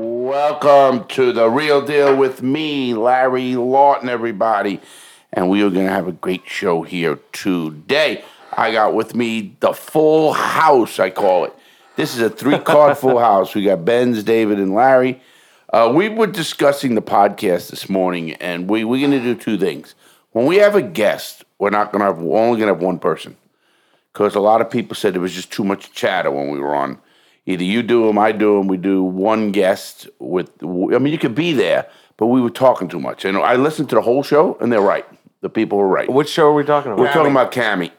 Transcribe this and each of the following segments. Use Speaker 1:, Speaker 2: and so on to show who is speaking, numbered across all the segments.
Speaker 1: Welcome to the real deal with me, Larry Lawton, everybody. And we are going to have a great show here today. I got with me the full house, I call it. This is a three card full house. We got Benz, David, and Larry. Uh, we were discussing the podcast this morning, and we, we're going to do two things. When we have a guest, we're not going to have, we're only going to have one person because a lot of people said it was just too much chatter when we were on. Either you do them, I do them. We do one guest with. I mean, you could be there, but we were talking too much. And I listened to the whole show, and they're right. The people were right.
Speaker 2: What show are we talking about?
Speaker 1: We're talking about Cammy.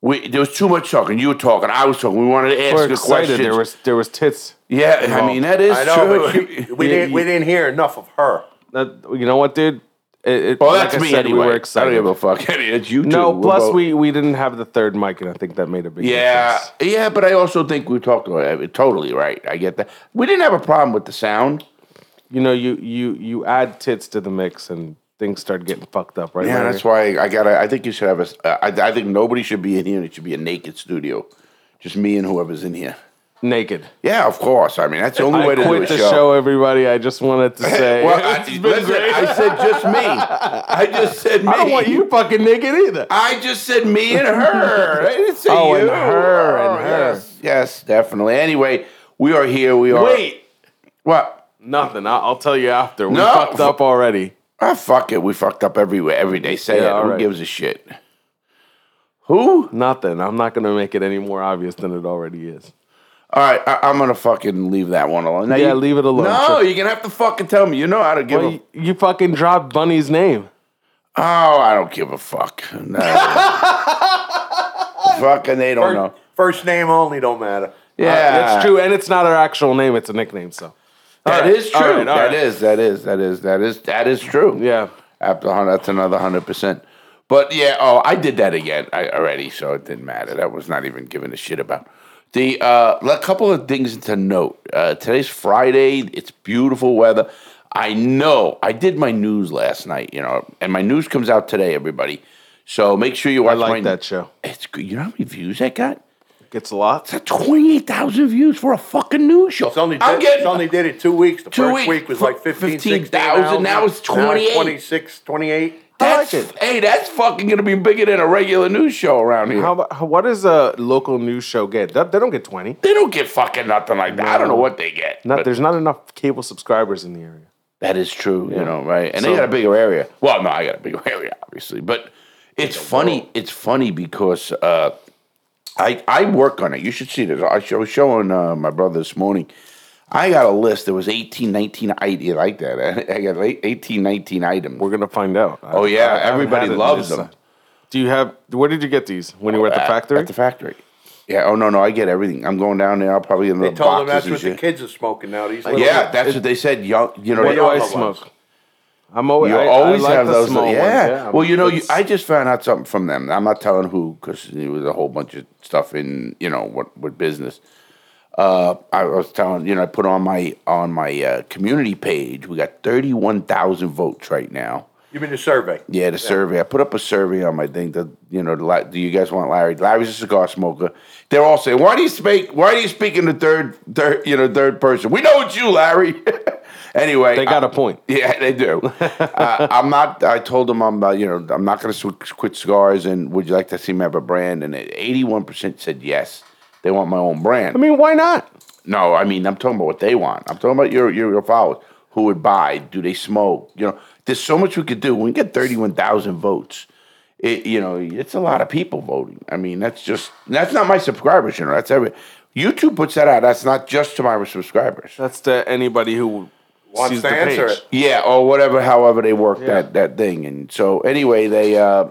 Speaker 1: We, there was too much talking. You were talking. I was talking. We wanted to ask
Speaker 2: We're
Speaker 1: a
Speaker 2: excited.
Speaker 1: question.
Speaker 2: There was there was tits.
Speaker 1: yeah, I mean that is
Speaker 3: I know,
Speaker 1: true.
Speaker 3: but you, we didn't we didn't hear enough of her.
Speaker 2: That- you know what, dude? It, it,
Speaker 1: well,
Speaker 2: like
Speaker 1: that's
Speaker 2: I
Speaker 1: me
Speaker 2: said,
Speaker 1: anyway.
Speaker 2: We were
Speaker 1: I
Speaker 2: excited.
Speaker 1: don't give a fuck. it's you.
Speaker 2: no,
Speaker 1: two. We're
Speaker 2: plus
Speaker 1: both-
Speaker 2: we we didn't have the third mic, and I think that made a big
Speaker 1: Yeah,
Speaker 2: difference.
Speaker 1: yeah, but I also think we talked about it. Totally right. I get that. We didn't have a problem with the sound.
Speaker 2: You know, you you you add tits to the mix, and things start getting fucked up, right?
Speaker 1: Yeah, that's why I gotta. I think you should have a. uh, I, I think nobody should be in here, and it should be a naked studio, just me and whoever's in here.
Speaker 2: Naked.
Speaker 1: Yeah, of course. I mean, that's the only
Speaker 2: I
Speaker 1: way to do a
Speaker 2: quit the show. everybody. I just wanted to say.
Speaker 1: Well, I, listen, I said just me. I just said me.
Speaker 2: I don't want you fucking naked either.
Speaker 1: I just said me and her. I didn't say
Speaker 2: Oh,
Speaker 1: you.
Speaker 2: and her, and
Speaker 1: Oh,
Speaker 2: her.
Speaker 1: Yes, yes, definitely. Anyway, we are here. We are.
Speaker 2: Wait,
Speaker 1: what?
Speaker 2: nothing. I'll, I'll tell you after. We
Speaker 1: No.
Speaker 2: fucked up already.
Speaker 1: Ah, fuck it. We fucked up everywhere, every day. Say
Speaker 2: Yeah,
Speaker 1: it.
Speaker 2: all
Speaker 1: Who
Speaker 2: right.
Speaker 1: gives a shit? Who?
Speaker 2: Nothing. I'm not gonna make it any more obvious than it already is.
Speaker 1: All right, I, I'm gonna fucking leave that one alone. Now
Speaker 2: Yeah, leave it alone.
Speaker 1: No,
Speaker 2: Sure.
Speaker 1: you're gonna have to fucking tell me. You know how to give
Speaker 2: Well,
Speaker 1: a.
Speaker 2: you, you fucking dropped Bunny's name.
Speaker 1: oh, I don't give a fuck. No. fucking, they don't
Speaker 3: First,
Speaker 1: know.
Speaker 3: first name only don't matter.
Speaker 1: Yeah,
Speaker 2: That's true, and Uh, it's not her actual name; it's a nickname. So,
Speaker 1: That
Speaker 2: All right,
Speaker 1: is
Speaker 2: all
Speaker 1: true.
Speaker 2: right, all
Speaker 1: That
Speaker 2: right.
Speaker 1: is. That is. That is. That is. That is true.
Speaker 2: yeah,
Speaker 1: After hun- that's another hundred percent. But yeah, oh, I did that again I, already, so it didn't matter. That was not even giving a shit about. The uh, a couple of things to note. Uh, today's Friday. It's beautiful weather. I know. I did my news last night, you know, and my news comes out today, everybody. So make sure you watch
Speaker 2: I like
Speaker 1: my,
Speaker 2: that show.
Speaker 1: It's good. You know how many views that got?
Speaker 2: Gets a lot.
Speaker 1: It's twenty eight thousand views for a fucking news show.
Speaker 3: It's only did,
Speaker 1: I'm getting
Speaker 3: it's only did it two weeks. The
Speaker 1: Two weeks.
Speaker 3: first week was like 15,
Speaker 1: 15,000,
Speaker 3: 16,000.
Speaker 1: now it's 28.
Speaker 3: 26, 28.
Speaker 1: that's,
Speaker 2: I like it.
Speaker 1: Hey, that's fucking gonna be bigger than a regular news show around here.
Speaker 2: How, about- how what does a local news show get? That- They don't get twenty.
Speaker 1: They don't get fucking nothing like that. I don't know what they get.
Speaker 2: Not
Speaker 1: but
Speaker 2: there's not enough cable subscribers in the area.
Speaker 1: that is true, you know, right? And they
Speaker 2: So-
Speaker 1: got a bigger area. Well, no, I got a bigger area, obviously. But it's funny. It's funny because uh, I I work on it. You should see this. I was show- showing uh, my brother this morning. I got a list. There was 18, 19 items like that. I got like 18, 19 items.
Speaker 2: We're gonna find out. I-
Speaker 1: Oh, yeah,
Speaker 2: I haven't
Speaker 1: everybody
Speaker 2: had it
Speaker 1: loves
Speaker 2: this
Speaker 1: them.
Speaker 2: side. Do you have? Where did you get these? When you were at the factory?
Speaker 1: At the factory. Yeah. Oh no, no, I get everything. I'm going down there. I'll probably get
Speaker 3: They
Speaker 1: another
Speaker 3: told them
Speaker 1: boxes
Speaker 3: that's
Speaker 1: and
Speaker 3: what the
Speaker 1: shit.
Speaker 3: kids are smoking now. These little-
Speaker 1: Yeah, that's what they said. Young, you know,
Speaker 2: what
Speaker 1: they
Speaker 2: do I
Speaker 3: yellow
Speaker 2: smoke?
Speaker 3: ones.
Speaker 2: I'm always.
Speaker 1: You
Speaker 2: I,
Speaker 1: always
Speaker 2: I like
Speaker 1: have
Speaker 2: the
Speaker 1: those.
Speaker 2: Small
Speaker 1: yeah.
Speaker 2: ones, yeah.
Speaker 1: Well, you know, you,
Speaker 2: It's-
Speaker 1: I just found out something from them. I'm not telling who because it was a whole bunch of stuff in you know what what business. Uh, I was telling you know I put on my on my uh, community page. We got thirty one thousand votes right now.
Speaker 3: You mean the survey?
Speaker 1: Yeah, the survey. I put up a survey on my thing. That you know, the La- do you guys want Larry? Larry's a cigar smoker. They're all saying, "Why do you speak? Why do you speak in the third, third, you know, third person?" We know it's you, Larry. anyway,
Speaker 2: They got
Speaker 1: I-
Speaker 2: a point.
Speaker 1: yeah, they do. uh, I'm not. I told them I'm. Uh, you know, I'm not going to sw- quit cigars. And would you like to see me have a brand? And 81 percent said yes. They want my own brand.
Speaker 2: I mean, why not?
Speaker 1: no, I mean I'm talking about what they want. I'm talking about your your, your followers. Who would buy? Do they smoke? You know, there's so much we could do. When we get 31,000 votes, it you know it's a lot of people voting. I mean that's just that's not my subscribers. You know, that's every. YouTube puts that out. That's not just to my subscribers.
Speaker 2: That's to anybody who
Speaker 3: Wants
Speaker 2: sees the
Speaker 3: to answer
Speaker 2: page.
Speaker 3: it.
Speaker 1: Yeah, or whatever, however they work that that thing. And so anyway, they uh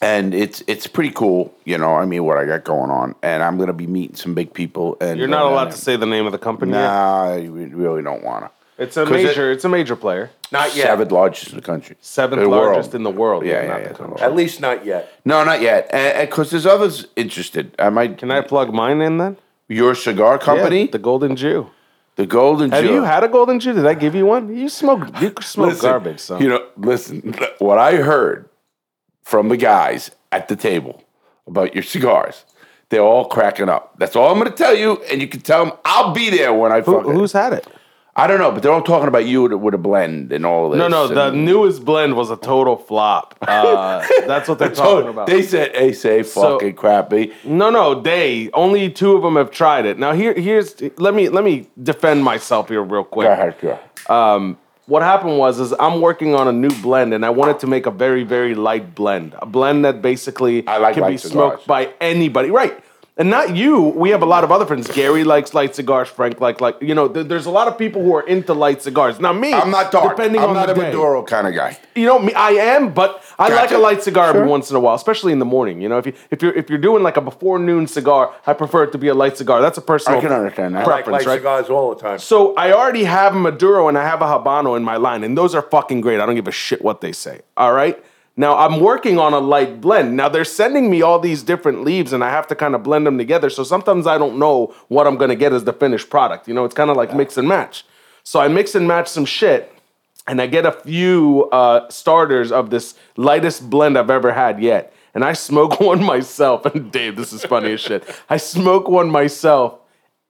Speaker 1: and it's it's pretty cool, you know. I mean, what I got going on, and I'm gonna be meeting some big people. And uh,
Speaker 2: You're not allowed to say the name of the company. yet.
Speaker 1: Nah, I re- really don't wanna.
Speaker 2: It's a
Speaker 1: 'Cause it-
Speaker 2: major. it's a major player.
Speaker 3: Not yet.
Speaker 1: Seventh largest in the country.
Speaker 2: Seventh
Speaker 1: The world.
Speaker 2: largest in the world.
Speaker 1: Yeah,
Speaker 2: not
Speaker 1: yeah,
Speaker 2: the
Speaker 1: yeah, the
Speaker 2: country.
Speaker 1: world.
Speaker 3: At least not yet.
Speaker 1: No, not yet. And because there's others interested. I might.
Speaker 2: Can I plug mine in then?
Speaker 1: Your cigar company,
Speaker 2: Yeah, the Golden Jew.
Speaker 1: the, Golden
Speaker 2: Have
Speaker 1: Jew.
Speaker 2: you had a Golden Jew? Did I give you one? You smoke. You smoke
Speaker 1: Listen,
Speaker 2: Oh, garbage. So
Speaker 1: You know, listen, what I heard from the guys at the table about your cigars, they're all cracking up. That's all I'm going to tell you. And you can tell them I'll be there when I
Speaker 2: Who,
Speaker 1: fucking.
Speaker 2: who's had it?
Speaker 1: I don't know, but they're all talking about you with, a- with a blend and all this.
Speaker 2: No, no, the
Speaker 1: and-
Speaker 2: newest blend was a total flop. Uh, that's what they're talking
Speaker 1: Oh,
Speaker 2: about.
Speaker 1: they said they say
Speaker 2: So-
Speaker 1: fucking crappy.
Speaker 2: No, no, they only two of them have tried it. Now here, here's let me let me defend myself here real quick.
Speaker 1: Go ahead, go.
Speaker 2: Um, what happened was is I'm working on a new blend, and I wanted to make a very very light blend, a blend that basically
Speaker 1: I like
Speaker 2: can be
Speaker 1: light cigars.
Speaker 2: smoked by anybody, right? And not you. We have a lot of other friends. Gary likes light cigars. Frank like like you know. There, there's a lot of people who are into light cigars. Now me,
Speaker 1: I'm not dark.
Speaker 2: Depending
Speaker 1: I'm
Speaker 2: on
Speaker 1: not
Speaker 2: the
Speaker 1: a
Speaker 2: day.
Speaker 1: Maduro kind of guy.
Speaker 2: You know me, I am, but I like
Speaker 1: Gotcha.
Speaker 2: a light cigar every once in a while, especially in the morning. You know, if you if you're if you're doing like a before noon cigar, I prefer it to be a light cigar. That's a personal.
Speaker 1: I can understand that.
Speaker 3: I like
Speaker 2: Preference,
Speaker 3: light
Speaker 2: right?
Speaker 3: cigars all the time.
Speaker 2: So I already have a Maduro and I have a Habano in my line, and those are fucking great. I don't give a shit what they say. All right. Now I'm working on a light blend. Now they're sending me all these different leaves, and I have to kind of blend them together. So sometimes I don't know what I'm gonna get as the finished product. You know, it's kind of like mix and match. So I mix and match some shit, and I get a few uh, starters of this lightest blend I've ever had yet. And I smoke one myself. And Dave, this is funny as shit. I smoke one myself,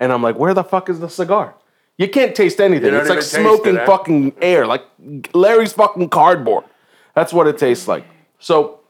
Speaker 2: and I'm like, where the fuck is the cigar? You can't taste anything.
Speaker 3: don't
Speaker 2: It's like
Speaker 3: even taste
Speaker 2: smoking
Speaker 3: it, huh?
Speaker 2: fucking air, like Larry's fucking cardboard. That's what it tastes like. So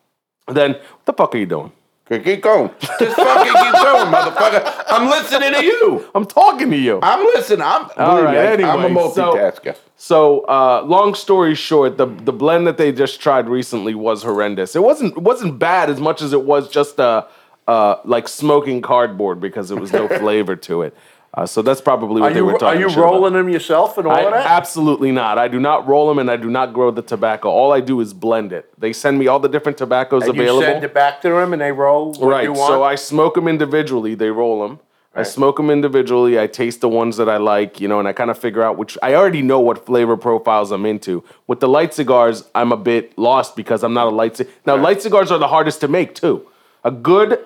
Speaker 2: then, what the fuck are you doing?
Speaker 1: Keep- Keep going. Just fucking keep going, motherfucker. I'm listening to you.
Speaker 2: I'm talking to you.
Speaker 1: I'm listening. I'm
Speaker 2: All
Speaker 1: believe
Speaker 2: right.
Speaker 1: me,
Speaker 2: Anyway,
Speaker 1: I'm a
Speaker 2: so-
Speaker 1: multitasker.
Speaker 2: So, uh, long story short, the the blend that they just tried recently was horrendous. It wasn't it wasn't bad as much as it was just uh, uh, like smoking cardboard because it was no flavor to it. Uh, so that's probably what
Speaker 3: Are
Speaker 2: they
Speaker 3: you
Speaker 2: were
Speaker 3: are
Speaker 2: talking.
Speaker 3: you
Speaker 2: shit about.
Speaker 3: rolling them yourself and all
Speaker 2: I,
Speaker 3: of that?
Speaker 2: absolutely not. I do not roll them, and I do not grow the tobacco. All I do is blend it. They send me all the different tobaccos available.
Speaker 3: You send it back to them and they roll what
Speaker 2: Right.
Speaker 3: you want.
Speaker 2: So I smoke them individually. They roll them. I smoke them individually. I taste the ones that I like, you know, and I kind of figure out which I already know what flavor profiles I'm into. With the light cigars, I'm a bit lost because I'm not a light. Ci- now, light cigars are the hardest to make too. A good,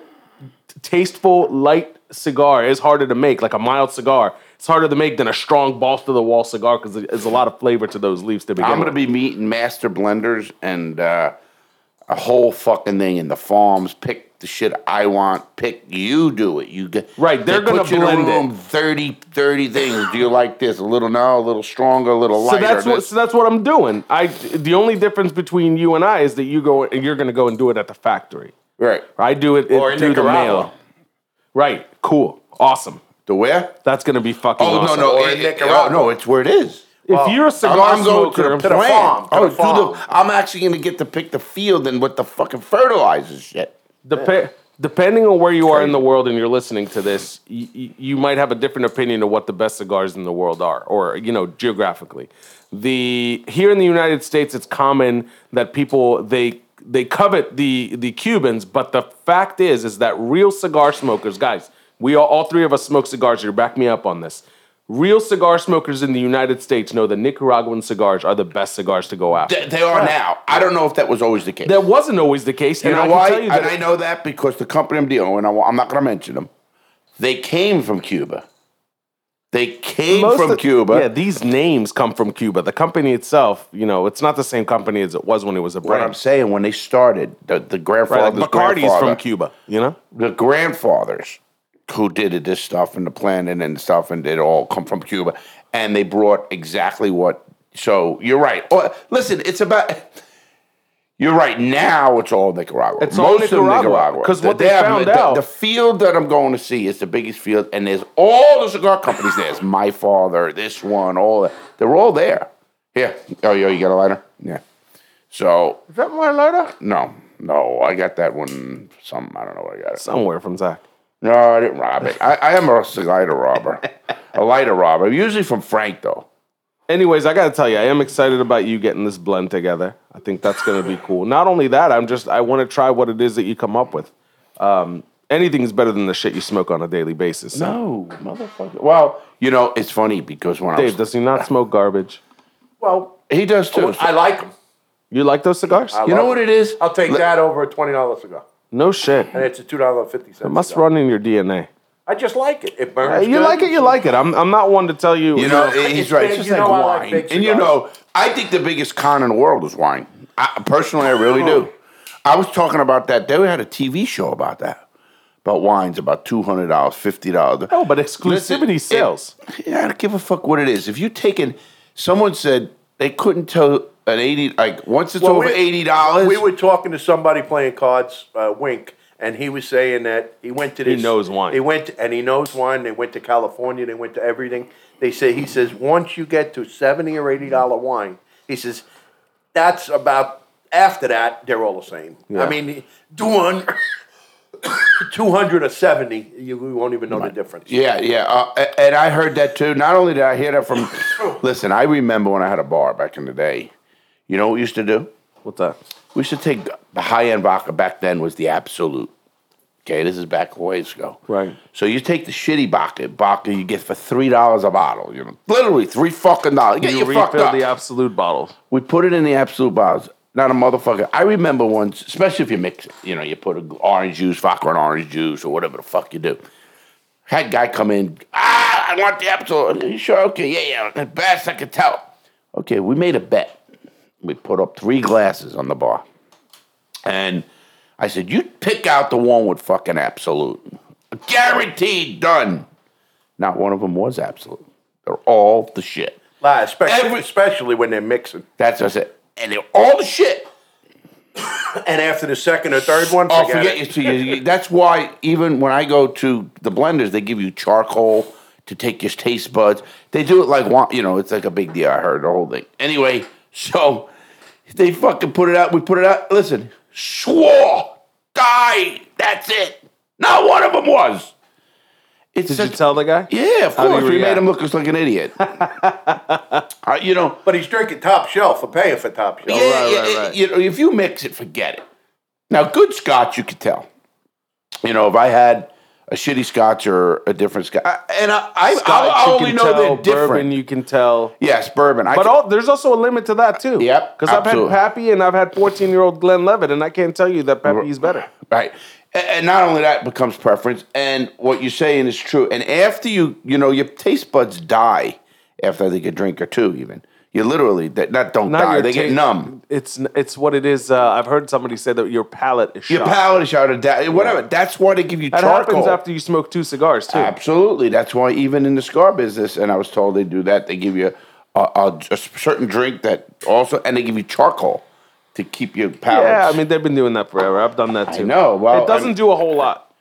Speaker 2: tasteful light cigar is harder to make. Like a mild cigar, it's harder to make than a strong balls to the wall cigar because there's a lot of flavor to those leaves to begin.
Speaker 1: I'm gonna
Speaker 2: with.
Speaker 1: be meeting master blenders and uh, a whole fucking thing in the farms. Pick the shit I want. Pick you do it. You get
Speaker 2: Right, they're
Speaker 1: they
Speaker 2: gonna
Speaker 1: put you
Speaker 2: blend
Speaker 1: in
Speaker 2: it.
Speaker 1: a room, 30, 30 things. do you like this? A little now, a little stronger, a little
Speaker 2: So
Speaker 1: lighter.
Speaker 2: that's what
Speaker 1: this-
Speaker 2: so that's what I'm doing. I the only difference between you and I is that you go and you're going to go and do it at the factory.
Speaker 1: right.
Speaker 2: I do it,
Speaker 3: Or
Speaker 2: it
Speaker 3: in
Speaker 2: through the
Speaker 3: Nicaragua.
Speaker 2: mail. Right. Cool. Awesome.
Speaker 1: The where?
Speaker 2: That's going to be fucking
Speaker 1: Oh
Speaker 2: awesome.
Speaker 1: no, no,
Speaker 3: Or
Speaker 1: it-
Speaker 3: in
Speaker 1: it-
Speaker 3: Nicaragua.
Speaker 1: oh, no, it's where it is.
Speaker 2: If you're a
Speaker 1: I'm,
Speaker 2: cigar
Speaker 1: I'm going to
Speaker 2: smoker,
Speaker 1: the
Speaker 2: I'm
Speaker 1: plant.
Speaker 2: sorry.
Speaker 3: farm, to
Speaker 1: oh,
Speaker 3: the
Speaker 1: to the-
Speaker 3: farm.
Speaker 1: I'm actually going to get to pick the field and with the fucking fertilizer shit.
Speaker 2: Depe- depending on where you are in the world and you're listening to this, you, you might have a different opinion of what the best cigars in the world are, or you know, geographically. The here in the United States, it's common that people they they covet the the Cubans, but the fact is is that real cigar smokers, guys, we all, all three of us smoke cigars here. Back me up on this. Real cigar smokers in the United States know that Nicaraguan cigars are the best cigars to go after.
Speaker 1: They, they are now. I don't know if that was always the case.
Speaker 2: that wasn't always the case.
Speaker 1: You
Speaker 2: and
Speaker 1: know
Speaker 2: I can
Speaker 1: why?
Speaker 2: tell you that
Speaker 1: and I know that because the company I'm dealing with, and I, am not going to mention them, they came from Cuba. They came
Speaker 2: Most
Speaker 1: from
Speaker 2: of-
Speaker 1: Cuba.
Speaker 2: Yeah, these names come from Cuba. The company itself, you know, it's not the same company as it was when it was a
Speaker 1: what I'm
Speaker 2: brand.
Speaker 1: saying, when they started, the, the
Speaker 2: Right,
Speaker 1: grandfather's
Speaker 2: like Bacardi's
Speaker 1: grandfather,
Speaker 2: from Cuba, you know?
Speaker 1: the grandfathers who did this stuff and the planning and stuff, and it all come from Cuba, and they brought exactly what. So you're right. Or, listen, it's about. You're right. Now it's all Nicaragua.
Speaker 2: It's all Nicaragua, 'cause what they
Speaker 1: have-
Speaker 2: found
Speaker 1: the,
Speaker 2: out-
Speaker 1: the field that I'm going to see is the biggest field, and there's all the cigar companies there. It's my father, this one, all that. They're all there. Yeah. Oh, yeah. You got a lighter? Yeah. So
Speaker 2: Is that my lighter?
Speaker 1: no, no. I got that one. Some I don't know where I got it.
Speaker 2: Somewhere from Zach.
Speaker 1: No, I didn't rob it. I, I am a lighter robber. a lighter robber. Usually from Frank, though.
Speaker 2: Anyways, I gotta tell you, I am excited about you getting this blend together. I think that's gonna be cool. Not only that, I'm just I want to try what it is that you come up with. Um, anything's better than the shit you smoke on a daily basis. so.
Speaker 3: Oh,
Speaker 1: No, motherfucker. Well, you know, it's funny because when
Speaker 2: Dave,
Speaker 1: I was,
Speaker 2: does he not smoke garbage?
Speaker 3: well,
Speaker 1: he does too.
Speaker 3: I like them.
Speaker 2: You like those cigars?
Speaker 1: you know what it is?
Speaker 3: I'll take that over a twenty dollar cigar,
Speaker 2: No shit.
Speaker 3: and it's a two dollar fifty cent.
Speaker 2: It must run in your DNA.
Speaker 3: I just like it. It burns.
Speaker 2: You
Speaker 3: good.
Speaker 2: like it, you like it. I'm, I'm not one to tell you.
Speaker 1: You know,
Speaker 3: I
Speaker 1: he's
Speaker 3: just
Speaker 1: right. It's
Speaker 3: think,
Speaker 1: just
Speaker 3: you
Speaker 1: like
Speaker 3: know, I like
Speaker 1: wine.
Speaker 3: big
Speaker 1: and you
Speaker 3: cigars.
Speaker 1: know, I think the biggest con in the world is wine. I, personally, I really do. I was talking about that. They had a TV show about that. But wine's about two hundred dollars, fifty dollars.
Speaker 2: No, but exclusivity
Speaker 1: it-
Speaker 2: sales.
Speaker 1: Yeah, I don't give a fuck what it is. If you taking, someone said they couldn't tell an eighty like once it's over
Speaker 3: we-
Speaker 1: eighty dollars.
Speaker 3: We were talking to somebody playing cards, uh, Wink, and he was saying that he went to
Speaker 2: He
Speaker 3: this.
Speaker 2: knows wine.
Speaker 3: He went and he knows wine. They went to California. They went to everything. They say he says once you get to seventy or eighty dollar wine, he says that's about. After that, they're all the same. I mean, doing two hundred or seventy, you, you won't even know the difference.
Speaker 1: Yeah, yeah, uh, a- and I heard that too. Not only did I hear that from, listen, I remember when I had a bar back in the day. You know what we used to do?
Speaker 2: What's that?
Speaker 1: We used to take the high end vodka. Back then was the absolute. Okay, this is back a ways ago.
Speaker 2: Right.
Speaker 1: So you take the shitty vodka, vodka you get for three dollars a bottle. You know, literally three fucking dollars. Get
Speaker 2: You,
Speaker 1: you fucked
Speaker 2: refill
Speaker 1: up.
Speaker 2: the absolute bottle.
Speaker 1: We put it in the absolute bottles. Not a motherfucker. I remember once, especially if you mix it, you know, you put a orange juice, vodka and orange juice, or whatever the fuck you do. Had guy come in, ah, I want the absolute. Are you sure? Okay, yeah, yeah. the Best I could tell. Okay, we made a bet. We put up three glasses on the bar. And I said, you pick out the one with fucking absolute. Guaranteed done. Not one of them was absolute. They're all the shit.
Speaker 3: Lie, especially,
Speaker 1: Every-
Speaker 3: especially when they're mixing.
Speaker 1: That's what I said. And they're all the shit.
Speaker 3: And after the second or third one,
Speaker 1: Oh,
Speaker 3: forget,
Speaker 1: forget,
Speaker 3: it.
Speaker 1: you, so you, you- That's why even when I go to the blenders, they give you charcoal to take your taste buds. They do it like wa- you know, it's like a big deal. I heard the whole thing. Anyway, so they fucking put it out. We put it out. Listen, swore, die. That's it. Not one of them was. It's
Speaker 2: Did you
Speaker 1: such-
Speaker 2: tell the guy?
Speaker 1: Yeah, of
Speaker 2: How did he
Speaker 1: course. We
Speaker 2: react?
Speaker 1: made him look just like an idiot. Uh, you know.
Speaker 3: But he's drinking top shelf and paying for top shelf.
Speaker 1: Yeah,
Speaker 2: Oh, right,
Speaker 1: yeah,
Speaker 2: right,
Speaker 1: yeah,
Speaker 2: right.
Speaker 1: you know, if you mix it, forget it. Now, good scotch, you could tell. You know, if I had a shitty scotch or a different scotch, I- and I, I,
Speaker 2: Scotch,
Speaker 1: I, I
Speaker 2: you
Speaker 1: only
Speaker 2: can
Speaker 1: know
Speaker 2: tell,
Speaker 1: they're different.
Speaker 2: Bourbon, you can tell.
Speaker 1: yes, bourbon. I
Speaker 2: But
Speaker 1: can-
Speaker 2: all, there's also a limit to that too.
Speaker 1: Yep,
Speaker 2: Because I've had
Speaker 1: absolutely.
Speaker 2: Pappy and I've had 14 year old Glenn Levitt, and I can't tell you that Pappy is better.
Speaker 1: right, and, and not only that becomes preference, and what you're saying is true. And after you, you know, your taste buds die after I think a drink or two, even. You literally that not don't
Speaker 2: Not
Speaker 1: die.
Speaker 2: your
Speaker 1: They get
Speaker 2: taste-
Speaker 1: numb.
Speaker 2: It's it's what it is. Uh, I've heard somebody say that your palate is
Speaker 1: Your
Speaker 2: shot.
Speaker 1: palate is out of da- whatever. That's why they give you
Speaker 2: that
Speaker 1: charcoal. Ah,
Speaker 2: happens after you smoke two cigars too.
Speaker 1: Absolutely. That's why even in the cigar business, and I was told they do that. They give you a, a, a certain drink that also, and they give you charcoal to keep your palate.
Speaker 2: yeah, I mean they've been doing that forever. I've done that too.
Speaker 1: know, well,
Speaker 2: it doesn't
Speaker 1: I mean-
Speaker 2: do a whole lot.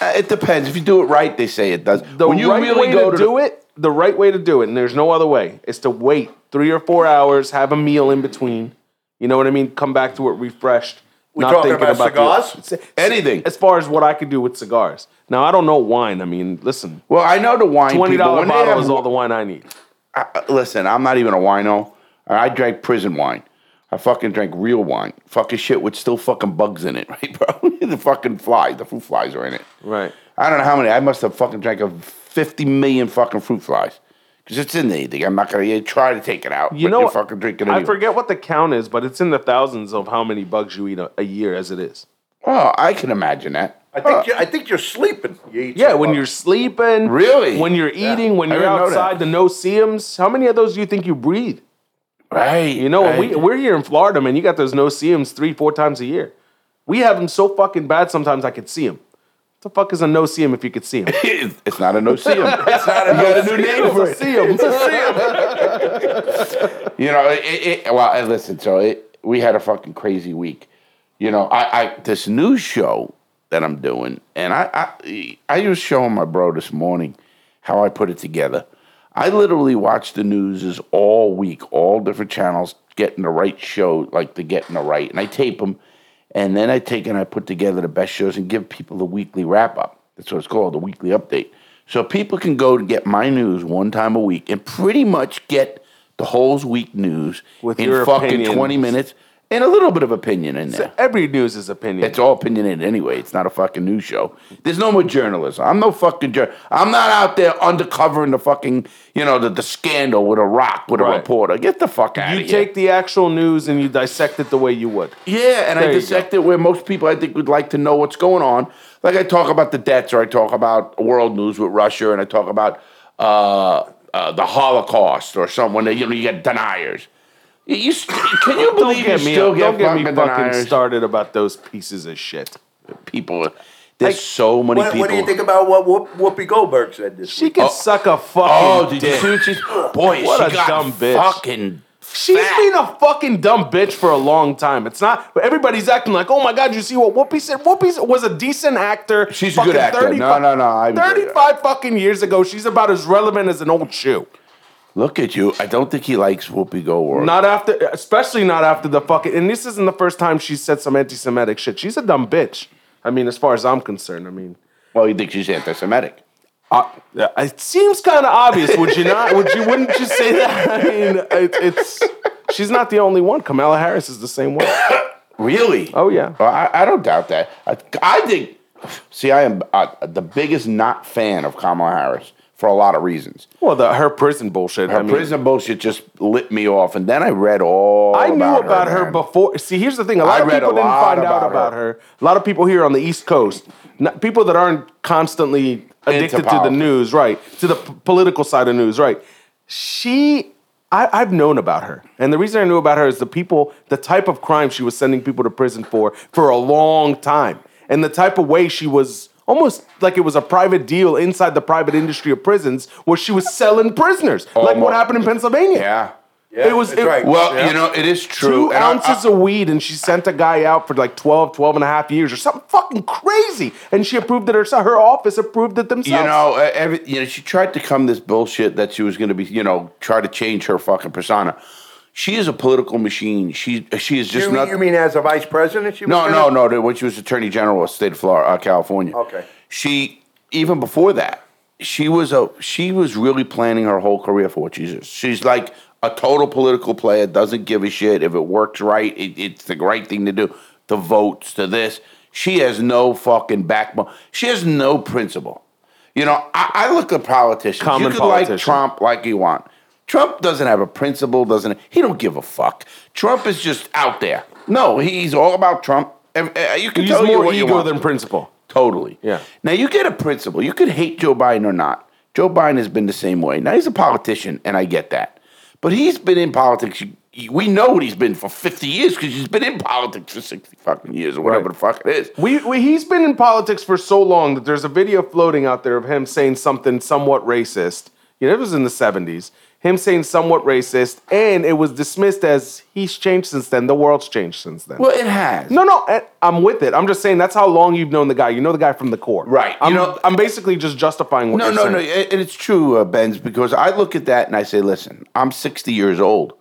Speaker 1: Uh, it depends. If you do it right, they say it does.
Speaker 2: The
Speaker 1: when you
Speaker 2: right
Speaker 1: really
Speaker 2: way
Speaker 1: go
Speaker 2: to,
Speaker 1: to,
Speaker 2: do it, the right way to do it, and there's no other way, is to wait three or four hours, have a meal in between. You know what I mean? Come back to it refreshed. We're
Speaker 3: talking about cigars?
Speaker 1: Anything.
Speaker 2: As far as what I could do with cigars. Now I don't know wine. I mean, listen,
Speaker 1: well, I know the wine.
Speaker 2: twenty
Speaker 1: people,
Speaker 2: dollar
Speaker 1: when they
Speaker 2: bottle
Speaker 1: have-
Speaker 2: is all the wine I need.
Speaker 1: I- I- listen, I'm not even a wino. I drank prison wine. I fucking drank real wine. Fucking shit with still fucking bugs in it, right, bro? the fucking flies, the fruit flies are in it.
Speaker 2: Right.
Speaker 1: I don't know how many. I must have fucking drank of 50 million fucking fruit flies. Because it's in there. You think I'm not going to try to take it out.
Speaker 2: You
Speaker 1: but
Speaker 2: know,
Speaker 1: you're fucking drinking it
Speaker 2: I
Speaker 1: anyway.
Speaker 2: forget what the count is, but it's in the thousands of how many bugs you eat a, a year as it is.
Speaker 1: Oh, I can imagine that.
Speaker 3: I think you I think you're sleeping. You eat
Speaker 2: Yeah,
Speaker 3: some
Speaker 2: when
Speaker 3: of
Speaker 2: you're sleeping,
Speaker 1: Really?
Speaker 2: when you're eating, when
Speaker 1: I
Speaker 2: you're
Speaker 1: didn't know that.
Speaker 2: outside, the no seeums. How many of those do you think you breathe?
Speaker 1: Right.
Speaker 2: You know, and we
Speaker 1: right.
Speaker 2: we're here in Florida, man. You got those no seeums three, four times a year. We have them so fucking bad. Sometimes I could see them. What the fuck is a no seeum if you could see them?
Speaker 1: It's it's not a no see 'em. It's not a no new name for it. You know, it, it, it- well, and listen, so it, we had a fucking crazy week. You know, I, I this news show that I'm doing, and I, I I was showing my bro this morning how I put it together. I literally watch the news is all week, all different channels, getting the right show, like the getting the right, and I tape them, and then I take and I put together the best shows and give people the weekly wrap up. That's what it's called, the weekly update. So people can go to get my news one time a week and pretty much get the whole week news
Speaker 2: With
Speaker 1: in
Speaker 2: your
Speaker 1: fucking
Speaker 2: opinions.
Speaker 1: twenty minutes and a little bit of opinion in there.
Speaker 2: Every news is opinion.
Speaker 1: It's all opinionated anyway. It's not a fucking news show. There's no more journalism. I'm no fucking jour- I'm not out there undercovering the fucking you know the, the scandal with a rock with
Speaker 2: Right.
Speaker 1: a reporter. Get the fuck out
Speaker 2: you
Speaker 1: of here.
Speaker 2: take the actual news and you dissect it the way you would.
Speaker 1: Yeah, and
Speaker 2: There
Speaker 1: I
Speaker 2: you go.
Speaker 1: dissect it where most people I think would like to know what's going on. Like I talk about the debts, or I talk about world news with Russia, and I talk about uh, uh, the Holocaust or someone that you know you get deniers. You, you st- can you
Speaker 2: Don't
Speaker 1: believe you
Speaker 2: get me,
Speaker 1: still
Speaker 2: up-
Speaker 1: get
Speaker 2: don't get me
Speaker 1: fucking
Speaker 2: fucking
Speaker 1: deniers?
Speaker 2: started about those pieces of shit.
Speaker 1: People, There's so many
Speaker 3: What,
Speaker 1: people.
Speaker 3: what do you think about what Whoop, Whoopi Goldberg said this
Speaker 2: She
Speaker 3: week?
Speaker 2: can
Speaker 1: Oh.
Speaker 2: suck a fucking
Speaker 1: Oh, did you
Speaker 2: dick.
Speaker 1: see what she's? Boy,
Speaker 2: What
Speaker 1: she
Speaker 2: a
Speaker 1: got
Speaker 2: dumb bitch.
Speaker 1: fucking.
Speaker 2: She's
Speaker 1: fat.
Speaker 2: been a fucking dumb bitch for a long time. It's not everybody's acting like, oh my god, you see what Whoopi said? Whoopi was a decent actor.
Speaker 1: She's a good actor. No, no, no, I-
Speaker 2: Thirty-five fucking years ago, she's about as relevant as an old shoe.
Speaker 1: Look at you. I don't think he likes Whoopi Goldberg.
Speaker 2: Not after, especially not after the fucking. And this isn't the first time she said some anti-Semitic shit. She's a dumb bitch. I mean, as far as I'm concerned, I mean,
Speaker 1: Well, he thinks she's anti-Semitic.
Speaker 2: I, it seems kind of obvious. Would you not? Would you? Wouldn't you say that? I mean, it, it's she's not the only one. Kamala Harris is the same way.
Speaker 1: Really?
Speaker 2: Oh yeah.
Speaker 1: Well, I, I don't doubt that. I, I think. See, I am uh, the biggest not fan of Kamala Harris for a lot of reasons.
Speaker 2: Well, the, her prison bullshit.
Speaker 1: Her
Speaker 2: I mean,
Speaker 1: prison bullshit just lit me off, and then I read all.
Speaker 2: I knew about her,
Speaker 1: man.
Speaker 2: before. See, here's the thing: a lot
Speaker 1: I
Speaker 2: of
Speaker 1: read
Speaker 2: people
Speaker 1: a
Speaker 2: didn't
Speaker 1: lot
Speaker 2: find out
Speaker 1: about
Speaker 2: about
Speaker 1: her.
Speaker 2: her. A lot of people here on the East Coast, not, people that aren't constantly addicted to the
Speaker 1: politics.
Speaker 2: news, right? To the p- political side of news, right? She, I, I've known about her, and the reason I knew about her is the people, the type of crime she was sending people to prison for for a long time, and the type of way she was. Almost like it was a private deal inside the private industry of prisons, where she was selling prisoners, like what
Speaker 1: Almost.
Speaker 2: happened in Pennsylvania.
Speaker 1: Oh Yeah.
Speaker 3: Yeah,
Speaker 2: it was
Speaker 3: that's
Speaker 2: it-
Speaker 3: right.
Speaker 1: Well,
Speaker 3: Yeah.
Speaker 1: you know, it is true.
Speaker 2: two
Speaker 1: and I-
Speaker 2: ounces of weed and she sent a guy out for like 12 12 and a half years or something fucking crazy and she approved it herself her office approved it themselves
Speaker 1: You know, uh, every, you know, she tried to come this bullshit that she was going to be, you know, try to change her fucking persona. She is a political machine. She she is just
Speaker 3: You,
Speaker 1: not.
Speaker 3: you mean as a vice president? She was
Speaker 1: no,
Speaker 3: gonna-
Speaker 1: no, no, no. When she was Attorney General of the state of Florida, uh, California.
Speaker 3: Okay.
Speaker 1: She even before that, she was a she was really planning her whole career for what she's. She's like a total political player. Doesn't give a shit if it works right. It, it's the right thing to do. The votes to this. She has no fucking backbone. She has no principle. You know, I, I look at politicians.
Speaker 2: Common
Speaker 1: you could
Speaker 2: politician.
Speaker 1: like Trump like you want. Trump doesn't have a principle. Doesn't he? Don't give a fuck. Trump is just out there. No, he's all about Trump. Ev- eh, You can
Speaker 2: he's
Speaker 1: tell you
Speaker 2: more
Speaker 1: what you
Speaker 2: ego
Speaker 1: want.
Speaker 2: than principle
Speaker 1: Totally.
Speaker 2: Yeah.
Speaker 1: Now you get a principle. You could hate Joe Biden or not. Joe Biden has been the same way. Now he's a politician, and I get that. But he's been in politics. you- you- We know what he's been for 50 years because he's been in politics for 60 fucking years or whatever
Speaker 2: Right.
Speaker 1: the fuck it is.
Speaker 2: we, we he's been in politics for so long that there's a video floating out there of him saying something somewhat racist you know it was in the 70s him saying somewhat racist and it was dismissed as he's changed since then the world's changed since then
Speaker 1: Well, it has.
Speaker 2: No, no, I- I'm with it. I'm just saying that's how long you've known the guy. You know the guy from the core,
Speaker 1: Right. You
Speaker 2: I'm,
Speaker 1: know-
Speaker 2: I'm basically just justifying what
Speaker 1: No,
Speaker 2: you're
Speaker 1: no,
Speaker 2: saying.
Speaker 1: no. a- And it's true, uh, Benz, because I look at that and I say, listen, I'm 60 years old.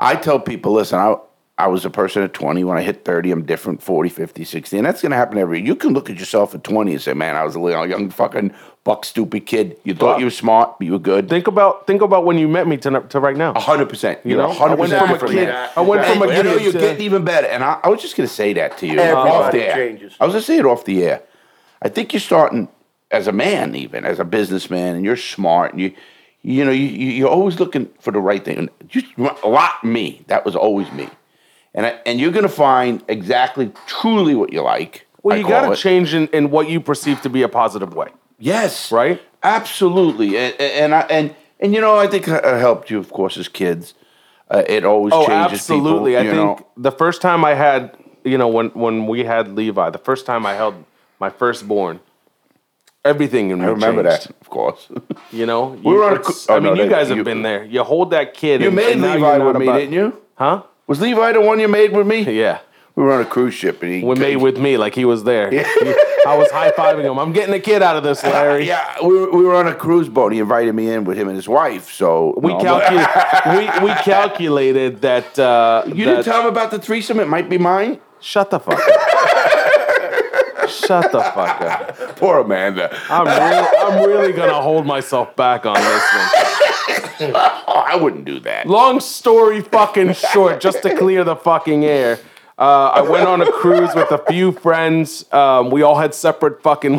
Speaker 1: I tell people, listen, I, I was a person at 20. When I hit 30, I'm different 40, 50, 60. And that's going to happen every You can look at yourself at 20 and say, man, I was a little young fucking buck stupid kid. You thought
Speaker 2: Fuck.
Speaker 1: you were smart, but you were good.
Speaker 2: Think about think about when you met me to, to right
Speaker 1: Uh-huh.
Speaker 2: now.
Speaker 1: 100%. You
Speaker 2: know,
Speaker 1: know,
Speaker 2: I
Speaker 1: 100%
Speaker 2: went
Speaker 3: from a
Speaker 1: different
Speaker 3: kid-
Speaker 1: man.
Speaker 3: I went
Speaker 2: from a
Speaker 1: And, you know,
Speaker 2: kid
Speaker 1: you're
Speaker 2: to-
Speaker 1: getting even better. And I, I was just going to say that to you.
Speaker 3: Everybody
Speaker 1: off the air.
Speaker 3: changes.
Speaker 1: I was going to say it off the air. I think you're starting as a man, even as a businessman, and you're smart, and you, you know, you, you- you're always looking for the right thing. And Just a lot me. That was always me. And I, and you're going to find exactly, truly what you like.
Speaker 2: well,
Speaker 1: I
Speaker 2: you
Speaker 1: call
Speaker 2: got to
Speaker 1: it.
Speaker 2: change in, in what you perceive to be a positive way.
Speaker 1: Yes.
Speaker 2: Right?
Speaker 1: Absolutely. And and and I, and, and you know, I think it helped you, of course, as kids. Uh, it always
Speaker 2: Oh,
Speaker 1: changes
Speaker 2: absolutely.
Speaker 1: people.
Speaker 2: I
Speaker 1: you
Speaker 2: think
Speaker 1: know.
Speaker 2: the first time I had, you know, when when we had Levi, the first time I held my firstborn, everything in me
Speaker 1: I remember
Speaker 2: changed.
Speaker 1: that, of course.
Speaker 2: You know, you,
Speaker 1: were on a
Speaker 2: it's-
Speaker 1: cou- oh,
Speaker 2: I
Speaker 1: no,
Speaker 2: mean, you
Speaker 1: that-
Speaker 2: guys have
Speaker 1: you-
Speaker 2: been there. You hold that kid.
Speaker 1: you
Speaker 2: and,
Speaker 1: made
Speaker 2: and now
Speaker 1: Levi
Speaker 2: you're
Speaker 1: with
Speaker 2: not
Speaker 1: me,
Speaker 2: about-
Speaker 1: didn't you?
Speaker 2: Huh?
Speaker 1: Was Levi the one you made with me?
Speaker 2: Yeah.
Speaker 1: We were on a cruise ship, and he
Speaker 2: When made with me, like he was there. I was high fiving him. I'm getting a kid out of this, Larry.
Speaker 1: Yeah, we were, we were on a cruise boat. He invited me in with him and his wife. So
Speaker 2: We,
Speaker 1: No, but-
Speaker 2: calcu- we, we calculated that. Uh,
Speaker 1: You
Speaker 2: that
Speaker 1: didn't tell him about the threesome. It might be mine.
Speaker 2: Shut the fuck up. Shut the fuck up.
Speaker 1: Poor Amanda.
Speaker 2: I'm, real, I'm really going to hold myself back on this one.
Speaker 1: Oh, I wouldn't do that.
Speaker 2: Long story fucking short, just to clear the fucking air. Uh, I went on a cruise with a few friends. Um, we all had separate fucking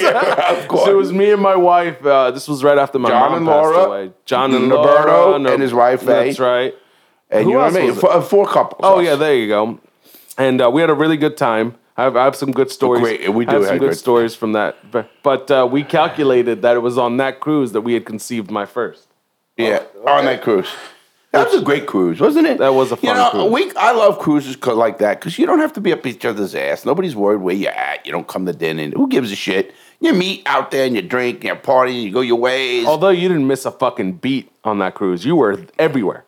Speaker 1: Yeah, of course.
Speaker 2: So it was me and my wife. Uh, this was right after my
Speaker 1: John
Speaker 2: mom
Speaker 1: and
Speaker 2: passed
Speaker 1: Laura,
Speaker 2: away. John and
Speaker 1: Roberto
Speaker 2: Laura,
Speaker 1: and his wife, eh? Faye.
Speaker 2: That's right.
Speaker 1: and
Speaker 2: who
Speaker 1: you know
Speaker 2: else
Speaker 1: what I mean?
Speaker 2: was it?
Speaker 1: Four, four couples.
Speaker 2: Oh
Speaker 1: us.
Speaker 2: yeah, there you go. And uh, we had a really good time. I have, I have some good stories.
Speaker 1: Great, we
Speaker 2: I
Speaker 1: do
Speaker 2: have some
Speaker 1: have
Speaker 2: good
Speaker 1: good-
Speaker 2: stories from that. But, but uh, we calculated that it was on that Oh, cruise that we had conceived my first.
Speaker 1: yeah, on that cruise. That was a great cruise, wasn't it?
Speaker 2: That was a
Speaker 1: you
Speaker 2: fun
Speaker 1: know, We,
Speaker 2: cruise.
Speaker 1: I love cruises 'cause- like that because you don't have to be up each other's ass. Nobody's worried where you're at. You don't come to dinner. And who gives a shit? You meet out there and you drink, you party, you go your ways.
Speaker 2: Although you didn't miss a fucking beat on that cruise, you were everywhere.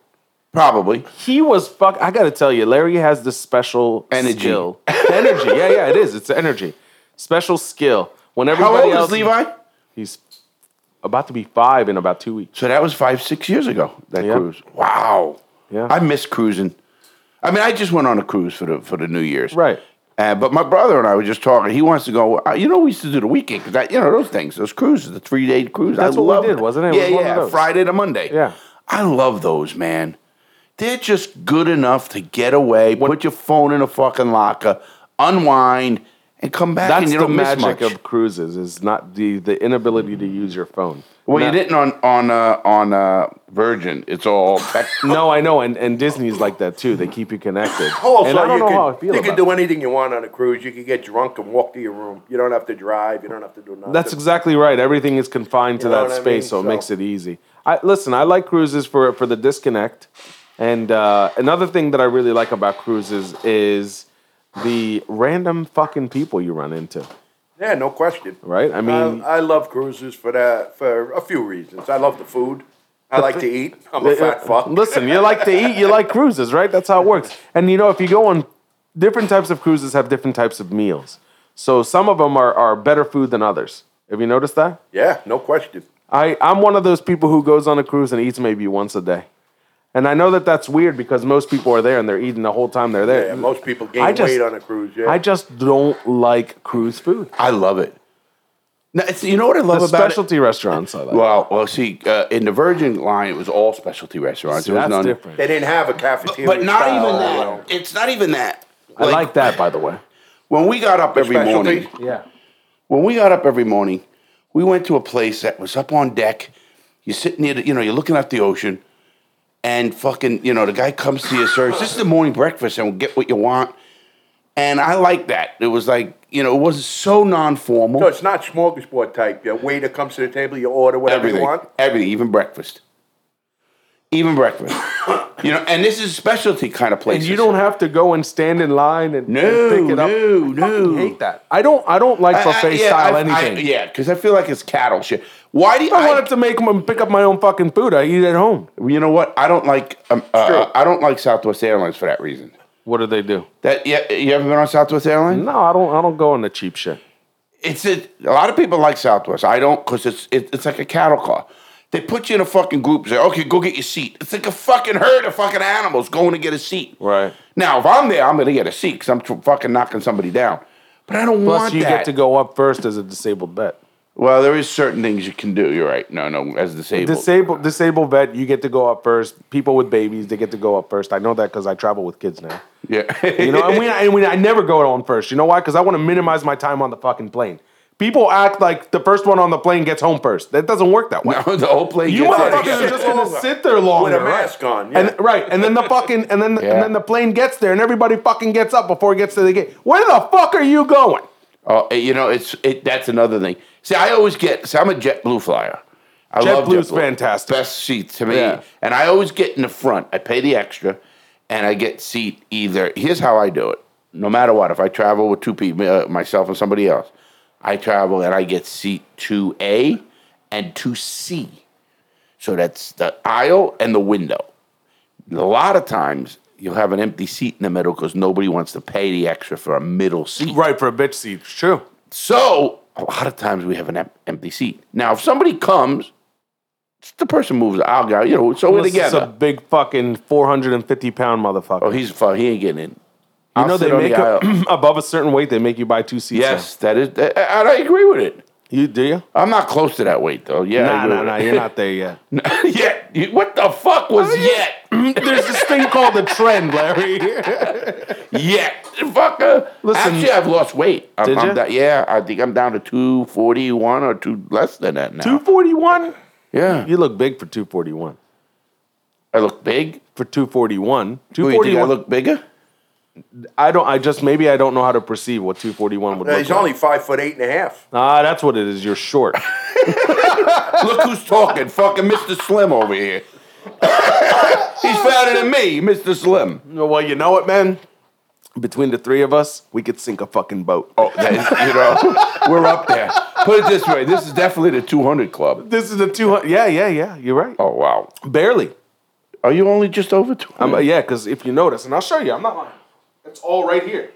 Speaker 1: Probably.
Speaker 2: He was fuck. I gotta tell you, Larry has this special
Speaker 1: Energy.
Speaker 2: skill. energy. Yeah, yeah, it is. It's energy. Special skill. When
Speaker 1: How
Speaker 2: everybody
Speaker 1: old
Speaker 2: else,
Speaker 1: is Levi?
Speaker 2: He's about to be five in about two weeks.
Speaker 1: So that was five, six years ago. That
Speaker 2: Yeah.
Speaker 1: cruise. Wow.
Speaker 2: Yeah.
Speaker 1: I miss cruising. I mean, I just went on a cruise for the for the New Year's.
Speaker 2: Right.
Speaker 1: Uh, but my brother and I were just talking. He wants to go. uh, You know, we used to do the weekend because you know those things, those cruises, the three day cruise.
Speaker 2: That's
Speaker 1: I
Speaker 2: what we
Speaker 1: love
Speaker 2: did,
Speaker 1: that.
Speaker 2: wasn't it? It
Speaker 1: Yeah,
Speaker 2: was one of
Speaker 1: yeah.
Speaker 2: those.
Speaker 1: Friday to Monday.
Speaker 2: Yeah.
Speaker 1: I love those, man. They're just good enough to get away, put your phone in a fucking locker, unwind, and come back.
Speaker 2: That's
Speaker 1: and you
Speaker 2: the
Speaker 1: don't miss much.
Speaker 2: magic of cruises is not the the inability to use your phone.
Speaker 1: Well,
Speaker 2: Not-
Speaker 1: you didn't on on uh, on uh, Virgin. It's all tech-
Speaker 2: No, I know, and, and Disney's like that too. They keep you connected.
Speaker 1: Oh,
Speaker 3: Also,
Speaker 2: and I don't
Speaker 3: you
Speaker 2: know
Speaker 3: could,
Speaker 2: how I feel
Speaker 3: you
Speaker 2: about
Speaker 3: could do anything you want on a cruise. You could get drunk and walk to your room. You don't have to drive. You don't have to do nothing.
Speaker 2: it. That's exactly right. Everything is confined to
Speaker 3: You know
Speaker 2: that
Speaker 3: what I
Speaker 2: space,
Speaker 3: mean?
Speaker 2: so it
Speaker 3: So-
Speaker 2: makes it easy. I listen. I like cruises for for the disconnect. And uh, another thing that I really like about cruises is the random fucking people you run into.
Speaker 3: yeah, no question.
Speaker 2: Right? I mean,
Speaker 3: I, I love cruises for that for a few reasons. I love the food. I like to eat. I'm a fat fuck.
Speaker 2: uh, Listen, you like to eat, you like cruises, right? That's how it works. And you know, if you go on different types of cruises, have different types of meals. So some of them are, are better food than others. Have you noticed that?
Speaker 3: Yeah, no question.
Speaker 2: I, I'm one of those people who goes on a cruise and eats maybe once a day. And I know that that's weird because most people are there and they're eating the whole time they're there.
Speaker 3: Yeah, most people
Speaker 2: I
Speaker 3: gain
Speaker 2: just-
Speaker 3: weight on a cruise. Yeah,
Speaker 2: I just don't like cruise food.
Speaker 1: I love it. Now, it's, you know what I love
Speaker 2: The
Speaker 1: about
Speaker 2: specialty restaurants I like.
Speaker 1: it? Well, well, see, uh, in the Virgin line, it was all specialty restaurants.
Speaker 2: See,
Speaker 1: It was
Speaker 2: that's
Speaker 1: none-
Speaker 2: different.
Speaker 3: they didn't have a cafeteria,
Speaker 1: But not
Speaker 3: style,
Speaker 1: even
Speaker 3: you
Speaker 1: that.
Speaker 3: know.
Speaker 1: It's not even that.
Speaker 2: I like that, by the way.
Speaker 1: When we got up every
Speaker 3: specialty?
Speaker 1: morning,
Speaker 2: Yeah.
Speaker 1: when we got up every morning, we went to a place that was up on deck. You're sitting near, the, you know, you're looking at the ocean, and fucking, you know, the guy comes to you, serves. This is the morning breakfast, and we'll get what you want. And I like that. It was like, you know, it was so non-formal.
Speaker 3: So it's not smorgasbord type. Your waiter comes to the table, you order whatever
Speaker 1: everything,
Speaker 3: you want.
Speaker 1: everything, even breakfast, even breakfast. you know, and this is specialty kind of place.
Speaker 2: And you don't have to go and stand in line and,
Speaker 1: No,
Speaker 2: and pick it up.
Speaker 1: no,
Speaker 2: I fucking
Speaker 1: no.
Speaker 2: hate that. I don't. I don't like buffet style anything. I,
Speaker 1: yeah, because I feel like it's cattle shit. Why do you? I-
Speaker 2: wanted to make them pick up my own fucking food. I eat at home.
Speaker 1: you know what? I don't like. Um,
Speaker 3: Sure.
Speaker 1: uh, I don't like Southwest Airlines for that reason.
Speaker 2: What do they do?
Speaker 1: That yeah, you ever been on Southwest Airlines?
Speaker 2: No, I don't. I don't go on the cheap shit.
Speaker 1: It's a, a lot of people like Southwest. I don't because it's it, it's like a cattle car. They put you in a fucking group and say, okay, go get your seat. It's like a fucking herd of fucking animals going to get a seat.
Speaker 2: Right.
Speaker 1: Now, if I'm there, I'm going to get a seat because I'm tr- fucking knocking somebody down. But I don't
Speaker 2: Plus,
Speaker 1: want
Speaker 2: you
Speaker 1: that.
Speaker 2: get to go up first as a disabled vet.
Speaker 1: Well, there is certain things you can do. You're right. No, no, as disabled.
Speaker 2: Disabled disabled vet, you get to go up first. People with babies, they get to go up first. I know that because I travel with kids now.
Speaker 1: yeah.
Speaker 2: You know, and we, and we I never go on first. You know why? Because I want to minimize my time on the fucking plane. People act like the first one on the plane gets home first. That doesn't work that way.
Speaker 1: No, the whole plane.
Speaker 2: You
Speaker 1: gets out of
Speaker 2: motherfuckers
Speaker 1: here.
Speaker 2: are just gonna sit there longer
Speaker 3: With a
Speaker 2: right?
Speaker 3: mask on, yeah.
Speaker 2: And, right? And then the fucking and then
Speaker 1: Yeah.
Speaker 2: and then the plane gets there, and everybody fucking gets up before it gets to the gate. Where the fuck are you going?
Speaker 1: Oh, you know, it's it. That's another thing. See, I always get. See, I'm a JetBlue flyer. I love
Speaker 2: JetBlue's
Speaker 1: JetBlue.
Speaker 2: fantastic.
Speaker 1: Best seat to me.
Speaker 2: Yeah.
Speaker 1: And I always get in the front. I pay the extra, and I get seat either. Here's how I do it. No matter what, if I travel with two people, uh, myself and somebody else, I travel and I get seat two A and two C. So that's the aisle and the window. A lot of times you'll have an empty seat in the middle because nobody wants to pay the extra for a middle seat.
Speaker 2: Right for a bitch seat, it's true.
Speaker 1: So a lot of times we have an em- empty seat. Now, if somebody comes, it's the person moves I'll go. You know, so we're
Speaker 2: This is a
Speaker 1: together.
Speaker 2: big fucking four hundred and fifty pound motherfucker.
Speaker 1: oh, he's fu- he ain't getting in.
Speaker 2: you know they make a, above a certain weight, they make you buy two seats. now.
Speaker 1: yes, that is, that, and I agree with it.
Speaker 2: you do you?
Speaker 1: I'm not close to that weight though. Yeah, I
Speaker 2: Nah,
Speaker 1: agree
Speaker 2: nah,
Speaker 1: with
Speaker 2: nah.
Speaker 1: it.
Speaker 2: You're not there yet.
Speaker 1: yeah, you- what the fuck was yet?
Speaker 2: There's this thing called the trend, Larry.
Speaker 1: yet, fucker.
Speaker 2: Listen-
Speaker 1: actually, I've lost weight. I'm,
Speaker 2: Did
Speaker 1: I'm
Speaker 2: ya?
Speaker 1: da- yeah, I think I'm down to two forty one or two less than that now.
Speaker 2: Two forty one.
Speaker 1: Yeah,
Speaker 2: You look big for two forty one.
Speaker 1: I look big.
Speaker 2: For two forty one. Two
Speaker 1: Who, you
Speaker 2: forty
Speaker 1: think I
Speaker 2: one.
Speaker 1: look bigger?
Speaker 2: I don't. I just maybe I don't know how to perceive what 241 would
Speaker 3: Uh,
Speaker 2: look
Speaker 3: he's
Speaker 2: like.
Speaker 3: only five foot eight and a half.
Speaker 2: ah, that's what it is. You're short.
Speaker 1: Look who's talking. Fucking Mr. Slim over here. He's fatter than me, Mr. Slim.
Speaker 2: Well, you know what, man? Between the three of us, we could sink a fucking boat.
Speaker 1: Oh, that is, you know, we're up there. Put it this way: this is definitely the 200 club.
Speaker 2: This is the 200. Yeah, yeah, yeah. You're right.
Speaker 1: Oh wow,
Speaker 2: Barely.
Speaker 1: are you only just over 200?
Speaker 2: I'm, uh, yeah, because if you notice, and I'll show you, I'm not lying. It's all right here.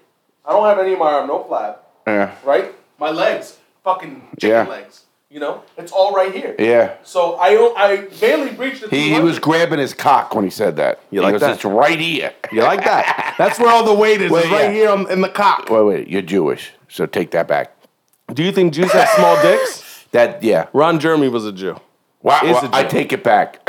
Speaker 2: I don't have any of my arm, no plaid,
Speaker 1: yeah,
Speaker 2: right? My legs, fucking
Speaker 1: Yeah.
Speaker 2: chicken legs. You know, it's all right here.
Speaker 1: yeah.
Speaker 2: So I don't- I barely breached the.
Speaker 1: He, he
Speaker 2: 200.
Speaker 1: was grabbing his cock when he said that.
Speaker 2: You like
Speaker 1: Because
Speaker 2: that?
Speaker 1: It's right here.
Speaker 2: You like that? That's where all the weight is,
Speaker 1: Well,
Speaker 2: is right
Speaker 1: yeah.
Speaker 2: here on, in the cock.
Speaker 1: Wait, wait. You're Jewish, so take that back.
Speaker 2: Do you think Jews have small dicks?
Speaker 1: That yeah.
Speaker 2: Ron Jeremy was a Jew.
Speaker 1: Wow,
Speaker 2: Is
Speaker 1: wow,
Speaker 2: a
Speaker 1: I
Speaker 2: Jew.
Speaker 1: take it back.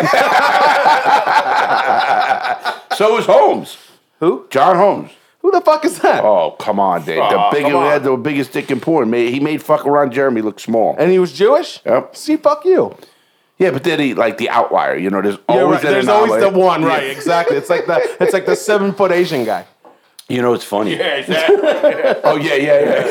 Speaker 1: so is Holmes.
Speaker 2: Who?
Speaker 1: John Holmes.
Speaker 2: Who the fuck is that?
Speaker 1: Oh come on, Dave.
Speaker 2: Aw,
Speaker 1: the biggest
Speaker 2: come on.
Speaker 1: had the biggest dick in porn. Made- He made fuck around Jeremy look small.
Speaker 2: And he was Jewish?
Speaker 1: Yep.
Speaker 2: See, fuck you.
Speaker 1: yeah, but then he like the outlier. You know, there's
Speaker 2: You're
Speaker 1: always
Speaker 2: right.
Speaker 1: an
Speaker 2: There's always the
Speaker 1: anomaly.
Speaker 2: one,
Speaker 1: Yeah.
Speaker 2: right? Exactly. It's like the it's like the seven foot Asian guy.
Speaker 1: You know, it's funny. Yeah, oh yeah, yeah,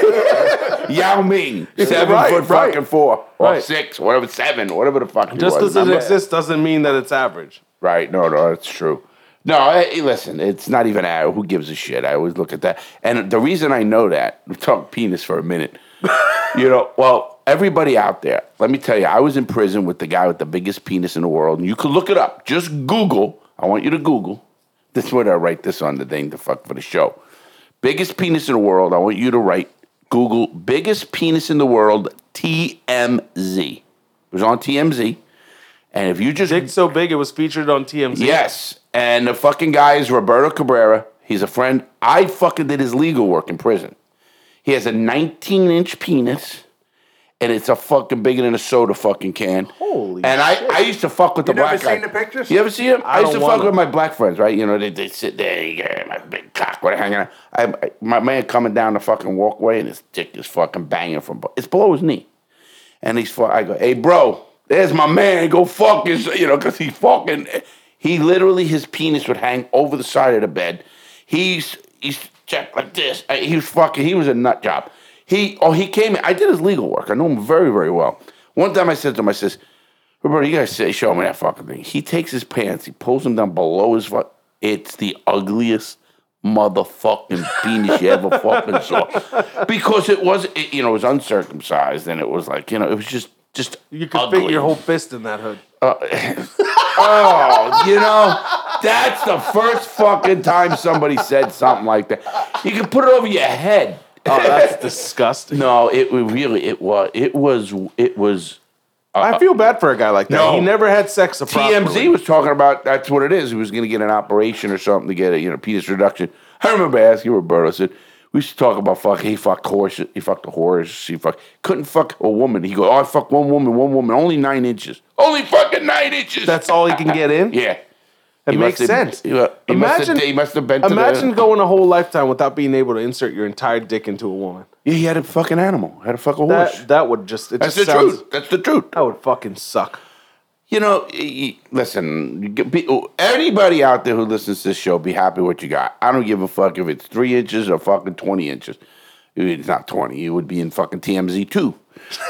Speaker 1: yeah. Yao Ming, seven
Speaker 2: Right,
Speaker 1: foot
Speaker 2: right.
Speaker 1: fucking four or
Speaker 2: Right.
Speaker 1: six, whatever, seven, whatever the fuck. he
Speaker 2: Just
Speaker 1: was,
Speaker 2: because it
Speaker 1: remember?
Speaker 2: exists doesn't mean that it's average.
Speaker 1: Right. No, no, that's true. No, I, I- listen, it's not even I, who gives a shit. I always look at that. And the reason I know that, talk penis for a minute. you know, well, everybody out there, let me tell you, I was in prison with the guy with the biggest penis in the world, and you could look it up. Just Google. I want you to Google. This is what I write this on the thing to fuck for the show. Biggest penis in the world. I want you to write Google biggest penis in the world TMZ. It was on TMZ. And if you just
Speaker 2: Dick so big it was featured on TMZ.
Speaker 1: Yes. And the fucking guy is Roberto Cabrera. He's a friend. I fucking did his legal work in prison. He has a 19 inch penis. And it's a fucking bigger than a soda fucking can.
Speaker 2: Holy
Speaker 1: And I, I used to fuck with the
Speaker 3: never
Speaker 1: black guy.
Speaker 3: seen the pictures?
Speaker 1: You ever see him? I, used to
Speaker 2: don't
Speaker 1: fuck
Speaker 2: wanna.
Speaker 1: with my black friends, right? You know, they, they sit there, yeah, my big cock, what hanging out. I, I- my man coming down the fucking walkway and his dick is fucking banging from, it's below his knee. And he's fuck. I go, hey, bro, there's my man. Go fuck his, you know, because he fucking. He literally, his penis would hang over the side of the bed. He's he's checked like this. Uh, He was fucking. He was a nut job. He oh he came. I did his legal work. I know him very very well. One time I said to him, I says, Roberto, you gotta say, show me that fucking thing. He takes his pants, he pulls them down below his foot. It's the ugliest motherfucking penis you ever fucking saw. Because it was, it, you know, it was uncircumcised and it was like, you know, it was just, just
Speaker 2: You could fit
Speaker 1: ugly.
Speaker 2: your whole fist in that hood.
Speaker 1: Oh, you know, that's the first fucking time somebody said something like that. You can put it over your head. Uh,
Speaker 2: Oh, that's disgusting.
Speaker 1: No, it wa- really, it was, it was, it was.
Speaker 2: I feel bad for a guy like that.
Speaker 1: No.
Speaker 2: He never had sex a
Speaker 1: TMZ was talking about that's what it is. He was going to get an operation or something to get a you know penis reduction. I remember asking Roberto. I said we used to talk about fuck. He fucked horses. He fucked a horse. He fuck couldn't fuck a woman. He go oh I fucked one woman, one woman, only nine inches, only fucking nine inches.
Speaker 2: That's all he can get in.
Speaker 1: yeah.
Speaker 2: It
Speaker 1: He
Speaker 2: makes
Speaker 1: must have-
Speaker 2: sense.
Speaker 1: He, uh, he must have,
Speaker 2: Imagine-
Speaker 1: he must have been. To
Speaker 2: Imagine
Speaker 1: the,
Speaker 2: going a whole lifetime without being able to insert your entire dick into a woman.
Speaker 1: Yeah, he had a fucking animal. Had a fucking horse.
Speaker 2: That that would just it
Speaker 1: that's the
Speaker 2: just sounds
Speaker 1: truth. That's the truth.
Speaker 2: that would fucking suck.
Speaker 1: You know, y- y- listen, you get- be- anybody out there who listens to this show, be happy what you got. I don't give a fuck if it's three inches or fucking 20 inches. It's not 20, it would be in fucking TMZ too.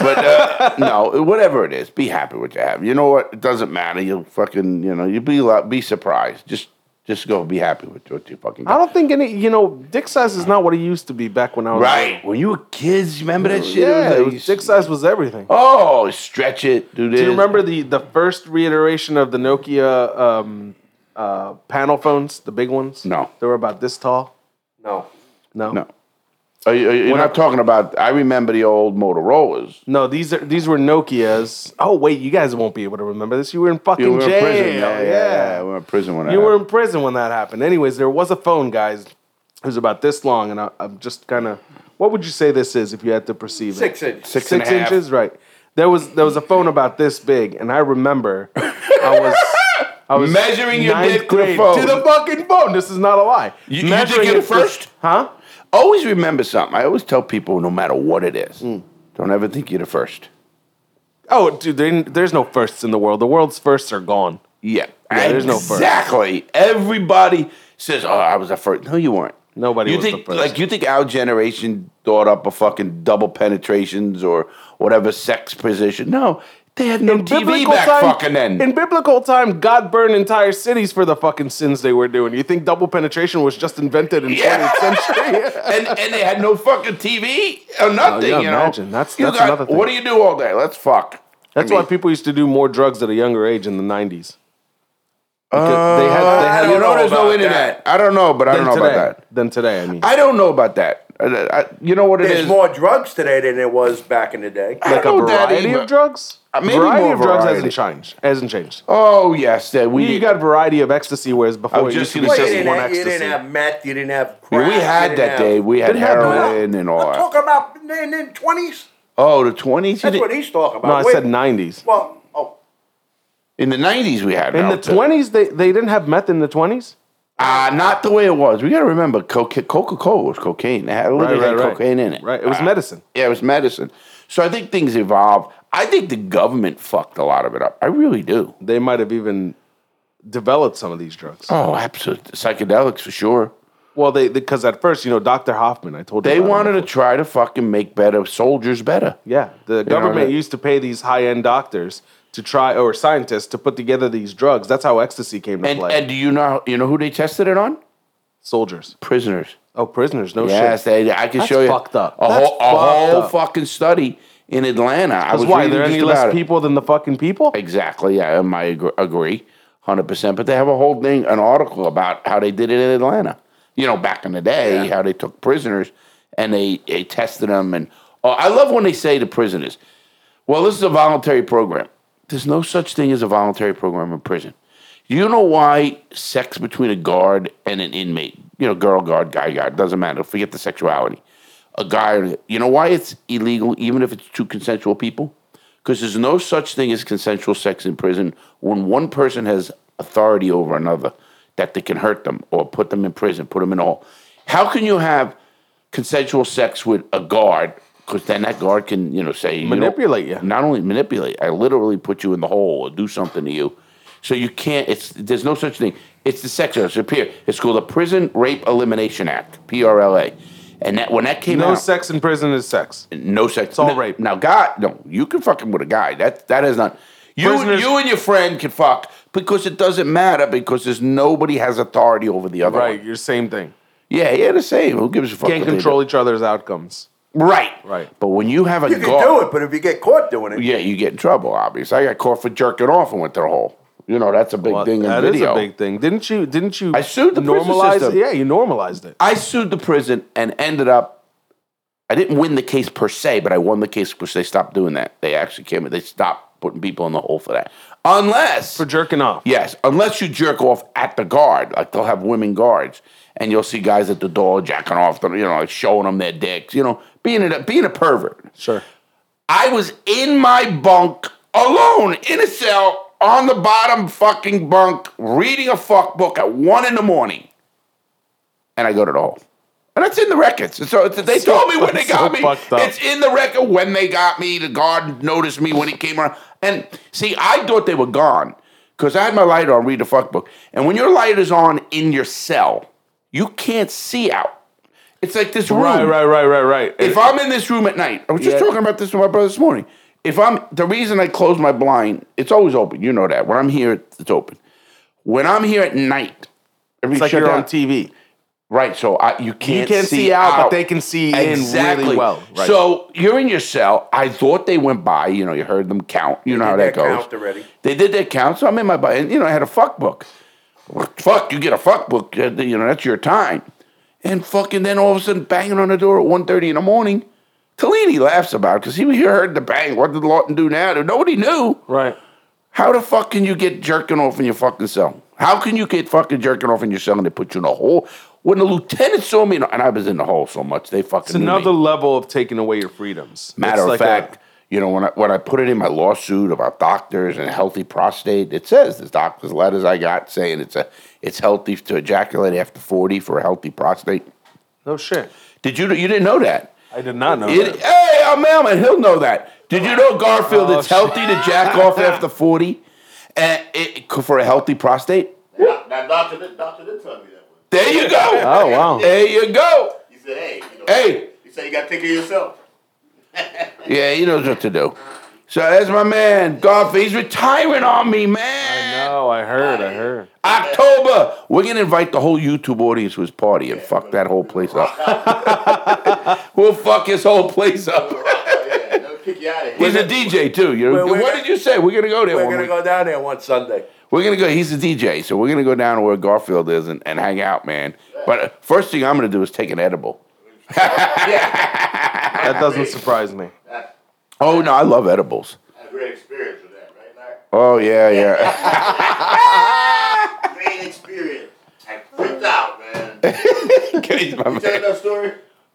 Speaker 1: But uh, no, whatever it is, be happy what you have. You know what? It doesn't matter. You'll fucking, you know, you'll be lo- be surprised. Just just go be happy with what you fucking
Speaker 2: I
Speaker 1: got.
Speaker 2: don't think any you know, dick size is not what it used to be back when I was
Speaker 1: Right. When you were kids, you remember that shit? It
Speaker 2: Yeah,
Speaker 1: was
Speaker 2: it
Speaker 1: like,
Speaker 2: was- dick size was everything.
Speaker 1: Oh, stretch it, do this.
Speaker 2: Do you remember the the first reiteration of the Nokia um, uh, panel phones, the big ones?
Speaker 1: No.
Speaker 2: they were about this tall.
Speaker 3: No.
Speaker 2: No,
Speaker 1: No. Are you, are you- you're not talking about, I remember the old Motorola's.
Speaker 2: No, These are these were Nokias. Oh wait, you guys won't be able to remember this. You were in fucking
Speaker 1: You were
Speaker 2: jail.
Speaker 1: in prison. Yeah, yeah, yeah,
Speaker 2: yeah.
Speaker 1: We were in prison when I.
Speaker 2: You were in prison when that happened. Anyways, there was a phone, guys. It was about this long, and I, I'm just kind of. What would you say this is if you had to perceive it?
Speaker 3: Six inches.
Speaker 1: Six and a half.
Speaker 2: inches, right? There was there was a phone about this big, and I remember I was I was
Speaker 1: Measuring your
Speaker 2: ninth
Speaker 1: dick to the phone.
Speaker 2: to the fucking phone. This is not a lie.
Speaker 1: You- you did get
Speaker 2: it
Speaker 1: it first?
Speaker 2: huh?
Speaker 1: Always remember something. I always tell people, no matter what it is,
Speaker 2: Hmm.
Speaker 1: don't ever think you're the first.
Speaker 2: Oh, dude, there, there's no firsts in the world. The world's firsts are gone.
Speaker 1: Yeah,
Speaker 2: Yeah, there's no first.
Speaker 1: Exactly. Everybody says, "Oh, I was the first. No, you weren't.
Speaker 2: Nobody
Speaker 1: You
Speaker 2: was the
Speaker 1: think,
Speaker 2: first.
Speaker 1: Like you think our generation thought up a fucking double penetrations or whatever sex position? No, They had no TV back fucking then.
Speaker 2: in biblical time, God burned entire cities for the fucking sins they were doing. You think double penetration was just invented in
Speaker 1: Yeah.
Speaker 2: 20th century?
Speaker 1: and, and they had no fucking TV or nothing.
Speaker 2: Oh, yeah,
Speaker 1: you know?
Speaker 2: imagine. That's-
Speaker 1: You
Speaker 2: that's
Speaker 1: got-
Speaker 2: another thing.
Speaker 1: What do you do all day? Let's fuck.
Speaker 2: That's
Speaker 1: I mean,
Speaker 2: why people used to do more drugs at a younger age in the 90s.
Speaker 1: Uh,
Speaker 2: Because they had- they
Speaker 1: I
Speaker 2: had-
Speaker 1: don't know. There's no
Speaker 3: about
Speaker 1: internet. I don't know, but I don't know
Speaker 2: today,
Speaker 1: about that.
Speaker 2: Than today, I mean.
Speaker 1: I don't know about that. I- I- you know what it is?
Speaker 3: There's more drugs today than there was back in the day.
Speaker 1: I
Speaker 2: like a
Speaker 1: don't know that
Speaker 2: variety
Speaker 1: either.
Speaker 2: of drugs?
Speaker 1: Uh, maybe
Speaker 2: variety
Speaker 1: more
Speaker 2: of drugs
Speaker 1: variety.
Speaker 2: hasn't changed. Hasn't changed.
Speaker 1: Oh yes, that we
Speaker 2: You got variety of ecstasy, whereas
Speaker 1: I
Speaker 2: before
Speaker 1: was
Speaker 2: it
Speaker 1: just
Speaker 2: used to
Speaker 1: gonna
Speaker 2: be
Speaker 3: Well,
Speaker 1: say-
Speaker 3: you,
Speaker 2: just
Speaker 3: didn't
Speaker 2: one
Speaker 3: have, you
Speaker 2: ecstasy.
Speaker 3: didn't have meth. You didn't have
Speaker 1: we
Speaker 3: crack. you
Speaker 1: had
Speaker 3: didn't
Speaker 1: that
Speaker 3: have-
Speaker 1: day. We had
Speaker 2: Didn't have
Speaker 1: heroin and all
Speaker 3: I'm
Speaker 1: that.
Speaker 3: talking about in the twenties.
Speaker 1: Oh, the twenties.
Speaker 3: That's what he's talking about.
Speaker 2: no, I
Speaker 3: Wait-
Speaker 2: said 90s.
Speaker 3: Well, oh,
Speaker 1: In the nineties, we had
Speaker 2: In the
Speaker 1: out there.
Speaker 2: 20s, they, they didn't have meth in the 20s?
Speaker 1: Uh, not the way it was. We got to remember, Coca Cola was cocaine. It had a little
Speaker 2: Right,
Speaker 1: bit
Speaker 2: right,
Speaker 1: of
Speaker 2: right.
Speaker 1: cocaine in it.
Speaker 2: Right, it was
Speaker 1: Uh,
Speaker 2: medicine.
Speaker 1: Yeah, it was medicine. So I think things evolved. I think the government fucked a lot of it up. I really do.
Speaker 2: They might have even developed some of these drugs.
Speaker 1: Oh, absolutely. Psychedelics for sure.
Speaker 2: Well, they because at first, you know, Dr. Hoffman, I told you
Speaker 1: They
Speaker 2: about him
Speaker 1: wanted to
Speaker 2: before.
Speaker 1: try to fucking make better soldiers better.
Speaker 2: Yeah, the government
Speaker 1: that-
Speaker 2: used to pay these high end doctors to try or scientists to put together these drugs. That's how ecstasy came to
Speaker 1: And
Speaker 2: play.
Speaker 1: and do you know you know who they tested it on?
Speaker 2: Soldiers.
Speaker 1: Prisoners.
Speaker 2: Oh, prisoners. No
Speaker 1: Yes,
Speaker 2: shit.
Speaker 1: they, I can
Speaker 2: That's
Speaker 1: show you
Speaker 2: fucked up.
Speaker 1: a
Speaker 2: That's
Speaker 1: whole a whole
Speaker 2: fucked up.
Speaker 1: fucking study in Atlanta. I was
Speaker 2: That's why
Speaker 1: reading
Speaker 2: there are
Speaker 1: just
Speaker 2: any
Speaker 1: about
Speaker 2: less
Speaker 1: it.
Speaker 2: people than the fucking people.
Speaker 1: Exactly. Yeah, I agree, agree, hundred percent. But they have a whole thing, an article about how they did it in Atlanta. You know, back in the day, how they took prisoners and they, they tested them. And oh, I love when they say to prisoners, "Well, this is a voluntary program." There's no such thing as a voluntary program in prison. You know why sex between a guard and an inmate, you know, girl guard, guy guard, doesn't matter. Forget the sexuality. A guy, you know why it's illegal, even if it's two consensual people? Because there's no such thing as consensual sex in prison when one person has authority over another that they can hurt them or put them in prison, put them in a hole. How can you have consensual sex with a guard? Because then that guard can, you know, say you know-
Speaker 2: Manipulate you.
Speaker 1: not only manipulate, I literally put you in the hole or do something to you. So you can't. It's there's no such thing. It's the sex offense. It's, peer- it's called the Prison Rape Elimination Act (PRLA), and that when that came
Speaker 2: No
Speaker 1: out,
Speaker 2: sex in prison is sex.
Speaker 1: no sex. It's
Speaker 2: all rape.
Speaker 1: Now, God, no, you can fuck him with a guy. That that is not. You,
Speaker 2: Prisoners-
Speaker 1: you and your friend can fuck because it doesn't matter because there's nobody has authority over the other
Speaker 2: Right,
Speaker 1: one.
Speaker 2: you're same thing.
Speaker 1: Yeah, yeah, the same. Who gives a fuck?
Speaker 2: Can't
Speaker 1: what they do?
Speaker 2: control each other's outcomes.
Speaker 1: Right,
Speaker 2: Right.
Speaker 1: But when you have a
Speaker 3: you can
Speaker 1: guard,
Speaker 3: do it, but if you get caught doing it,
Speaker 1: yeah, you get in trouble. Obviously, I got caught for jerking off and went to the hole. You know, that's a big
Speaker 2: Well, That
Speaker 1: thing
Speaker 2: is
Speaker 1: in video.
Speaker 2: a big thing. Didn't you? Didn't you?
Speaker 1: I sued the prison
Speaker 2: normalize
Speaker 1: system.
Speaker 2: it. Yeah, you normalized it.
Speaker 1: I sued the prison and ended up. I didn't win the case per se, but I won the case because they stopped doing that. They actually came. They stopped putting people in the hole for that. Unless
Speaker 2: For jerking off.
Speaker 1: Yes, unless you jerk off at the guard, like they'll have women guards, and you'll see guys at the door jacking off, them, you know, like showing them their dicks, you know, being a being a pervert.
Speaker 2: Sure.
Speaker 1: I was in my bunk alone in a cell on the bottom fucking bunk reading a fuck book at one in the morning, and I go to the hole. And that's in the records. So it's, they
Speaker 2: So-
Speaker 1: told me when they
Speaker 2: so
Speaker 1: got me.
Speaker 2: fucked up.
Speaker 1: It's in the record when they got me. The guard noticed me when he came around. And see, I thought they were gone because I had my light on, read the fuck book. And when your light is on in your cell, you can't see out. It's like this room.
Speaker 2: Right, right, right, right, right.
Speaker 1: If I'm in this room at night, I was just
Speaker 2: Yeah.
Speaker 1: talking about this with my brother this morning. If I'm the reason I close my blind, it's always open. You know that. When I'm here, it's open. When I'm here at night,
Speaker 2: it's like you're on TV.
Speaker 1: Right, so I, you can't
Speaker 2: can't
Speaker 1: see,
Speaker 2: see out, but they can see in really well, right.
Speaker 1: So you're in your cell. I thought they went by. You know, you heard them count. You know how
Speaker 3: did
Speaker 1: that
Speaker 3: their
Speaker 1: goes.
Speaker 3: count already.
Speaker 1: They did their count. So I'm in my body. And, you know, I had a fuck book. Fuck, you get a fuck book. uh, You know, that's your time. And fucking then all of a sudden banging on the door at 1.30 in the morning. Kalini laughs about it because he he heard the bang. What did Lawton do now? Nobody knew.
Speaker 2: Right.
Speaker 1: How the fuck can you get jerking off in your fucking cell? How can you get fucking jerking off in your cell and they put you in a hole? When the lieutenant saw me, and I was in the hole so much, they fucking
Speaker 2: It's
Speaker 1: knew me.
Speaker 2: another level of taking away your freedoms.
Speaker 1: Matter
Speaker 2: It's
Speaker 1: of
Speaker 2: like
Speaker 1: fact,
Speaker 2: a-
Speaker 1: you know, when I, when I put it in my lawsuit about doctors and healthy prostate, it says this doctor's letters I got saying it's a it's healthy to ejaculate after 40 for a healthy prostate.
Speaker 2: no shit.
Speaker 1: Did you you didn't know that?
Speaker 2: I did not know.
Speaker 1: It-
Speaker 2: that.
Speaker 1: hey, our mailman, he'll know that. Did you know Garfield?
Speaker 2: Oh,
Speaker 1: it's healthy to jack off after forty, and it, for a healthy prostate.
Speaker 4: Now, now doctor, did, doctor did tell me that one.
Speaker 1: There you go.
Speaker 2: Oh wow.
Speaker 1: There you go.
Speaker 4: He said, "Hey, you know,
Speaker 1: Hey.
Speaker 4: He said you got to take care of yourself.
Speaker 1: Yeah, he knows what to do. So that's my man, Godfrey. He's retiring on me, man.
Speaker 2: No, I heard, I heard.
Speaker 1: October. We're gonna invite the whole YouTube audience to his party and fuck that whole place up. we'll fuck his whole place up.
Speaker 4: yeah, they'll kick you out of
Speaker 1: He's
Speaker 4: here.
Speaker 1: a DJ too. You know,
Speaker 3: We're- we're
Speaker 1: what
Speaker 3: gonna-
Speaker 1: did you say? We're gonna go there.
Speaker 3: We're
Speaker 1: one
Speaker 3: gonna
Speaker 1: week.
Speaker 3: go down there one Sunday.
Speaker 1: We're gonna go. He's a DJ, so we're gonna go down to where Garfield is and, and hang out, man. But uh, first thing I'm gonna do is take an edible.
Speaker 2: That doesn't surprise me.
Speaker 1: Oh no, I love edibles.
Speaker 4: Had a great experience with that, right,
Speaker 1: Oh
Speaker 4: Larry?
Speaker 1: yeah, yeah.
Speaker 4: Great experience. I freaked out, man.
Speaker 1: He's my
Speaker 4: You tell
Speaker 1: man.
Speaker 4: that story?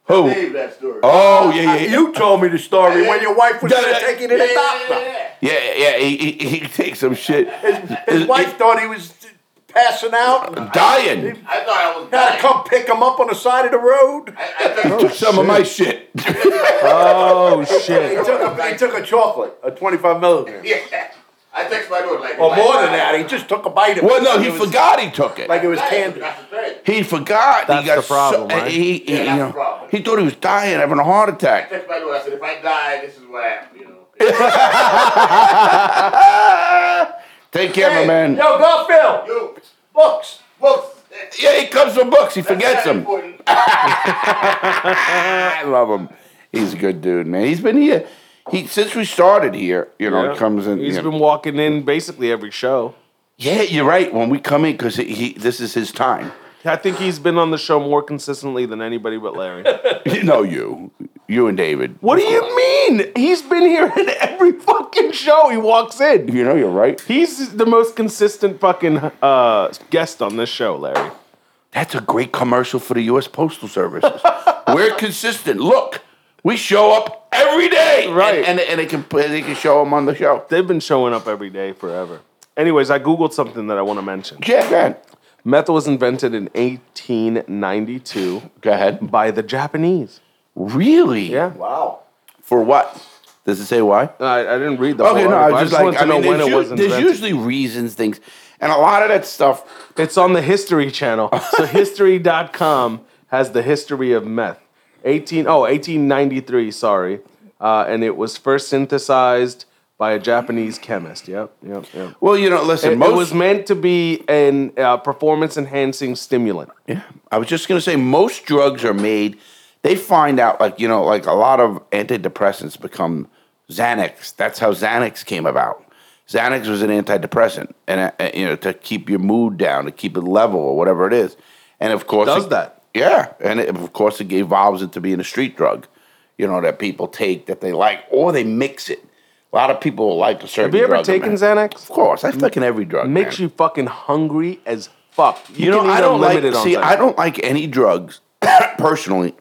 Speaker 1: Who?
Speaker 4: Dave, that story.
Speaker 1: Oh yeah, yeah, yeah,
Speaker 3: You told me the story when your wife was
Speaker 1: Yeah,
Speaker 3: gonna
Speaker 1: yeah.
Speaker 3: take you to
Speaker 4: Yeah,
Speaker 3: the
Speaker 4: yeah, yeah,
Speaker 3: doctor.
Speaker 4: yeah.
Speaker 1: yeah. yeah. He, he, he takes some shit.
Speaker 3: His wife thought he was passing out.
Speaker 1: dying.
Speaker 4: I thought I was
Speaker 3: Gotta
Speaker 4: dying.
Speaker 3: come Oh, pick him up on the side of the road.
Speaker 4: I, I think
Speaker 1: Took some of my shit.
Speaker 2: Oh
Speaker 3: He
Speaker 2: shit!
Speaker 3: took a, he took a chocolate, a 25 milligram.
Speaker 4: Yeah. I text my daughter like.
Speaker 3: Or more than that, he just took a bite of it.
Speaker 1: Well, no,
Speaker 3: Like
Speaker 1: he
Speaker 3: it was-
Speaker 1: forgot he took it.
Speaker 3: Like it was candy.
Speaker 4: That's the thing.
Speaker 1: He forgot.
Speaker 2: That's
Speaker 1: he got
Speaker 2: the problem,
Speaker 1: so-
Speaker 2: right?
Speaker 1: He, he,
Speaker 4: Yeah,
Speaker 1: you
Speaker 4: that's
Speaker 1: know,
Speaker 4: the problem.
Speaker 1: he thought he was dying, having a heart
Speaker 4: I
Speaker 1: attack.
Speaker 4: text my daughter. I said, if I die, this is what happened. You know.
Speaker 1: Take care, my man.
Speaker 3: Yo, go Phil.
Speaker 4: you
Speaker 3: Books.
Speaker 4: books.
Speaker 1: Yeah, he comes from books. He forgets
Speaker 4: That's
Speaker 1: them.
Speaker 4: important.
Speaker 1: I love him. He's a good dude, man. He's been here. He since we started here, you know, he comes in.
Speaker 2: He's
Speaker 1: you know.
Speaker 2: been walking in basically every show.
Speaker 1: yeah, you're right. When we come in, because he, he, this is his time.
Speaker 2: I think he's been on the show more consistently than anybody but Larry.
Speaker 1: You know, you, you and David.
Speaker 2: What do you mean? He's been here in every fucking show he walks in.
Speaker 1: You know, you're right.
Speaker 2: He's the most consistent fucking uh, guest on this show, Larry.
Speaker 1: That's a great commercial for the U.S. Postal Service. We're consistent. Look, we show up every day,
Speaker 2: Right.
Speaker 1: And, and, and they can and they can show them on the show.
Speaker 2: They've been showing up every day forever. Anyways, I googled something that I want to mention.
Speaker 1: Yeah, go ahead.
Speaker 2: Meth was invented in 1892
Speaker 1: Go ahead.
Speaker 2: by the Japanese.
Speaker 1: Really?
Speaker 2: Yeah.
Speaker 3: Wow.
Speaker 1: For what? Does it say why?
Speaker 2: I, I didn't read the
Speaker 1: Okay,
Speaker 2: whole
Speaker 1: no, I
Speaker 2: article.
Speaker 1: was just like,
Speaker 2: wanted
Speaker 1: I
Speaker 2: to
Speaker 1: mean,
Speaker 2: know when
Speaker 1: there's,
Speaker 2: it
Speaker 1: u-
Speaker 2: was
Speaker 1: there's
Speaker 2: invented.
Speaker 1: usually reasons, things, and a lot of that stuff.
Speaker 2: It's on the History Channel. So history.com has the history of meth. 18 oh 1893, sorry. Uh, and it was first synthesized by a Japanese chemist. Yep, yep, yep.
Speaker 1: Well, you know, listen,
Speaker 2: It,
Speaker 1: most.
Speaker 2: it was meant to be an uh, performance enhancing stimulant.
Speaker 1: Yeah, I was just gonna say most drugs are made. They find out like you know like a lot of antidepressants become Xanax. That's how Xanax came about. Xanax was an antidepressant, and uh, you know to keep your mood down, to keep it level or whatever it is. And of course,
Speaker 2: Does
Speaker 1: it-
Speaker 2: that.
Speaker 1: Yeah, and it, of course it evolves into being a street drug. You know that people take that they like, or they mix it. A lot of people like a certain.
Speaker 2: Have you ever
Speaker 1: drug,
Speaker 2: taken
Speaker 1: man.
Speaker 2: Xanax?
Speaker 1: Of course, I fucking every drug man.
Speaker 2: Makes you fucking hungry as fuck.
Speaker 1: You know,
Speaker 2: can eat
Speaker 1: I don't like.
Speaker 2: unlimited on
Speaker 1: See,
Speaker 2: Xanax.
Speaker 1: I don't like any drugs personally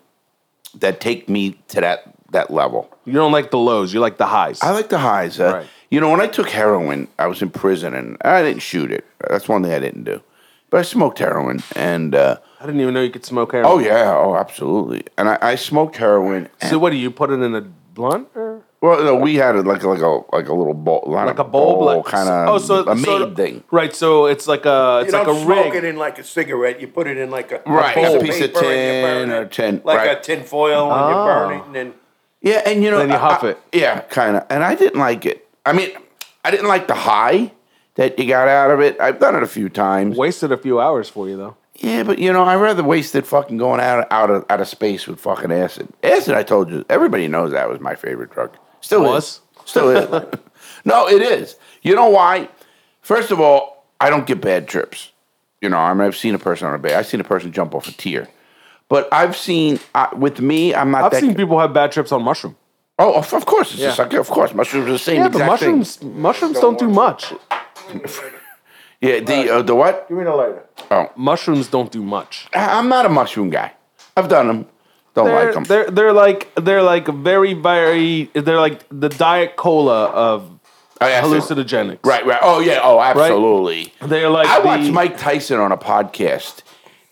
Speaker 1: that take me to that that level.
Speaker 2: You don't like the lows. You like the highs.
Speaker 1: I like the highs. Uh,
Speaker 2: Right.
Speaker 1: You know, when I took heroin, I was in prison and I didn't shoot it. That's one thing I didn't do. But I smoked heroin and uh,
Speaker 2: I didn't even know you could smoke heroin.
Speaker 1: oh yeah, oh absolutely. And I, I smoked heroin. And,
Speaker 2: So what do you put it in a blunt or
Speaker 1: well, no, we had it like a- like a like a little bowl,
Speaker 2: like a bowl, like
Speaker 1: kind of
Speaker 2: oh, so,
Speaker 1: a made
Speaker 2: so-
Speaker 1: thing.
Speaker 2: Right, so it's like a
Speaker 3: You
Speaker 2: it's
Speaker 3: don't
Speaker 2: like a
Speaker 3: smoke
Speaker 2: rig.
Speaker 3: it in like a cigarette. You put it in like a,
Speaker 1: Right, a
Speaker 3: bowl
Speaker 1: piece of
Speaker 3: paper and you
Speaker 1: tin
Speaker 3: burn
Speaker 1: or
Speaker 3: it.
Speaker 1: tin,
Speaker 3: Like
Speaker 1: right.
Speaker 3: a tin foil and you burn it and then
Speaker 1: Yeah, and you know,
Speaker 2: Then you
Speaker 1: I-
Speaker 2: huff
Speaker 1: I-
Speaker 2: it.
Speaker 1: Yeah, kind of. And I didn't like it. I mean, I didn't like the high that you got out of it. I've done it a few times.
Speaker 2: Wasted a few hours for you though.
Speaker 1: Yeah, but you know, I rather wasted fucking going out out of out of space with fucking acid. Acid, I told you, everybody knows that was my favorite drug. Still
Speaker 2: Was?
Speaker 1: is. Still is. no, it is. You know why? First of all, I don't get bad trips. You know, I mean, I've seen a person on a bed. I've seen a person jump off a tier. But I've seen, I, with me, I'm not
Speaker 2: I've
Speaker 1: that.
Speaker 2: seen people have bad trips on mushroom.
Speaker 1: oh, of, of course. It's
Speaker 2: Yeah.
Speaker 1: just like, of course. Mushrooms are the same
Speaker 2: Yeah, but
Speaker 1: exact thing.
Speaker 2: mushrooms mushrooms don't do much.
Speaker 1: Yeah, the uh, the what?
Speaker 3: give me the lighter.
Speaker 2: Mushrooms don't do much.
Speaker 1: I- I'm not a mushroom guy. I've done them. Don't
Speaker 2: They're,
Speaker 1: like them.
Speaker 2: they're they're like they're like very very they're like the diet cola of hallucinogenics.
Speaker 1: Right, right. Oh yeah. Oh, absolutely.
Speaker 2: They're like
Speaker 1: I
Speaker 2: the-
Speaker 1: watched Mike Tyson on a podcast.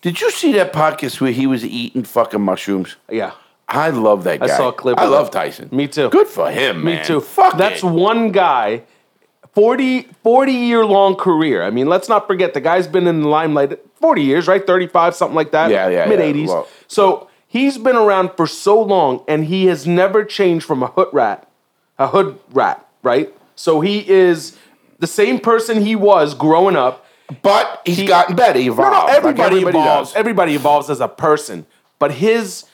Speaker 1: Did you see that podcast where he was eating fucking mushrooms?
Speaker 2: Yeah.
Speaker 1: I love that guy.
Speaker 2: saw a clip
Speaker 1: I
Speaker 2: of
Speaker 1: love
Speaker 2: it.
Speaker 1: Tyson.
Speaker 2: Me too.
Speaker 1: Good for him,
Speaker 2: Me
Speaker 1: man.
Speaker 2: too.
Speaker 1: Fuck
Speaker 2: That's
Speaker 1: it.
Speaker 2: one guy, 40, 40 year long career. I mean, let's not forget the guy's been in the limelight 40 years, right? 35, something like that.
Speaker 1: Yeah, yeah,
Speaker 2: Mid
Speaker 1: yeah.
Speaker 2: 80s.
Speaker 1: Well-
Speaker 2: So he's been around for so long and he has never changed from a hood rat, a hood rat right? So he is the same person he was growing up.
Speaker 1: But he's gotten better. He
Speaker 2: No,
Speaker 1: evolved.
Speaker 2: no,
Speaker 1: like
Speaker 2: everybody, evolves.
Speaker 1: does.
Speaker 2: Everybody evolves as a person. But his,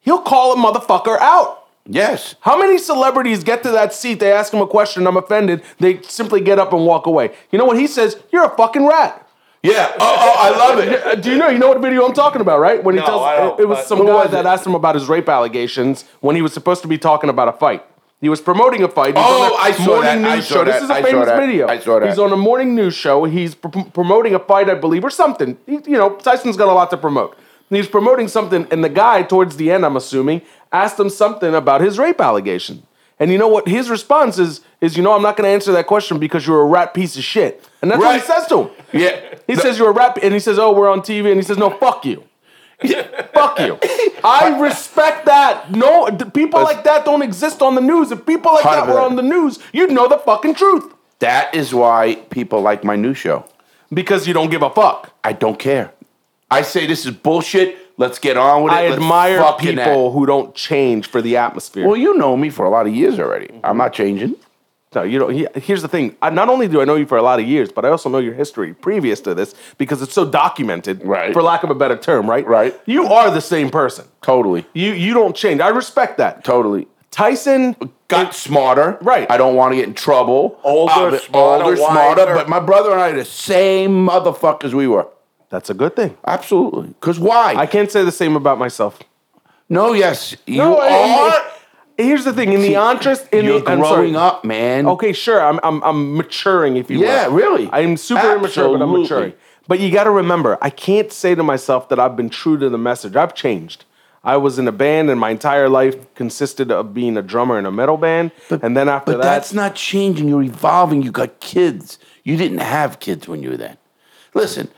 Speaker 2: he'll call a motherfucker out.
Speaker 1: Yes.
Speaker 2: How many celebrities get to that seat? They ask him a question. I'm offended. They simply get up and walk away. You know what he says? You're a fucking rat.
Speaker 1: Yeah. Oh, oh, I love it.
Speaker 2: Uh, Do you know? You know what video I'm talking about, right? When he
Speaker 5: No,
Speaker 2: tells
Speaker 5: I don't,
Speaker 2: it, it was
Speaker 5: but-
Speaker 2: some
Speaker 5: Who
Speaker 2: guy
Speaker 1: was it?
Speaker 2: that asked him about his rape allegations when he was supposed to be talking about a fight. He was promoting a fight. He's
Speaker 1: Oh,
Speaker 2: on a
Speaker 1: I saw
Speaker 2: morning
Speaker 1: that.
Speaker 2: News
Speaker 1: I saw
Speaker 2: show.
Speaker 1: that.
Speaker 2: This is a
Speaker 1: I saw
Speaker 2: famous
Speaker 1: that.
Speaker 2: video.
Speaker 1: I saw that.
Speaker 2: He's on a morning news show. He's pr- pr- promoting a fight, I believe, or something. He, you know, Tyson's got a lot to promote. And he's promoting something, and the guy towards the end, I'm assuming, asked him something about his rape allegation. And you know what? His response is, is you know, I'm not going to answer that question because you're a rat piece of shit. And that's what he
Speaker 1: Right.
Speaker 2: says to him.
Speaker 1: Yeah.
Speaker 2: He says you're a rap, and he says, "Oh, we're on TV," and he says, "No, fuck you, fuck you." I respect that. No, d- people like that don't exist on the news. If people like that were
Speaker 1: 100%.
Speaker 2: on the news, you'd know the fucking truth
Speaker 1: That is why people like my new show.
Speaker 2: because you don't give a fuck.
Speaker 1: I don't care. I say this is bullshit. Let's get on with it.
Speaker 2: I
Speaker 1: Let's
Speaker 2: admire
Speaker 1: fucking act.
Speaker 2: people who don't change for the atmosphere.
Speaker 1: Well, you know me for a lot of years already. I'm not changing.
Speaker 2: No, you don't. he- Here's the thing. I, not only do I know you for a lot of years, but I also know your history previous to this because it's so documented,
Speaker 1: Right.
Speaker 2: for lack of a better term, right?
Speaker 1: Right.
Speaker 2: You are the same person.
Speaker 1: Totally.
Speaker 2: You you don't change. I respect that.
Speaker 1: Totally.
Speaker 2: Tyson
Speaker 1: Got smarter.
Speaker 2: Right.
Speaker 1: I don't want to get in trouble.
Speaker 3: Older,
Speaker 1: Obvi-
Speaker 3: smarter,
Speaker 1: older, smarter.
Speaker 3: wiser.
Speaker 1: But my brother and I are the same motherfuckers we were.
Speaker 2: That's a good thing.
Speaker 1: Absolutely. Because why?
Speaker 2: I can't say the same about myself.
Speaker 1: no, yes. You
Speaker 2: No,
Speaker 1: are.
Speaker 2: I- Here's the thing: in the interest, in
Speaker 1: You're
Speaker 2: the, I'm
Speaker 1: growing
Speaker 2: sorry.
Speaker 1: up, man.
Speaker 2: Okay, sure. I'm, I'm I'm maturing, if you will.
Speaker 1: Yeah, really.
Speaker 2: I'm super immature, but I'm
Speaker 1: Absolutely.
Speaker 2: maturing. But you got to remember, I can't say to myself that I've been true to the message. I've changed. I was in a band, and my entire life consisted of being a drummer in a metal band. and then after
Speaker 1: But
Speaker 2: that,
Speaker 1: that's not changing. You're evolving. You got kids. You didn't have kids when you were then. Listen,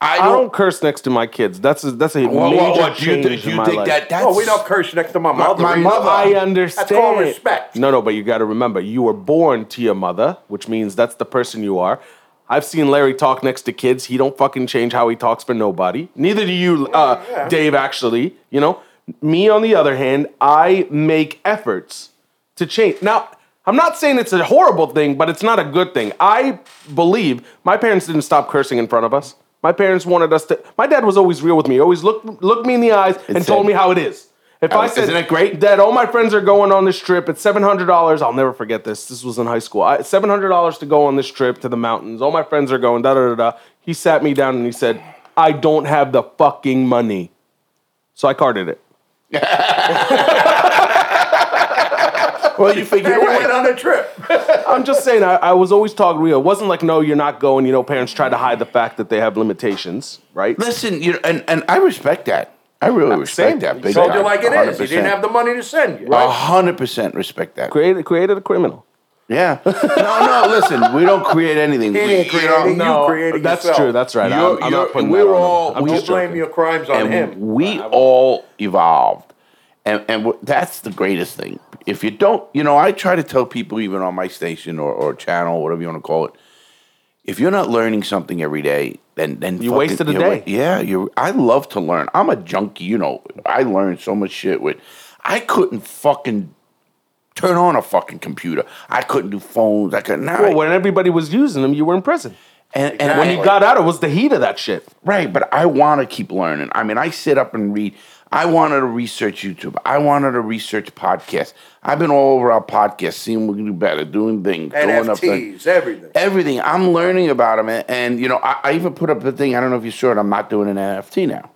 Speaker 1: I
Speaker 2: I don't
Speaker 1: don't.
Speaker 2: curse next to my kids. That's a, that's a
Speaker 1: Well,
Speaker 2: major
Speaker 1: well, well, do you,
Speaker 2: change
Speaker 1: do
Speaker 2: in
Speaker 1: you
Speaker 2: my
Speaker 1: think
Speaker 2: life.
Speaker 1: that that's
Speaker 3: Oh, we don't curse next to my mother.
Speaker 1: my
Speaker 3: either.
Speaker 1: mother-
Speaker 2: I
Speaker 1: That's
Speaker 2: understand.
Speaker 3: called respect.
Speaker 2: No, no, but you got to remember, you were born to your mother, which means that's the person you are. I've seen Larry talk next to kids. He don't fucking change how he talks for nobody. Neither do you, uh, Dave. Actually, you know, me on the other hand, I make efforts to change. Now, I'm not saying it's a horrible thing, but it's not a good thing. I believe my parents didn't stop cursing in front of us. My parents wanted us to. My dad was always real with me. He always looked looked me in the eyes and
Speaker 1: said-
Speaker 2: told me how it is. If I said,
Speaker 1: Isn't it great?
Speaker 2: Dad, all my friends are going on this trip. It's seven hundred dollars. I'll never forget this. This was in high school. I, seven hundred dollars to go on this trip to the mountains. All my friends are going. Da da da da. He sat me down and he said, "I don't have the fucking money," so I carded it.
Speaker 1: Well, you figure
Speaker 3: And
Speaker 1: it
Speaker 3: we went
Speaker 1: out.
Speaker 3: on a trip.
Speaker 2: I'm just saying, I, I was always talking real. It wasn't like, no, you're not going. You know, parents try to hide the fact that they have limitations, right?
Speaker 1: Listen, you know, and and I respect that. I really respect
Speaker 2: same.
Speaker 1: that.
Speaker 2: He
Speaker 1: Big
Speaker 3: Told you
Speaker 1: time.
Speaker 3: like it is. You didn't
Speaker 1: 100%.
Speaker 3: have the money to send you.
Speaker 1: A hundred percent respect that.
Speaker 2: Created, created a criminal.
Speaker 1: Yeah. No, no. Listen, we don't create anything.
Speaker 3: He
Speaker 1: We-
Speaker 3: didn't
Speaker 1: you
Speaker 3: create
Speaker 1: know,
Speaker 3: it. you created
Speaker 2: that's
Speaker 3: yourself.
Speaker 2: true. That's right.
Speaker 1: You're-
Speaker 2: I'm, I'm
Speaker 1: you're-
Speaker 2: not putting
Speaker 1: we're
Speaker 2: that on him.
Speaker 1: all-
Speaker 2: I'm
Speaker 1: we-
Speaker 3: Don't
Speaker 2: just
Speaker 3: blame
Speaker 2: joking.
Speaker 3: your crimes on
Speaker 1: and
Speaker 3: him.
Speaker 1: we all evolved and and w- that's the greatest thing if you don't you know i try to tell people even on my station or, or channel whatever you want to call it if you're not learning something every day then then
Speaker 2: You wasted a
Speaker 1: you're wa-
Speaker 2: day.
Speaker 1: yeah you i love to learn i'm a junkie you know i learned so much shit with i couldn't fucking turn on a fucking computer i couldn't do phones i couldn't now
Speaker 2: Well,
Speaker 1: I-
Speaker 2: when everybody was using them, you were in prison.
Speaker 1: and, and
Speaker 3: Exactly.
Speaker 2: When you got out, it was the heat of that shit.
Speaker 1: Right, but I want to keep learning. I mean, I sit up and read. I wanted to research YouTube. I wanted to research podcasts. I've been all over our podcast, seeing what we can do better, doing things, going up things,
Speaker 3: NFTs, everything.
Speaker 1: everything. I'm learning about them, and, and, you know, I, I even put up a thing. I don't know if you saw it. I'm not doing an NFT now.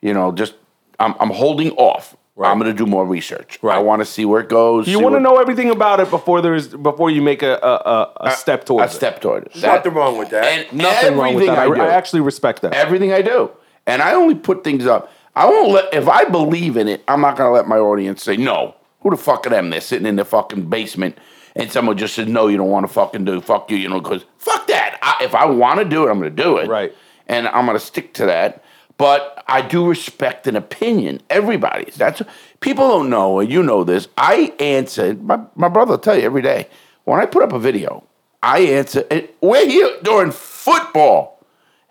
Speaker 1: You know, just I'm, I'm holding off. I'm going to do more research. I
Speaker 2: Right.
Speaker 1: want to see where it goes. see
Speaker 2: You want to
Speaker 1: what-
Speaker 2: know everything about it before there is before you make a a, a, a step
Speaker 1: a
Speaker 2: towards
Speaker 1: step toward it. There's
Speaker 3: nothing wrong with that.
Speaker 1: And
Speaker 2: it. Nothing
Speaker 1: everything
Speaker 2: wrong with that. I,
Speaker 1: I do.
Speaker 2: I actually respect that.
Speaker 1: everything I do. And I only put things up. I won't let if I believe in it, I'm not gonna let my audience say no. Who the fuck are them? They're sitting in the fucking basement, and someone just says no. You don't want to fucking do. Fuck you. You know, because fuck that. I, if I want to do it, I'm gonna do it.
Speaker 2: Right.
Speaker 1: And I'm gonna stick to that. But I do respect an opinion. Everybody's. That's people don't know, and you know this. I answer. My my brother will tell you every day when I put up a video. I answer. And we're here during football.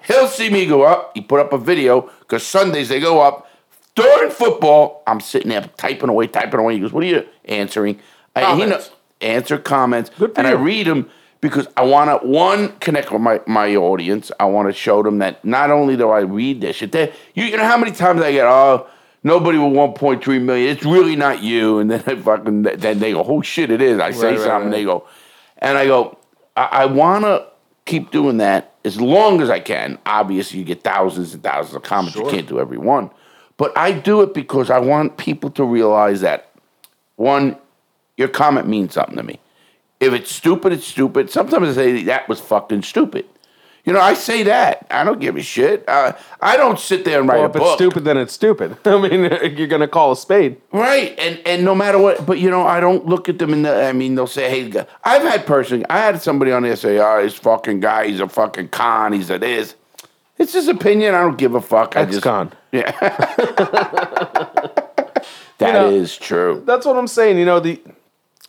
Speaker 1: He'll see me go up. He put up a video because Sundays they go up. During football, I'm sitting there typing away, typing away. He goes, "What are you answering?" And he
Speaker 3: Comments.
Speaker 1: answer comments,
Speaker 2: Good for
Speaker 1: and I
Speaker 2: you.
Speaker 1: read them because I want to one connect with my, my audience. I want to show them that not only do I read this shit, they, you, you know how many times I get oh. Nobody with 1.3 million. It's really not you. And then I fucking then they go, oh shit, it is. I say
Speaker 2: Right, right,
Speaker 1: something.
Speaker 2: right.
Speaker 1: They go, and I go, I, I want to keep doing that as long as I can. Obviously, you get thousands and thousands of comments. You can't do every one, but I do it because I want people to realize that one, your comment means something to me. If it's stupid, it's stupid. Sometimes I say that was fucking stupid. You know, I say that. I don't give a shit. Uh, I don't sit there and write
Speaker 2: Well,
Speaker 1: a
Speaker 2: if it's
Speaker 1: book.
Speaker 2: stupid, then it's stupid. I mean, you're gonna call a spade.
Speaker 1: Right, and and no matter what, but you know, I don't look at them in the. I mean, they'll say, "Hey, g-" I've had personally, I had somebody on there say, oh, this fucking guy, he's a fucking con, he's a this." It's his opinion. I don't give a fuck. I just
Speaker 2: Ex-con.
Speaker 1: Yeah, That is
Speaker 2: know,
Speaker 1: true.
Speaker 2: That's what I'm saying. You know, the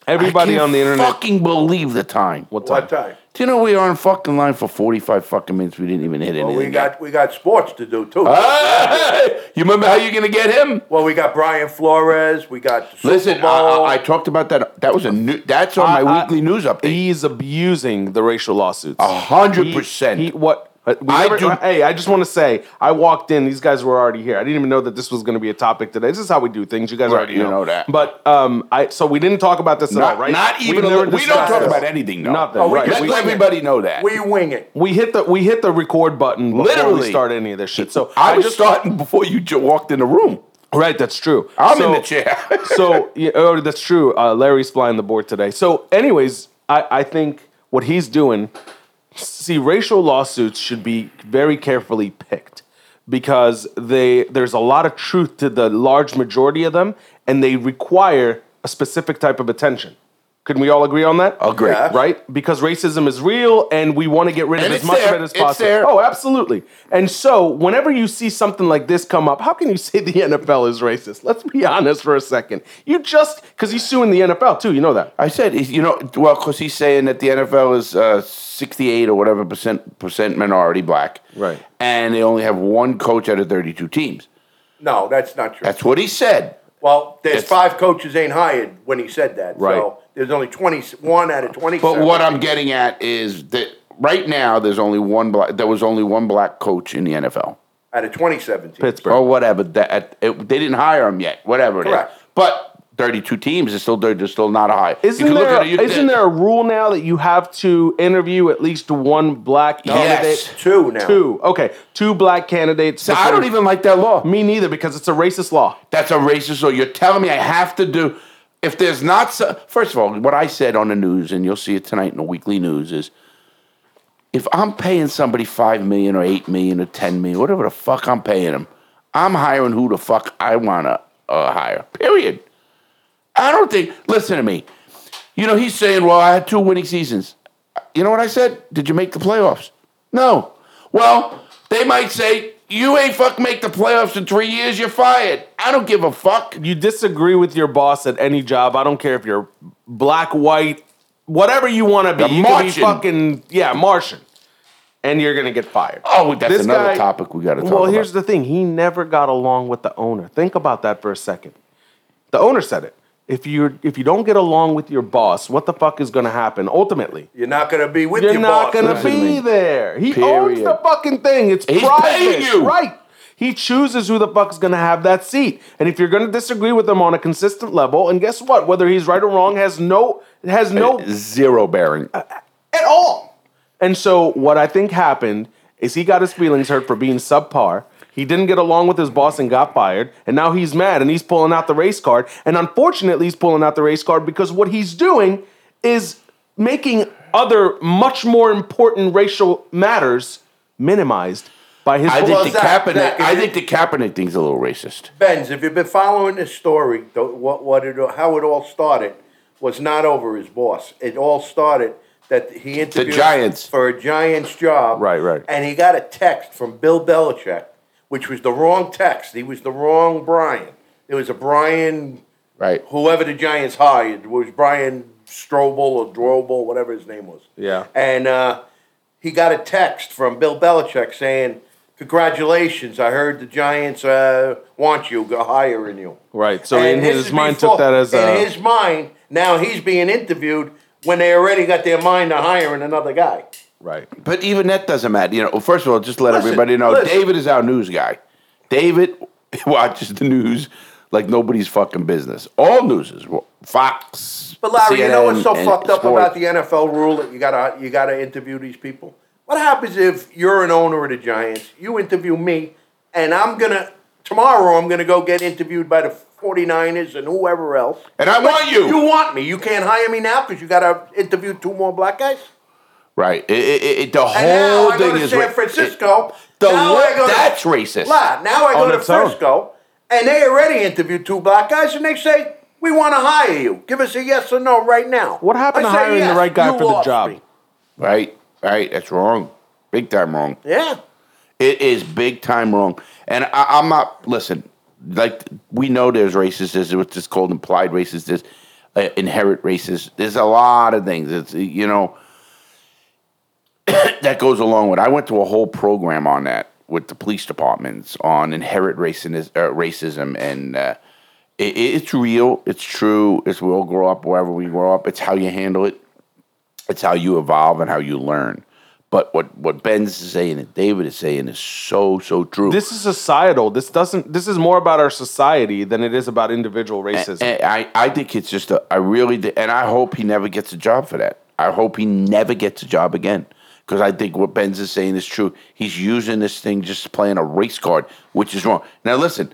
Speaker 2: everybody
Speaker 1: I can't
Speaker 2: on the internet.
Speaker 1: fucking believe the time.
Speaker 2: what time?
Speaker 3: What time?
Speaker 1: Do you know we are in fucking line for forty five fucking minutes? We didn't even hit anything.
Speaker 3: Well, we got we got sports to do too.
Speaker 1: Ah! Hey! you remember how you're gonna get him?
Speaker 3: Well, we got Brian Flores. We got the Super
Speaker 1: Listen, I,
Speaker 3: Bowl.
Speaker 1: I, I talked about that. That was a new. That's on
Speaker 2: I-
Speaker 1: my
Speaker 2: I-
Speaker 1: weekly news update.
Speaker 2: He's abusing the racial lawsuits.
Speaker 1: A hundred
Speaker 2: He-
Speaker 1: percent.
Speaker 2: He what? uh, we
Speaker 1: I
Speaker 2: never-
Speaker 1: do-
Speaker 2: Hey, I just want to say, I walked in. These guys were already here. I didn't even know that this was going to be a topic today. This is how we do things. You guys
Speaker 1: Right,
Speaker 2: already
Speaker 1: you know that.
Speaker 2: But um, I so we didn't talk about this at
Speaker 1: Not,
Speaker 2: all, right?
Speaker 1: not even.
Speaker 2: We,
Speaker 1: a
Speaker 2: never
Speaker 1: little- we don't
Speaker 2: discussed
Speaker 1: talk
Speaker 2: this.
Speaker 1: about anything. No.
Speaker 2: Nothing.
Speaker 1: Oh, we
Speaker 2: right.
Speaker 1: Let,
Speaker 2: We-
Speaker 1: let everybody know that.
Speaker 3: we wing it.
Speaker 2: we hit the we hit the record button before
Speaker 1: Literally.
Speaker 2: we start any of this shit. So
Speaker 1: I was
Speaker 2: just
Speaker 1: starting before you ju- walked in the room.
Speaker 2: right. That's true.
Speaker 1: I'm
Speaker 2: So-
Speaker 1: in the chair.
Speaker 2: so yeah, oh, that's true. Uh, Larry's flying the board today. So, anyways, I, I think what he's doing. See, racial lawsuits should be very carefully picked because they there's a lot of truth to the large majority of them, and they require a specific type of attention. Can we all agree on that?
Speaker 1: Agree.
Speaker 3: Yeah.
Speaker 2: Right? Because racism is real and we want to get rid of
Speaker 1: And
Speaker 2: as
Speaker 1: it's
Speaker 2: much
Speaker 1: there.
Speaker 2: of it as
Speaker 1: It's
Speaker 2: possible.
Speaker 1: there.
Speaker 2: Oh, absolutely. And so, whenever you see something like this come up, how can you say the NFL is racist? Let's be honest for a second. You just because he's suing the NFL too. You know that.
Speaker 1: I said, is- you know, well, because he's saying that the NFL is uh, 68 or whatever percent percent minority black,
Speaker 2: Right.
Speaker 1: And they only have one coach out of 32 teams.
Speaker 3: No, that's not true.
Speaker 1: That's what he said.
Speaker 3: well, there's
Speaker 1: It's-
Speaker 3: five coaches ain't hired when he said that.
Speaker 2: Right.
Speaker 3: So there's only twenty one out of twenty.
Speaker 1: But what I'm getting at is that right now there's only one black. There was only one black coach in the NFL.
Speaker 3: out of twenty seventeen.
Speaker 2: Pittsburgh.
Speaker 1: or whatever. That it, they didn't hire him yet. Whatever it is.
Speaker 3: Correct.
Speaker 1: But thirty-two teams is still they're just still not a hire. You
Speaker 2: Isn't
Speaker 1: can look
Speaker 2: there,
Speaker 1: at it, you-
Speaker 2: isn't there a rule now that you have to interview at least one black
Speaker 1: Yes.
Speaker 2: candidate?
Speaker 3: Two now.
Speaker 2: Two. Okay. Two black candidates.
Speaker 1: I don't
Speaker 2: before-
Speaker 1: even like that law.
Speaker 2: me neither because it's a racist law.
Speaker 1: That's a racist law. You're telling me I have to do. If there's not, so, first of all, what I said on the news, and you'll see it tonight in the weekly news, is if I'm paying somebody five million or eight million or ten million, whatever the fuck I'm paying them, I'm hiring who the fuck I wanna uh, hire. Period. I don't think. Listen to me. You know he's saying, "Well, I had two winning seasons." You know what I said? Did you make the playoffs? No. Well, they might say you ain't fuck make the playoffs in three years. You're fired. I don't give a fuck.
Speaker 2: you disagree with your boss at any job. I don't care if you're black, white, whatever you want to be.
Speaker 1: The
Speaker 2: You can be
Speaker 1: Martian.
Speaker 2: fucking yeah, Martian, and you're gonna get fired.
Speaker 1: Oh, that's
Speaker 2: This
Speaker 1: another
Speaker 2: guy-
Speaker 1: topic we got to talk
Speaker 2: well,
Speaker 1: about.
Speaker 2: here's the thing: he never got along with the owner. Think about that for a second. The owner said it. If you if you don't get along with your boss, what the fuck is gonna happen ultimately?
Speaker 3: You're not gonna be with
Speaker 2: You're
Speaker 3: your
Speaker 2: not
Speaker 3: boss.
Speaker 2: gonna
Speaker 1: Listen to
Speaker 2: be
Speaker 1: me.
Speaker 2: there. He owns
Speaker 1: Period.
Speaker 2: the fucking thing. It's
Speaker 1: He's
Speaker 2: private,
Speaker 1: paying you.
Speaker 2: right? He chooses who the fuck's gonna have that seat. And if you're gonna disagree with him on a consistent level, and guess what? Whether he's right or wrong has no has no
Speaker 1: zero bearing.
Speaker 2: at all. And so what I think happened is he got his feelings hurt for being subpar. He didn't get along with his boss and got fired, and now he's mad and he's pulling out the race card. And unfortunately, he's pulling out the race card because what he's doing is making other much more important racial matters minimized by his
Speaker 1: I
Speaker 2: boss.
Speaker 1: think
Speaker 3: Well,
Speaker 1: the
Speaker 3: Zach,
Speaker 1: Kaepernick.
Speaker 3: Zach,
Speaker 1: I
Speaker 3: if
Speaker 1: think the Kaepernick thing's a little racist.
Speaker 3: Benz, if you've been following this story, the, what, what it, how it all started was not over his boss. It all started that he interviewed
Speaker 1: Giants.
Speaker 3: for a Giants job.
Speaker 2: Right, right.
Speaker 3: And he got a text from Bill Belichick, which was the wrong text. He was the wrong Brian. It was a Brian,
Speaker 1: Right.
Speaker 3: whoever the Giants hired, was Brian Strobel or Drobel, whatever his name was.
Speaker 2: Yeah.
Speaker 3: And uh, he got a text from Bill Belichick saying, "Congratulations! I heard the Giants uh, want you, go higher in you."
Speaker 2: Right, so in
Speaker 3: this
Speaker 2: his
Speaker 3: is
Speaker 2: mind took that as
Speaker 3: in
Speaker 2: a-
Speaker 3: his mind. Now he's being interviewed when they already got their mind on hiring another guy.
Speaker 2: Right.
Speaker 1: But even that doesn't matter. You know, first of all, just let
Speaker 3: Listen,
Speaker 1: everybody know
Speaker 3: listen.
Speaker 1: David is our news guy. David watches the news like nobody's fucking business. All news is Fox.
Speaker 3: But Larry, you know what's so
Speaker 1: CNN, and
Speaker 3: fucked up
Speaker 1: sports.
Speaker 3: about the NFL rule that you gotta you gotta interview these people? What happens if you're an owner of the Giants? You interview me, and I'm gonna tomorrow I'm gonna go get interviewed by the 49ers and whoever else.
Speaker 1: And I want you.
Speaker 3: You want me. You can't hire me now because you gotta interview two more black guys.
Speaker 1: Right. It, it, it- it, the
Speaker 3: And
Speaker 1: whole
Speaker 3: now I
Speaker 1: thing
Speaker 3: go to
Speaker 1: is
Speaker 3: San
Speaker 1: ra- it-
Speaker 3: Francisco.
Speaker 1: the
Speaker 3: now
Speaker 1: look-
Speaker 3: I go to-
Speaker 1: that's racist.
Speaker 3: Lie. Now
Speaker 2: On
Speaker 3: I go to
Speaker 2: its own.
Speaker 3: Frisco, and they already interviewed two black guys, and they say, "We want to hire you. Give us a yes or no right now."
Speaker 2: What happened
Speaker 3: I
Speaker 2: to
Speaker 3: say,
Speaker 2: hiring
Speaker 3: "Yes,
Speaker 2: the right guy
Speaker 3: you
Speaker 2: for the
Speaker 3: lost
Speaker 2: job?
Speaker 3: me."
Speaker 1: Right. Right. That's wrong. Big time wrong.
Speaker 3: Yeah.
Speaker 1: It is big time wrong. And I, I'm not, listen, like, we know there's racism, which is called implied racism, there's, uh, inherent racism. There's a lot of things. It's, you know, that goes along with I went to a whole program on that with the police departments on inherent racism, uh, racism and, uh, it, it's real. It's true. It's we'll grow up wherever we grow up. It's how you handle it. It's how you evolve and how you learn. But what what Ben's saying and David is saying is so so true.
Speaker 2: This is societal. This doesn't. This is more about our society than it is about individual racism.
Speaker 1: And I I think it's just a I really do, and I hope he never gets a job for that. I hope he never gets a job again because I think what Ben's is saying is true. He's using this thing just playing a race card, which is wrong. Now listen,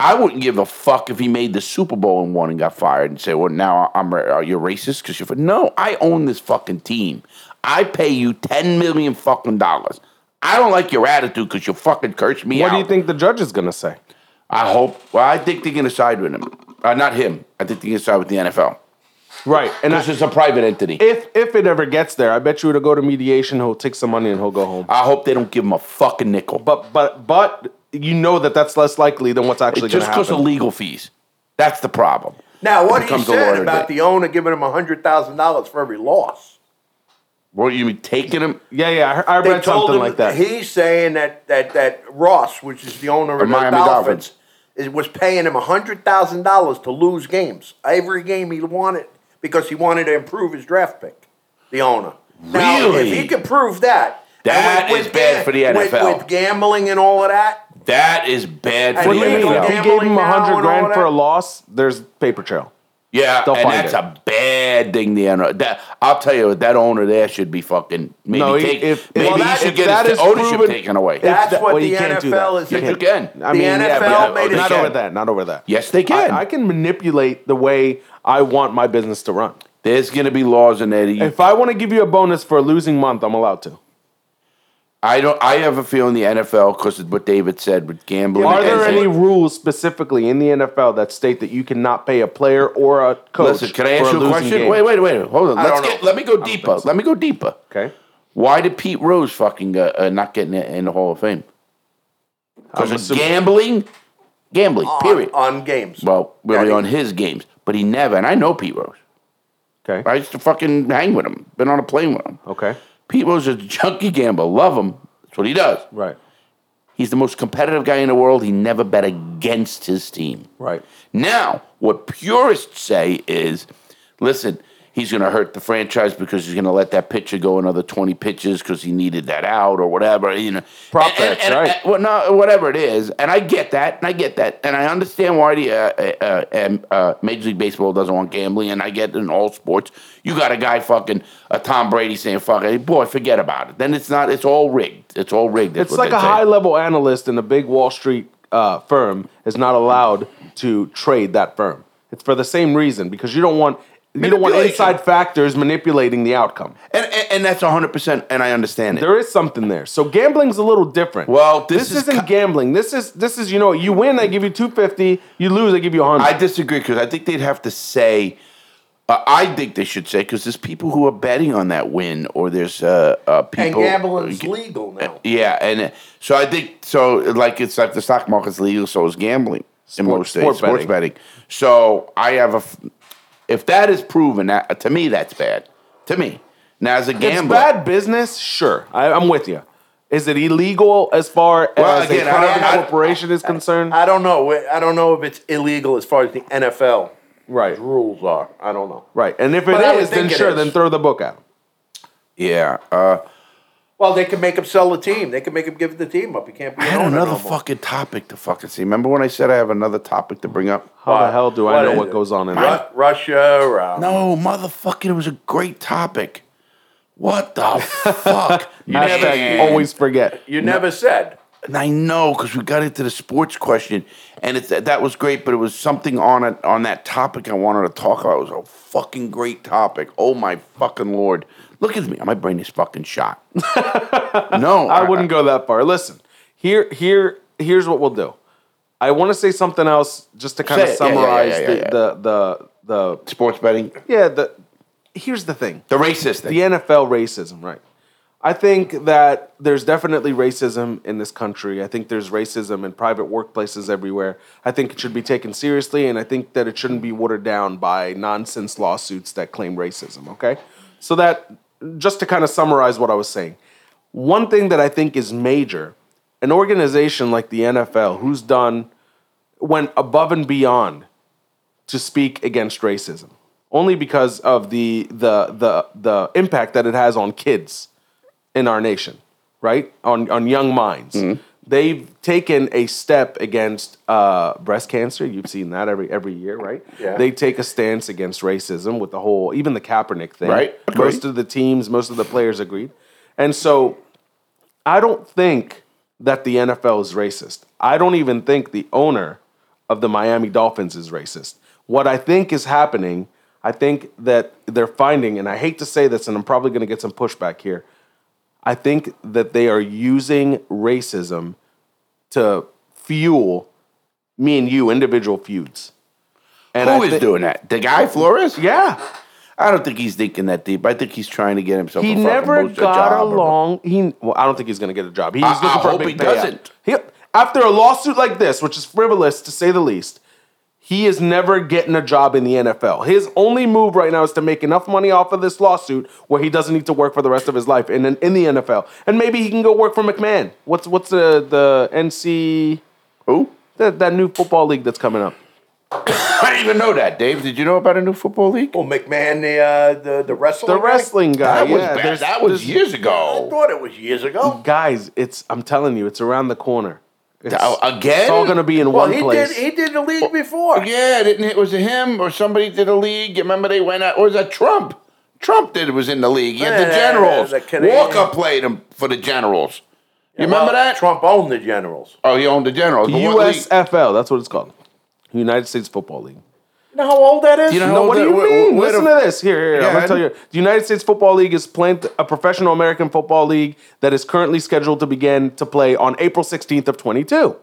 Speaker 1: I wouldn't give a fuck if he made the Super Bowl and won and got fired and say, "Well, now I'm uh, you're racist because you're." No, I own this fucking team. I pay you ten million fucking dollars. I don't like your attitude because you fucking cursed me
Speaker 2: what
Speaker 1: out.
Speaker 2: do you think the judge is gonna say?
Speaker 1: I hope. Well, I think they're going to side with him. Uh, not him. I think they're going to side with the NFL.
Speaker 2: Right. And I,
Speaker 1: This is a private entity.
Speaker 2: if if it ever gets there, I bet you it'll go to mediation. He'll take some money and he'll go home.
Speaker 1: I hope they don't give him a fucking nickel.
Speaker 2: But but but you know that that's less likely than what's actually gonna
Speaker 1: just because of
Speaker 2: happen.
Speaker 1: legal fees. That's the problem.
Speaker 3: Now, what he
Speaker 1: becomes a
Speaker 3: said
Speaker 1: lawyer that-
Speaker 3: about the owner giving him hundred thousand dollars for every loss?
Speaker 1: What you mean taking him?
Speaker 2: yeah yeah. I, I read something
Speaker 3: him
Speaker 2: like that.
Speaker 3: He's saying that that that Ross, which is the owner of the
Speaker 1: Miami
Speaker 3: Dolphins,
Speaker 1: Dolphins.
Speaker 3: is was paying him hundred thousand dollars to lose games, every game he wanted, because he wanted to improve his draft pick. The owner. Now, if
Speaker 1: Really?
Speaker 3: he could prove that, and
Speaker 1: That is bad
Speaker 3: ga-
Speaker 1: for the
Speaker 3: with-
Speaker 1: NFL.
Speaker 3: With, gambling and all of that,
Speaker 1: That is bad for
Speaker 3: What
Speaker 1: the
Speaker 3: do you mean?
Speaker 1: NFL.
Speaker 2: If he gave him
Speaker 3: Gambling
Speaker 2: a
Speaker 3: now and all
Speaker 2: hundred grand for
Speaker 3: that?
Speaker 2: a loss, there's paper trail.
Speaker 1: Yeah,
Speaker 2: They'll
Speaker 1: and
Speaker 2: find
Speaker 1: that's
Speaker 2: it.
Speaker 1: a bad thing. The NFL. That, I'll tell you, what, that owner there should be fucking maybe
Speaker 2: No, he-
Speaker 1: take,
Speaker 2: if-
Speaker 1: maybe
Speaker 2: well,
Speaker 1: he
Speaker 2: that-
Speaker 1: should
Speaker 2: if
Speaker 1: get
Speaker 2: that
Speaker 1: his
Speaker 2: is
Speaker 1: ownership
Speaker 2: proven-
Speaker 1: taken away.
Speaker 2: Yeah.
Speaker 3: that's
Speaker 2: that-
Speaker 3: what
Speaker 2: well,
Speaker 3: the
Speaker 2: you can't do
Speaker 3: NFL
Speaker 2: that.
Speaker 3: is.
Speaker 2: You
Speaker 1: Yes, you can.
Speaker 2: I
Speaker 3: The
Speaker 2: mean, yeah, but-
Speaker 3: NFL made
Speaker 1: a
Speaker 2: not
Speaker 1: decision.
Speaker 2: over that. Not over that.
Speaker 1: Yes, they can.
Speaker 2: I, I can manipulate the way I want my business to run.
Speaker 1: There's going to be laws in there. that you
Speaker 2: If I want to give you a bonus for a losing month, I'm allowed to.
Speaker 1: I don't. I have a feeling the NFL because of what David said with gambling.
Speaker 2: Are there
Speaker 1: and-
Speaker 2: any rules specifically in the NFL that state that you cannot pay a player or a coach?
Speaker 1: Listen, can I ask
Speaker 2: for
Speaker 1: you a
Speaker 2: losing
Speaker 1: question?
Speaker 2: game?
Speaker 1: Wait, wait, wait. Hold on.
Speaker 2: I
Speaker 1: Let's
Speaker 2: don't
Speaker 1: get,
Speaker 2: know.
Speaker 1: let me go
Speaker 2: don't think
Speaker 1: deeper. Let me go deeper.
Speaker 2: Okay.
Speaker 1: Why did Pete Rose fucking uh, uh, not getting in the Hall of Fame?
Speaker 2: I'm
Speaker 1: Because of
Speaker 2: assuming-
Speaker 1: gambling, gambling. period.
Speaker 3: on, on games.
Speaker 1: well, really
Speaker 3: Yeah,
Speaker 1: on his games, but he never. And I know Pete Rose.
Speaker 2: Okay.
Speaker 1: I used to fucking hang with him. Been on a plane with him.
Speaker 2: Okay.
Speaker 1: Pete Rose is a junkie gambler. Love him. That's what he does.
Speaker 2: Right.
Speaker 1: He's the most competitive guy in the world. He never bet against his team.
Speaker 2: Right.
Speaker 1: Now, what purists say is, listen, he's going to hurt the franchise because he's going to let that pitcher go another 20 pitches because he needed that out or whatever, you know.
Speaker 2: Prop
Speaker 1: And- and-
Speaker 2: bets,
Speaker 1: and-
Speaker 2: right.
Speaker 1: and- well, no, whatever it is. And I get that, and I get that. And I understand why the uh, uh, uh, uh, Major League Baseball doesn't want gambling, and I get it in all sports. You got a guy fucking, uh, Tom Brady saying, fuck it, boy, forget about it. Then it's not, it's all rigged. It's all rigged.
Speaker 2: It's like a high level analyst in a big Wall Street uh, firm is not allowed to trade that firm. It's for the same reason because you don't want you don't want
Speaker 1: Manipulation.
Speaker 2: inside factors manipulating the outcome.
Speaker 1: And, and, and that's 100%, and I understand it.
Speaker 2: There is something there. So gambling's a little different.
Speaker 1: Well, this is
Speaker 2: isn't
Speaker 1: ki-
Speaker 2: gambling. This is this is you know you win I give you two fifty, you lose I give you hundred.
Speaker 1: I disagree because I think they'd have to say. Uh, I think they should say because there's people who are betting on that win, or there's uh, uh,
Speaker 3: and
Speaker 1: people
Speaker 3: gambling's legal now.
Speaker 1: Yeah, and uh, so I think so. Like it's like the stock market's legal, so is gambling in
Speaker 2: Sport-
Speaker 1: most states.
Speaker 2: sport
Speaker 1: Sports betting. So I have a. f- If that is proven, that to me that's bad. To me, now as a
Speaker 2: It's
Speaker 1: gambler,
Speaker 2: bad business, sure. I, I'm with you. Is it illegal as far
Speaker 1: Well,
Speaker 2: as
Speaker 1: again,
Speaker 2: a
Speaker 1: I don't-
Speaker 2: private
Speaker 1: I-
Speaker 2: corporation is concerned?
Speaker 3: I don't know. I don't know if it's illegal as far as the NFL
Speaker 2: Right.
Speaker 3: rules are. I don't know.
Speaker 2: Right. And if it is,
Speaker 3: But I would
Speaker 2: then
Speaker 3: think it
Speaker 2: sure,
Speaker 3: is.
Speaker 2: then throw the book out.
Speaker 1: Yeah. Uh,
Speaker 3: Well, they can make him sell the team. They can make him give the team up. He can't be.
Speaker 1: I
Speaker 3: an
Speaker 1: had
Speaker 3: owner
Speaker 1: another
Speaker 3: no more.
Speaker 1: fucking topic to fucking see. Remember when I said I have another topic to bring up?
Speaker 2: How the hell do I
Speaker 3: What
Speaker 2: know
Speaker 3: is
Speaker 2: what
Speaker 3: it?
Speaker 2: goes on in
Speaker 3: Ru-
Speaker 2: there?
Speaker 3: Russia. Or, uh,
Speaker 1: No, motherfucking, it was a great topic. What the fuck?
Speaker 2: Hashtag
Speaker 1: Man.
Speaker 2: always forget.
Speaker 3: You never said.
Speaker 1: And I know because we got into the sports question, and it, that was great. But it was something on it on that topic I wanted to talk about. It was a fucking great topic. Oh my fucking lord! Look at me, my brain is fucking shot. no,
Speaker 2: I wouldn't go that far. Listen, here, here, here's what we'll do. I want to say something else just to kind of
Speaker 1: Say it. Yeah, yeah, yeah,
Speaker 2: summarize
Speaker 1: yeah, yeah, yeah.
Speaker 2: the, the the the
Speaker 1: sports betting,
Speaker 2: yeah the. Here's the thing.
Speaker 1: the racist thing.
Speaker 2: the NFL racism, right? I think that there's definitely racism in this country. I think there's racism in private workplaces everywhere. I think it should be taken seriously, and I think that it shouldn't be watered down by nonsense lawsuits that claim racism, okay? So, that just to kind of summarize what I was saying, one thing that I think is major an organization like the NFL, who's done, went above and beyond to speak against racism only because of the the the the impact that it has on kids in our nation right on on young minds they've taken a step against uh, breast cancer you've seen that every every year right
Speaker 3: Yeah.
Speaker 2: they take a stance against racism with the whole even the Kaepernick thing
Speaker 1: Right. Agreed.
Speaker 2: most of the teams most of the players agreed and so I don't think that the NFL is racist. I don't even think the owner of the Miami Dolphins is racist. What I think is happening, I think that they're finding, and I hate to say this, and I'm probably going to get some pushback here. I think that they are using racism to fuel me and you individual feuds. And
Speaker 1: Who
Speaker 2: I
Speaker 1: is
Speaker 2: thi-
Speaker 1: doing that? The guy Flores?
Speaker 2: Yeah,
Speaker 1: I don't think he's thinking that deep. I think he's trying to get himself.
Speaker 2: he
Speaker 1: a fucking
Speaker 2: never
Speaker 1: boost, a
Speaker 2: got
Speaker 1: job or-
Speaker 2: along. He well, I don't think he's going to get a job. He's
Speaker 1: I-
Speaker 2: looking
Speaker 1: I
Speaker 2: for
Speaker 1: hope
Speaker 2: a big
Speaker 1: he
Speaker 2: payout.
Speaker 1: doesn't.
Speaker 2: He- after a lawsuit like this, which is frivolous to say the least, he is never getting a job in the NFL. His only move right now is to make enough money off of this lawsuit where he doesn't need to work for the rest of his life in in the NFL, and maybe he can go work for McMahon. What's what's the the NC
Speaker 1: Who?
Speaker 2: that, that new football league that's coming up?
Speaker 1: I didn't even know that, Dave. Did you know about a new football league?
Speaker 3: Well, "Oh, McMahon, the uh, the the wrestling.
Speaker 2: The
Speaker 3: guy?
Speaker 2: wrestling
Speaker 3: Uh,
Speaker 2: guy.
Speaker 1: that was
Speaker 2: yeah,
Speaker 1: bad.
Speaker 2: there's-
Speaker 1: that was
Speaker 2: there's-
Speaker 1: years
Speaker 3: I
Speaker 1: ago.
Speaker 3: thought it was years ago.
Speaker 2: guys. It's I'm telling you, it's around the corner. It's-
Speaker 1: Uh, Again,
Speaker 2: It's all going to be in
Speaker 3: Well,
Speaker 2: one
Speaker 3: he
Speaker 2: place.
Speaker 3: did. He did the league before.
Speaker 1: Yeah, didn't it was it him or somebody did a league? Remember they went out or was that Trump? Trump did was in the league. Yeah, the
Speaker 3: Yeah,
Speaker 1: generals.
Speaker 3: the Canadian-
Speaker 1: Walker played him for the generals. You remember
Speaker 3: Well,
Speaker 1: that?
Speaker 3: Trump owned the Generals.
Speaker 1: Oh, he owned the generals. but what league-
Speaker 2: USFL, that's what it's called. United States Football League.
Speaker 3: You know how old that is?
Speaker 1: You know-
Speaker 2: No, what do
Speaker 1: that-
Speaker 2: you
Speaker 1: wait,
Speaker 2: mean?
Speaker 1: wait, wait
Speaker 2: Listen
Speaker 1: a-
Speaker 2: to this. Here, here, here,
Speaker 1: Yeah,
Speaker 2: I'm gonna
Speaker 1: I-
Speaker 2: tell you. The United States Football League is playing a professional American football league that is currently scheduled to begin to play on April 16th of 22.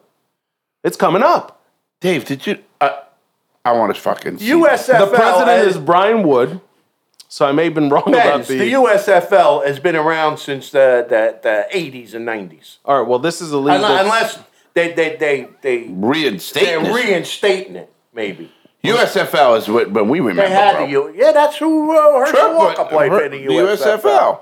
Speaker 2: It's coming up.
Speaker 1: Dave, did you? Uh, I want to fucking see
Speaker 3: USFL.
Speaker 2: The president
Speaker 3: has-
Speaker 2: is Brian Wood, so I may have been wrong about
Speaker 3: Benz,
Speaker 2: the.
Speaker 3: the USFL has been around since the the, the 80s and 90s.
Speaker 2: All right, well, this is a league.
Speaker 3: Unless,
Speaker 2: that's-
Speaker 3: unless they they they they
Speaker 1: reinstate
Speaker 3: they're
Speaker 1: this.
Speaker 3: reinstating it, maybe.
Speaker 1: USFL is what when we remember.
Speaker 3: They had
Speaker 1: bro.
Speaker 3: the U. Yeah, that's who uh, Herschel
Speaker 1: Trump
Speaker 3: Walker
Speaker 1: went-
Speaker 3: played for the
Speaker 1: the
Speaker 3: USFL.
Speaker 1: USFL.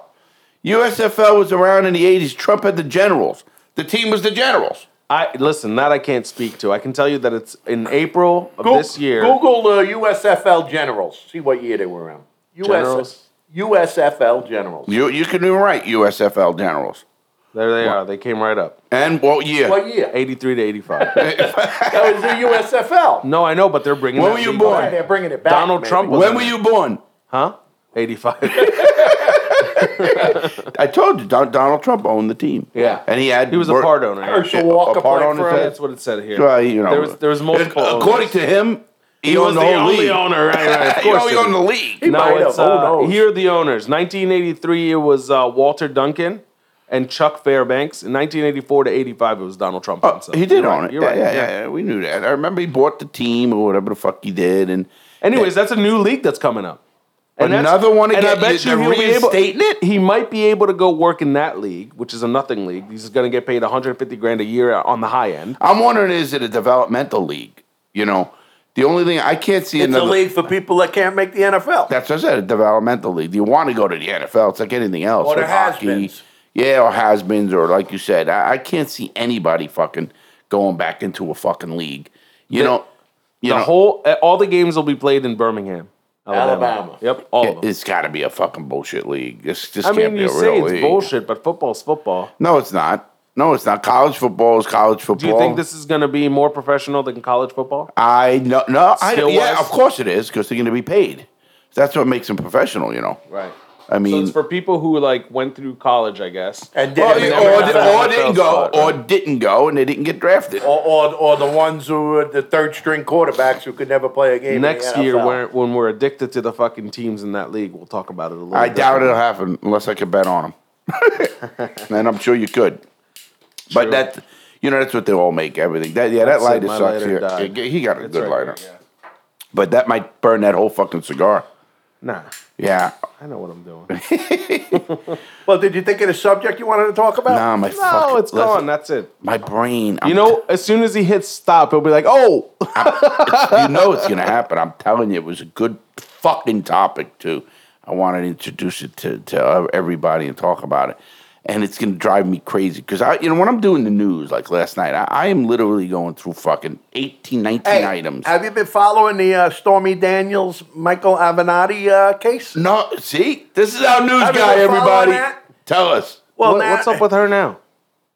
Speaker 1: USFL was around in the '80s. Trump had the generals. The team was the generals.
Speaker 2: I listen. That I can't speak to. I can tell you that it's in April of
Speaker 3: Goo-
Speaker 2: this year.
Speaker 3: Google uh, the USFL Generals. See what year they were around. US,
Speaker 2: Generals?
Speaker 3: USFL Generals.
Speaker 1: You you can even write USFL generals.
Speaker 2: There they are. They came right up.
Speaker 1: And what year?
Speaker 3: What year?
Speaker 2: 83 to 85.
Speaker 3: That was the USFL.
Speaker 2: no, I know, but they're bringing.
Speaker 1: When
Speaker 2: that
Speaker 1: were you
Speaker 2: league
Speaker 1: born?
Speaker 2: back.
Speaker 3: Why They're bringing it back.
Speaker 2: Donald
Speaker 3: maybe.
Speaker 2: Trump was-
Speaker 1: When were you born?
Speaker 2: Huh? 85.
Speaker 1: I told you Don, Donald Trump owned the team.
Speaker 2: Yeah.
Speaker 1: and he had
Speaker 2: he was a
Speaker 1: work-
Speaker 2: part owner. yeah.
Speaker 3: Herschel Walker
Speaker 1: A part
Speaker 3: played
Speaker 1: on
Speaker 3: for
Speaker 1: his
Speaker 3: him.
Speaker 1: head.
Speaker 2: That's what it said here.
Speaker 1: Well, you know,
Speaker 2: there was there was multiple.
Speaker 1: ac-
Speaker 2: owners.
Speaker 1: According to him, he,
Speaker 2: he
Speaker 1: owned
Speaker 2: was the
Speaker 1: the whole
Speaker 2: only
Speaker 1: league.
Speaker 2: owner. Right, right.
Speaker 1: He
Speaker 2: Of course
Speaker 1: only
Speaker 2: he
Speaker 1: owned the
Speaker 2: did.
Speaker 1: league.
Speaker 3: might
Speaker 2: No,
Speaker 3: have.
Speaker 2: it's,
Speaker 3: Who
Speaker 2: uh,
Speaker 3: knows?
Speaker 2: here are the owners. 1983, it was uh, Walter Duncan and Chuck Fairbanks. In 1984 to 85, it was Donald Trump. himself.
Speaker 1: Oh, He did
Speaker 2: You're
Speaker 1: own
Speaker 2: right,
Speaker 1: it.
Speaker 2: You're
Speaker 1: Yeah,
Speaker 2: right.
Speaker 1: yeah, yeah, yeah. We knew that. I remember he bought the team or whatever the fuck he did, and
Speaker 2: Anyways, that's a new league that's coming up. And that's-
Speaker 1: Another one
Speaker 2: and
Speaker 1: again.
Speaker 2: I bet
Speaker 1: They're
Speaker 2: you he'll be able.
Speaker 1: reinstating it?
Speaker 2: He might be able to go work in that league, which is a nothing league. He's going to get paid 150 grand a year on the high end.
Speaker 1: I'm wondering is it a developmental league? You know, the only thing I can't see
Speaker 3: It's a
Speaker 1: another.
Speaker 3: league for people that can't make the NFL.
Speaker 1: That's what I said, a developmental league. You want to go to the NFL. It's like anything else.
Speaker 3: Or the
Speaker 1: like hockey.
Speaker 3: has-beens.
Speaker 1: Yeah, or has beens, or like you said, I, I can't see anybody fucking going back into a fucking league. You know, You
Speaker 2: The
Speaker 1: know,
Speaker 2: whole eh, all the games will be played in Birmingham,
Speaker 3: Alabama.
Speaker 2: Yep, all of them.
Speaker 1: it's got to be a fucking bullshit league. This just
Speaker 2: I
Speaker 1: can't
Speaker 2: mean,
Speaker 1: be
Speaker 2: you
Speaker 1: a
Speaker 2: say
Speaker 1: real
Speaker 2: it's
Speaker 1: league.
Speaker 2: bullshit, but football's football.
Speaker 1: No, it's not. No, it's not. College football is college football.
Speaker 2: Do you think this is going to be more professional than college football?
Speaker 1: I no no. I,
Speaker 2: Skill
Speaker 1: yeah,
Speaker 2: wise?
Speaker 1: of course it is because they're going to be paid. That's what makes them professional. You know.
Speaker 2: Right.
Speaker 1: I
Speaker 2: So
Speaker 1: mean,
Speaker 2: it's for people who like went through college, I guess.
Speaker 3: And
Speaker 1: or,
Speaker 3: then,
Speaker 2: mean,
Speaker 1: or,
Speaker 2: every time
Speaker 1: or
Speaker 2: NFL
Speaker 1: didn't go,
Speaker 2: spot,
Speaker 1: or didn't go, and they didn't get drafted.
Speaker 3: or, or, or the ones who are the third string quarterbacks who could never play a game. in the
Speaker 2: Next year,
Speaker 3: NFL.
Speaker 2: when, when we're addicted to the fucking teams in that league, we'll talk about it a little.
Speaker 1: I
Speaker 2: bit.
Speaker 1: doubt it'll happen unless I could bet on them, and I'm sure you could. But
Speaker 2: True.
Speaker 1: that, you know, that's what they all make everything. That yeah, that
Speaker 2: That's it,
Speaker 1: lighter
Speaker 2: my
Speaker 1: sucks.
Speaker 2: lighter
Speaker 1: here.
Speaker 2: died.
Speaker 1: Yeah, he got a
Speaker 2: It's
Speaker 1: good
Speaker 2: right
Speaker 1: lighter,
Speaker 2: there, yeah.
Speaker 1: but that might burn that whole fucking cigar.
Speaker 2: Nah,
Speaker 1: Yeah.
Speaker 2: I know what I'm doing.
Speaker 3: Well, did you think of the subject you wanted to talk about?
Speaker 1: Nah, my
Speaker 2: no,
Speaker 1: fucking-
Speaker 2: it's
Speaker 1: listen,
Speaker 2: gone. That's it.
Speaker 1: My brain. I'm
Speaker 2: You know, as soon as he hits stop, he'll be like, "Oh,
Speaker 1: you know it's gonna happen. I'm telling you, it was a good fucking topic too. I wanted to introduce it to, to everybody and talk about it. And it's gonna drive me crazy because I, you know, when I'm doing the news, like last night, I, I am literally going through fucking 18, 19
Speaker 3: Hey,
Speaker 1: items.
Speaker 3: Have you been following the uh, Stormy Daniels, Michael Avenatti uh, case?
Speaker 1: no, see, this is our news
Speaker 3: Have you
Speaker 1: guy,
Speaker 3: been
Speaker 1: everybody.
Speaker 3: following that?
Speaker 1: Tell us.
Speaker 3: Well,
Speaker 2: what-
Speaker 3: now-
Speaker 2: what's up with her now?"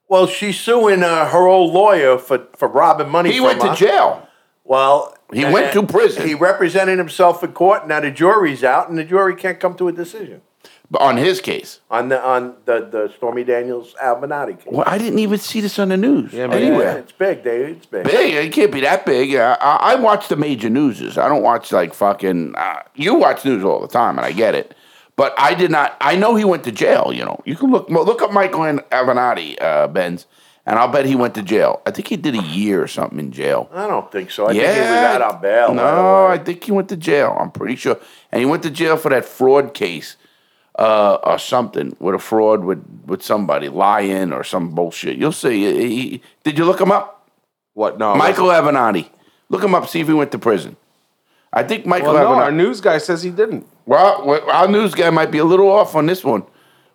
Speaker 3: Well, she's suing uh, her old lawyer for, for robbing money.
Speaker 1: He
Speaker 3: from
Speaker 1: went to
Speaker 3: her.
Speaker 1: jail.
Speaker 3: Well,
Speaker 1: He
Speaker 3: and-
Speaker 1: went to prison.
Speaker 3: He represented himself in court. Now the jury's out, and the jury can't come to a decision
Speaker 1: But on his case.
Speaker 3: on the on the, the Stormy Daniels Avenatti case.
Speaker 1: Well, I didn't even see this on the news.
Speaker 2: Yeah, man.
Speaker 1: anywhere.
Speaker 3: Yeah, it's big, dude. It's big.
Speaker 1: big. It can't be that big. Uh, I, I watch the major newses. I don't watch like fucking. Uh, you watch news all the time, and I get it. But I did not. I know he went to jail. You know, you can look look up Michael and Avenatti uh, Benz, and I'll bet he went to jail. I think he did a year or something in jail.
Speaker 3: I don't think so. I think he was out on bail. by the
Speaker 1: No,
Speaker 3: way.
Speaker 1: I think he went to jail. I'm pretty sure, and he went to jail for that fraud case. Uh, or something with a fraud with, with somebody lying or some bullshit. You'll see. He- he- did you look him up?
Speaker 2: What? No,
Speaker 1: Michael Avenatti. Look him up. See if he went to prison. I think Michael
Speaker 2: Well, no, our
Speaker 1: Avenatti.
Speaker 2: news guy says he didn't.
Speaker 1: Well, w- our news guy might be a little off on this one.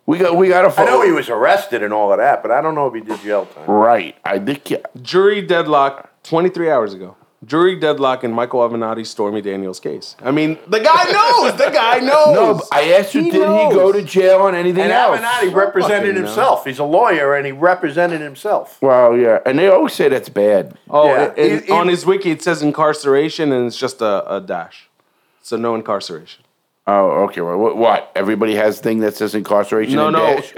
Speaker 1: We got we got to.
Speaker 3: I know he was arrested and all of that, but I don't know if he did jail time.
Speaker 1: right. I think he-
Speaker 2: Jury deadlock 23 hours ago. Jury deadlock in Michael Avenatti's Stormy Daniels case. I mean, the guy knows. The guy knows.
Speaker 1: no. but I asked you,
Speaker 2: He
Speaker 1: did
Speaker 2: knows.
Speaker 1: he go to jail on anything
Speaker 3: And
Speaker 1: else?
Speaker 3: Avenatti
Speaker 2: fucking
Speaker 3: represented
Speaker 2: know.
Speaker 3: himself. He's a lawyer, and he represented himself.
Speaker 1: Well, yeah, and they always say that's bad.
Speaker 2: Oh,
Speaker 3: Yeah,
Speaker 2: and-
Speaker 3: he- he-
Speaker 2: on his wiki it says incarceration, and it's just a, a dash, so no incarceration.
Speaker 1: Oh, okay. Well, what, what? Everybody has thing that says incarceration.
Speaker 2: No,
Speaker 1: and
Speaker 2: no.
Speaker 1: dash?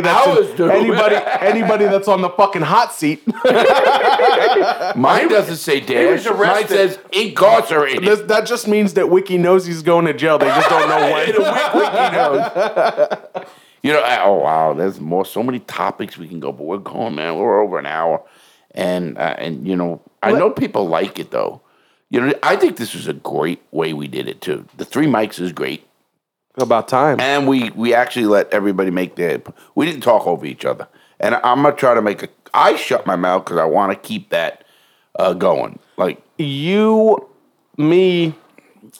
Speaker 2: that's
Speaker 1: Ours
Speaker 2: in-
Speaker 1: do.
Speaker 2: anybody anybody that's on the fucking hot seat.
Speaker 1: Mine doesn't say dash.
Speaker 3: was
Speaker 1: Mine
Speaker 3: arrested.
Speaker 1: says incarcerated.
Speaker 2: this- that just means that Wiki knows he's going to jail. They just don't know when.
Speaker 1: You know, I- oh wow, there's more so many topics we can go, but we're going, man. We're over an hour, and uh, and you know, I know people like it though. You know, I think this was a great way we did it too. The three mics is great,
Speaker 2: About time.
Speaker 1: and we we actually let everybody make their. We didn't talk over each other, and I'm gonna try to make a. I shut my mouth because I want to keep that uh, going. Like
Speaker 2: you, me,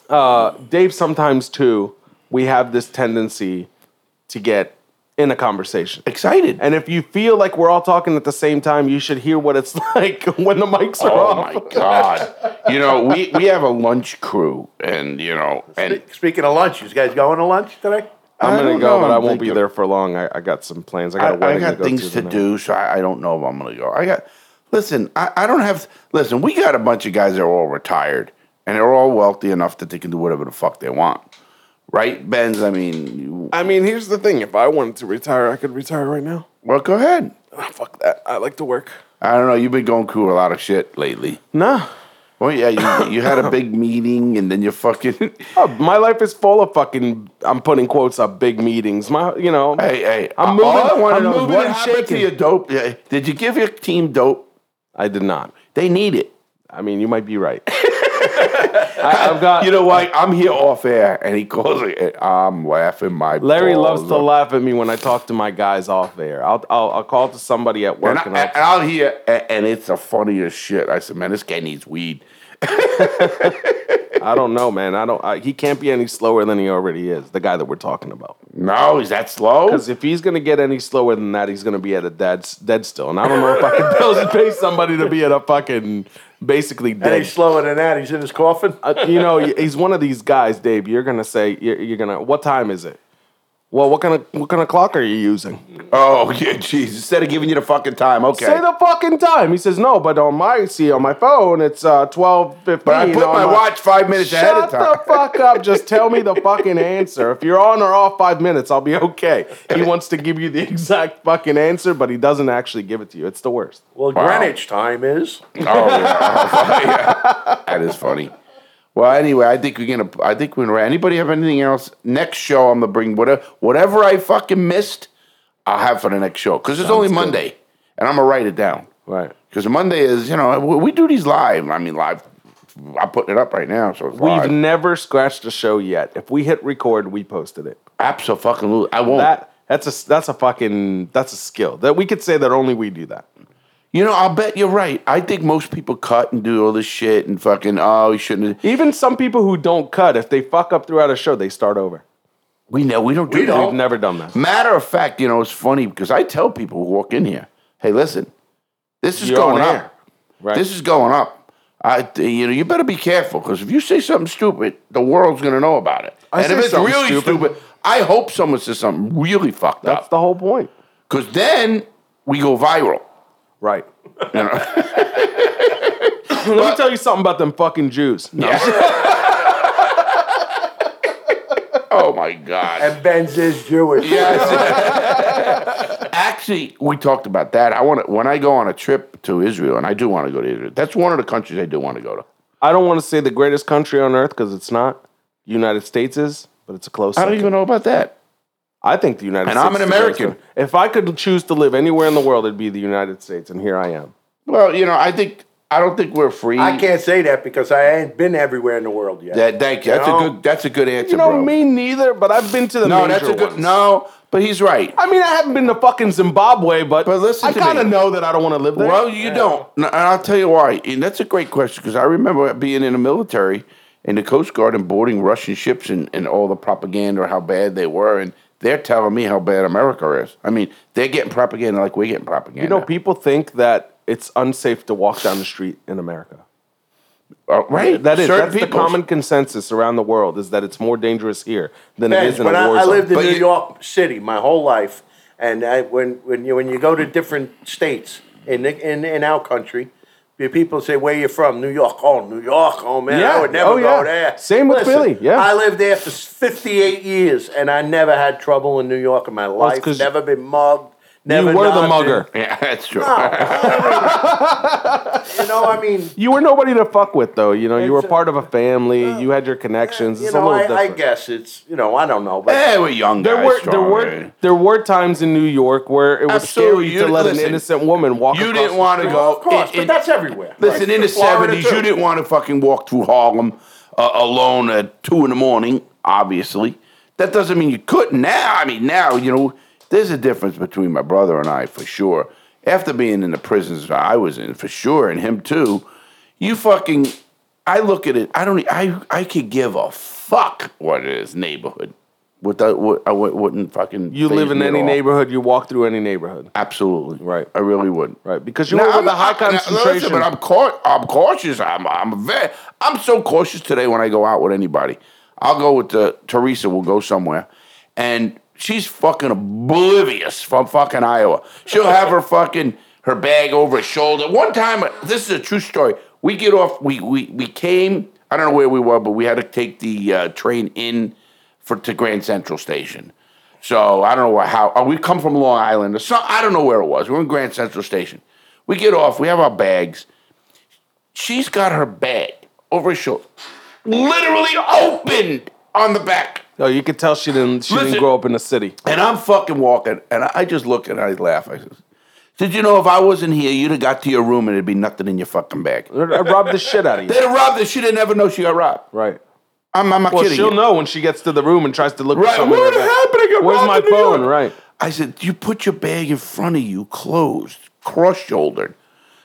Speaker 2: uh, Dave, sometimes too, we have this tendency to get in a conversation.
Speaker 1: excited.
Speaker 2: And if you feel like we're all talking at the same time, you should hear what it's like when the mics are
Speaker 1: Oh
Speaker 2: off.
Speaker 1: my god! You know, we we have a lunch crew, and you know, and
Speaker 3: Spe- Speaking of lunch, you guys going to lunch today?
Speaker 2: I'm
Speaker 1: I
Speaker 2: gonna
Speaker 1: don't
Speaker 2: go,
Speaker 1: know,
Speaker 2: but
Speaker 1: I'm
Speaker 2: I won't be
Speaker 1: thinking.
Speaker 2: there for long. I, I got some plans. uh, I got a
Speaker 1: I, I
Speaker 2: wedding
Speaker 1: got
Speaker 2: to go
Speaker 1: things to
Speaker 2: tonight.
Speaker 1: do, so I, I don't know if I'm going to go. I got, listen, I, I don't have, listen, we got a bunch of guys that are all retired and they're all wealthy enough that they can do whatever the fuck they want. Right, Benz? I mean, you-
Speaker 2: I mean, here's the thing: if I wanted to retire, I could retire right now.
Speaker 1: well, go ahead.
Speaker 2: Ah, fuck that. I like to work.
Speaker 1: I don't know. You've been going through a lot of shit lately.
Speaker 2: Nah,
Speaker 1: Well, yeah, you, you had a big meeting and then you fucking. hey,
Speaker 2: Oh, my life is full of fucking. I'm putting quotes up. Big meetings. My, you know.
Speaker 1: hey.
Speaker 2: I'm moving-
Speaker 1: All I want to
Speaker 2: I'm
Speaker 1: know is
Speaker 2: moving
Speaker 1: what
Speaker 2: and
Speaker 1: happened to
Speaker 2: shaking.
Speaker 1: your dope? yeah, Did you give your team dope?
Speaker 2: I did not.
Speaker 1: They need it.
Speaker 2: I mean, you might be right. I, I've got.
Speaker 1: You know why? I'm here off air, and he calls it. and I'm laughing my.
Speaker 2: Larry
Speaker 1: balls
Speaker 2: loves to
Speaker 1: off.
Speaker 2: laugh at me when I talk to my guys off air. I'll I'll, I'll call to somebody at work
Speaker 1: And, I,
Speaker 2: and, I'll,
Speaker 1: will hear, and, and it's the funniest shit. I said, man, this guy needs weed.
Speaker 2: I don't know, man. I don't. I, he can't be any slower than he already is. The guy that we're talking about.
Speaker 1: No, is that slow?
Speaker 2: Because if he's gonna get any slower than that, he's gonna be at a dead dead still. And I don't know if I can pay somebody to be at a fucking basically
Speaker 3: And
Speaker 2: dead.
Speaker 3: he's slower than that. He's in his coffin.
Speaker 2: Uh, you know, he's one of these guys, Dave. You're gonna say you're, you're gonna. What time is it? Well, what kind of what kind of clock are you using?
Speaker 1: Oh, yeah, jeez. Instead of giving you the fucking time, okay.
Speaker 2: Say the fucking time. He says no, but on my see on my phone it's uh twelve fifteen.
Speaker 1: but I put my, watch five minutes
Speaker 2: Shut
Speaker 1: ahead of time.
Speaker 2: the fuck up. Just tell me the fucking answer. If you're on or off five minutes, I'll be okay. He wants to give you the exact fucking answer, but he doesn't actually give it to you. It's the worst.
Speaker 3: Well,
Speaker 1: Wow.
Speaker 3: Greenwich time is.
Speaker 1: Oh, yeah. that is funny. Well, anyway, I think we're gonna. I think we're. Anybody have anything else? Next show, I'm gonna bring whatever whatever I fucking missed. I'll have for the next show because it's only Monday, and I'm gonna write it down.
Speaker 2: Right.
Speaker 1: Because Monday is, you know, we, we do these live. I mean, live. I'm putting it up right now, so it's
Speaker 2: We've
Speaker 1: live.
Speaker 2: never scratched a show yet. If we hit record, we posted it.
Speaker 1: Absolutely, I won't.
Speaker 2: That that's a that's a fucking that's a skill that we could say that only we do that.
Speaker 1: you know, I'll bet you're right. I think most people cut and do all this shit and fucking. Oh, you shouldn't.
Speaker 2: Even some people who don't cut, if they fuck up throughout a show, they start over.
Speaker 1: We know we don't do.
Speaker 3: We
Speaker 1: that.
Speaker 3: don't.
Speaker 2: We've never done that.
Speaker 1: Matter of fact, you know, it's funny because I tell people who walk in here, hey, listen, this is
Speaker 2: You're
Speaker 1: going up.
Speaker 2: on air, Right.
Speaker 1: This is going up. I, you know, you better be careful because if you say something stupid, the world's going to know about it.
Speaker 2: I
Speaker 1: and
Speaker 2: say
Speaker 1: if it's
Speaker 2: something
Speaker 1: really
Speaker 2: stupid.
Speaker 1: stupid. I hope someone says something really fucked
Speaker 2: that's
Speaker 1: up
Speaker 2: the whole point.
Speaker 1: because then we go viral.
Speaker 2: Right.
Speaker 1: You know?
Speaker 2: Let me tell you something about them fucking Jews. No.
Speaker 1: oh my god!
Speaker 3: And Ben's is Jewish.
Speaker 1: Actually, we talked about that. I want to when I go on a trip to Israel, and I do want to go to Israel. That's one of the countries I do want to go to.
Speaker 2: I don't want to say the greatest country on earth because it's not. United States is, but it's a close.
Speaker 1: I don't
Speaker 2: second.
Speaker 1: even know about that.
Speaker 2: I think the United
Speaker 1: And
Speaker 2: States.
Speaker 1: I'm an
Speaker 2: is the greatest
Speaker 1: American.
Speaker 2: country. If I could choose to live anywhere in the world, it'd be the United States, and here I am.
Speaker 1: Well, you know, I think I don't think we're free.
Speaker 3: I can't say that because I ain't been everywhere in the world yet.
Speaker 1: That, thank you. That's
Speaker 3: You know?
Speaker 1: a good. That's a good answer,
Speaker 2: You know
Speaker 1: bro.
Speaker 2: me neither, but I've been to the
Speaker 1: No,
Speaker 2: major
Speaker 1: that's a good.
Speaker 2: ones.
Speaker 1: No, but he's right.
Speaker 2: I mean, I haven't been to fucking Zimbabwe, but,
Speaker 1: But listen
Speaker 2: I
Speaker 1: to
Speaker 2: kind of
Speaker 1: me.
Speaker 2: know that I don't want to live there.
Speaker 1: Well, you don't, No, and I'll tell you why. And that's a great question because I remember being in the military in the Coast Guard and boarding Russian ships and, and all the propaganda how bad they were, and they're telling me how bad America is. I mean, they're getting propaganda like we're getting propaganda.
Speaker 2: you know, people think that it's unsafe to walk down the street in America.
Speaker 1: Uh, right?
Speaker 2: That is
Speaker 1: Certain
Speaker 2: that's the
Speaker 1: peoples.
Speaker 2: common consensus around the world is that it's more dangerous here than it is
Speaker 3: Depends.
Speaker 2: in
Speaker 3: When
Speaker 2: a
Speaker 3: I,
Speaker 2: war
Speaker 3: I
Speaker 2: zone.
Speaker 3: lived in
Speaker 1: But
Speaker 3: New
Speaker 1: you-
Speaker 3: York City my whole life, and I, when when you when you go to different states in the- in in our country, the people say, "Where you from?" New York. Oh, New York. Oh man,
Speaker 2: Yeah.
Speaker 3: I would never
Speaker 2: Oh,
Speaker 3: go
Speaker 2: yeah.
Speaker 3: there.
Speaker 2: Same with Philly, yeah.
Speaker 3: I lived there for fifty eight years, and I never had trouble in New York in my life.
Speaker 2: 'cause
Speaker 3: never been mugged. Never
Speaker 2: you were the
Speaker 3: nothing.
Speaker 2: mugger.
Speaker 1: Yeah, that's true.
Speaker 3: You know, I mean,
Speaker 2: You were nobody to fuck with, though. You know, you were
Speaker 3: It's a-
Speaker 2: part of a family. you had your connections.
Speaker 3: you
Speaker 2: It's a
Speaker 3: know,
Speaker 2: little
Speaker 3: I, I
Speaker 2: different.
Speaker 3: guess it's you know, I don't know, but
Speaker 1: Eh, we're young guys.
Speaker 2: There were there
Speaker 1: strong,
Speaker 2: were
Speaker 1: man.
Speaker 2: there were times in New York where it was
Speaker 1: Absolutely.
Speaker 2: scary to
Speaker 1: You-
Speaker 2: let
Speaker 1: listen,
Speaker 2: an innocent woman walk.
Speaker 1: You
Speaker 2: across
Speaker 1: didn't
Speaker 2: the
Speaker 1: want to
Speaker 2: street.
Speaker 1: go.
Speaker 3: of course,
Speaker 1: in-
Speaker 3: but
Speaker 1: in-
Speaker 3: that's everywhere.
Speaker 1: Listen, in the
Speaker 3: Florida,
Speaker 1: seventies, you
Speaker 3: too.
Speaker 1: didn't want to fucking walk through Harlem uh, alone at two in the morning. Obviously, that doesn't mean you couldn't. Now, I mean, now you know, there's a difference between my brother and I for sure. After being in the prisons that I was in, for sure, and him too, you fucking. I look at it. I don't. e- I I could give a fuck what it is neighborhood. What that what I wou- wouldn't fucking.
Speaker 2: You
Speaker 1: faze
Speaker 2: live in
Speaker 1: me at
Speaker 2: any
Speaker 1: all.
Speaker 2: neighborhood. You walk through any neighborhood.
Speaker 1: Absolutely.
Speaker 2: Right.
Speaker 1: I really would.
Speaker 2: Right, because you
Speaker 1: Now,
Speaker 2: were with
Speaker 1: I'm-
Speaker 2: a high
Speaker 1: I'm- now,
Speaker 2: concentration.
Speaker 1: listen, but I'm cau- I'm cautious. I'm I'm very I'm so cautious today when I go out with anybody. I'll go with the Teresa. We'll go somewhere, and she's fucking oblivious from fucking Iowa. She'll have her fucking her bag over her shoulder. One time, this is a true story. We get off. We we we came. I don't know where we were, but we had to take the uh, train in for to Grand Central Station. So I don't know where, how. oh, we come from Long Island or some. I don't know where it was. We're in Grand Central Station. We get off. We have our bags. She's got her bag over her shoulder, literally opened on the back.
Speaker 2: No, Oh, you could tell she didn't. She
Speaker 1: Listen.
Speaker 2: didn't grow up in the city.
Speaker 1: And I'm fucking walking, and I, I just look and I laugh. I says, "Did you know if I wasn't here, you'd have got to your room and it'd be nothing in your fucking bag?
Speaker 2: I robbed the shit out of
Speaker 1: They'd
Speaker 2: you.
Speaker 1: have robbed her. She didn't ever know she got robbed.
Speaker 2: Right.
Speaker 1: I'm, I'm not
Speaker 2: Well,
Speaker 1: kidding.
Speaker 2: she'll
Speaker 1: you.
Speaker 2: know when she gets to the room and tries to look. for
Speaker 1: Right.
Speaker 2: something in
Speaker 1: What
Speaker 2: her bag.
Speaker 1: happened? I got
Speaker 2: Where's
Speaker 1: robbed
Speaker 2: my
Speaker 1: in New
Speaker 2: phone?
Speaker 1: York.
Speaker 2: Right.
Speaker 1: I said, you put your bag in front of you, closed, cross-shouldered,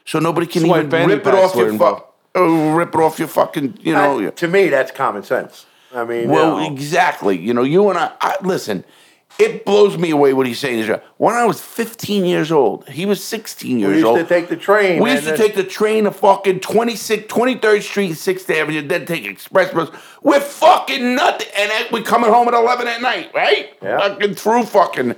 Speaker 1: so nobody can
Speaker 2: That's why
Speaker 1: even
Speaker 2: fanny
Speaker 1: rip it
Speaker 2: packs
Speaker 1: off
Speaker 2: were
Speaker 1: your
Speaker 2: involved.
Speaker 1: fuck, uh, rip it off your fucking, you know.
Speaker 3: I- to me, that's common sense. I mean,
Speaker 1: Well,
Speaker 3: you know,
Speaker 1: exactly. You know, you and I, I listen. It blows me away what he's saying. is right. When I was 15 years old, he was 16 years
Speaker 3: We used
Speaker 1: old.
Speaker 3: to take the train.
Speaker 1: We used
Speaker 3: and
Speaker 1: to
Speaker 3: then-
Speaker 1: take the train to fucking 26, 23rd Street, 6th Avenue, then take express bus. We're fucking nothing. And then we're coming home at 11 at night, right?
Speaker 3: Yeah.
Speaker 1: Fucking through fucking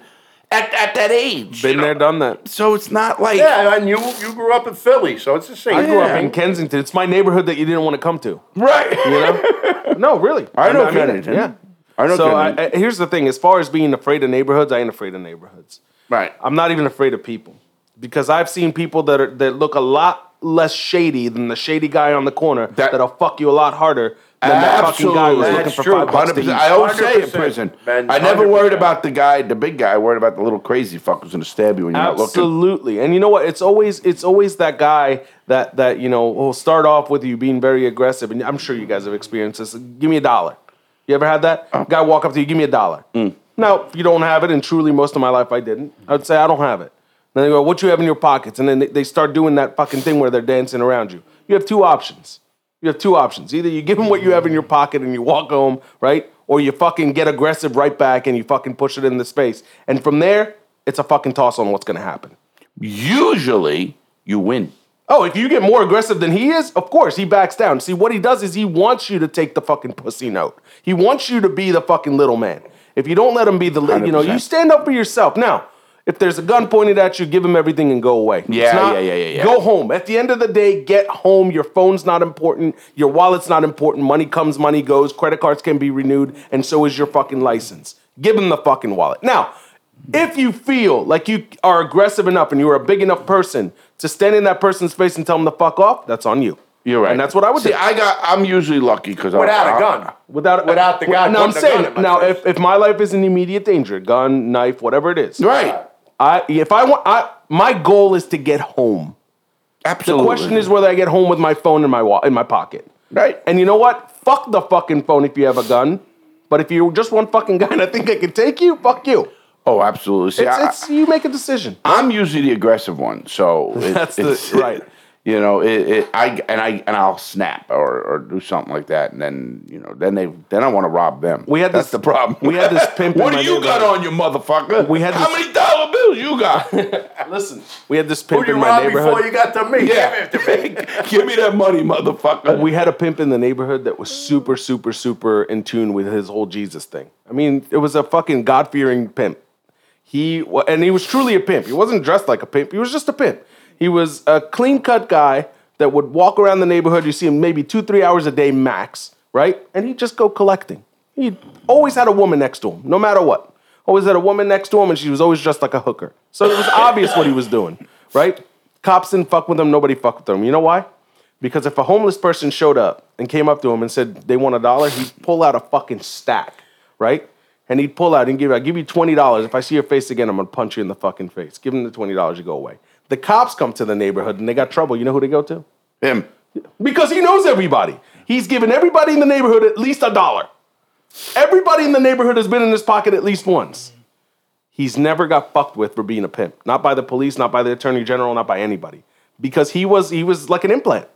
Speaker 1: at, at that age.
Speaker 2: Been there, done that.
Speaker 1: So it's not like.
Speaker 3: Yeah, and you you grew up in Philly, so it's the same.
Speaker 2: I grew
Speaker 1: Yeah.
Speaker 2: up in Kensington. It's my neighborhood that you didn't want to come to.
Speaker 1: Right.
Speaker 2: You know? no, really.
Speaker 1: I know
Speaker 2: mean it,
Speaker 1: Kennington.
Speaker 2: Yeah.
Speaker 1: I know
Speaker 2: so
Speaker 1: Kennington.
Speaker 2: I, I- here's the thing: as far as being afraid of neighborhoods, I ain't afraid of neighborhoods.
Speaker 1: Right.
Speaker 2: I'm not even afraid of people because I've seen people that are, that look a lot less shady than the shady guy on the corner
Speaker 1: That-
Speaker 2: that, will fuck you a lot harder than that fucking guy who's
Speaker 1: Absolutely.
Speaker 2: looking
Speaker 3: That's
Speaker 2: for
Speaker 3: true.
Speaker 2: five bucks to
Speaker 1: 100%.
Speaker 2: eat.
Speaker 1: I always say in
Speaker 3: 100%,
Speaker 1: prison,
Speaker 3: man,
Speaker 1: I never worried
Speaker 3: 100%.
Speaker 1: about the guy, the big guy. I worried about the little crazy fuck who's going to stab you when you're not looking.
Speaker 2: Absolutely. And you know what? It's always it's always that guy that that you know will start off with you being very aggressive, and I'm sure you guys have experienced this. Give me a dollar. You ever had that? Guy walk up to you, give me a dollar. No, if you don't have it, and truly most of my life I didn't. I'd say I don't have it. Then they go, "What you have in your pockets?" And then they, they start doing that fucking thing where they're dancing around you. You have two options. You have two options. Either you give them what you have in your pocket and you walk home, right? Or you fucking get aggressive right back and you fucking push it in the space. And from there, it's a fucking toss on what's gonna happen.
Speaker 1: Usually, you win.
Speaker 2: Oh, if you get more aggressive than he is, of course, he backs down. See, what he does is he wants you to take the fucking pussy note. He wants you to be the fucking little man. If you don't let him be the, li- you know,
Speaker 1: 100%.
Speaker 2: you stand up for yourself. Now, if there's a gun pointed at you, give him everything and go away. It's
Speaker 1: Yeah,
Speaker 2: not-
Speaker 1: yeah, yeah, yeah, yeah.
Speaker 2: Go home. At the end of the day, get home. Your phone's not important. Your wallet's not important. Money comes, money goes. Credit cards can be renewed, and so is your fucking license. Give him the fucking wallet. Now, if you feel like you are aggressive enough and you are a big enough person to stand in that person's face and tell them to fuck off, that's on you.
Speaker 1: You're right.
Speaker 2: And that's what I would
Speaker 1: See,
Speaker 2: do.
Speaker 1: I got. I'm usually lucky because
Speaker 3: without a gun.
Speaker 2: Without,
Speaker 3: Without the guy
Speaker 2: Now I'm
Speaker 3: putting the
Speaker 2: saying
Speaker 3: gun in my
Speaker 2: now
Speaker 3: face.
Speaker 2: if, if my life is in immediate danger, gun, knife, whatever it is,
Speaker 1: Right.
Speaker 2: I if I want, I my goal is to get home. The
Speaker 1: Absolutely.
Speaker 2: question is whether I get home with my phone in my wa- in my pocket.
Speaker 1: Right.
Speaker 2: And you know what? Fuck the fucking phone if you have a gun. But if you're just one fucking guy and I think I can take you, fuck you.
Speaker 1: oh, absolutely. See,
Speaker 2: It's,
Speaker 1: I,
Speaker 2: it's you make a decision.
Speaker 1: I'm usually the aggressive one, so it,
Speaker 2: That's the-
Speaker 1: it's-
Speaker 2: right.
Speaker 1: You know, it, it. I and I and I'll snap or, or do something like that, and then you know, then they then I want to rob them.
Speaker 2: We had
Speaker 1: that's
Speaker 2: this-
Speaker 1: the problem.
Speaker 2: we had this pimp in
Speaker 1: what
Speaker 2: my
Speaker 1: do you got
Speaker 2: neighborhood.
Speaker 1: on you, motherfucker?
Speaker 2: We had
Speaker 1: how
Speaker 2: this-
Speaker 1: many dollar bills you got?
Speaker 2: Listen, we had this
Speaker 3: Who
Speaker 2: pimp
Speaker 3: you
Speaker 2: in my
Speaker 3: robbed before you
Speaker 2: neighborhood.
Speaker 3: got to me?
Speaker 1: yeah,
Speaker 3: Give it to me.
Speaker 1: give me that money, motherfucker.
Speaker 2: We had a pimp in the neighborhood that was super, super, super in tune with his whole Jesus thing. I mean, it was a fucking God fearing pimp. He wa- and he was truly a pimp. He wasn't dressed like a pimp. He was just a pimp. He was a clean cut guy that would walk around the neighborhood. You see him maybe two, three hours a day max, right? And he'd just go collecting. He always had a woman next to him, no matter what. Always had a woman next to him, and she was always dressed like a hooker. So it was obvious what he was doing, right? Cops didn't fuck with him. Nobody fucked with him. You know why? Because if a homeless person showed up and came up to him and said they want a dollar, he'd pull out a fucking stack, right? And he'd pull out and give, I give you twenty dollars. If I see your face again, I'm gonna punch you in the fucking face. Give him the twenty dollars, you go away. The cops come to the neighborhood and they got trouble. You know who they go to?
Speaker 1: Him.
Speaker 2: Because he knows everybody. He's given everybody in the neighborhood at least a dollar. Everybody in the neighborhood has been in his pocket at least once. He's never got fucked with for being a pimp. Not by the police, not by the attorney general, not by anybody. Because he was he was like an implant.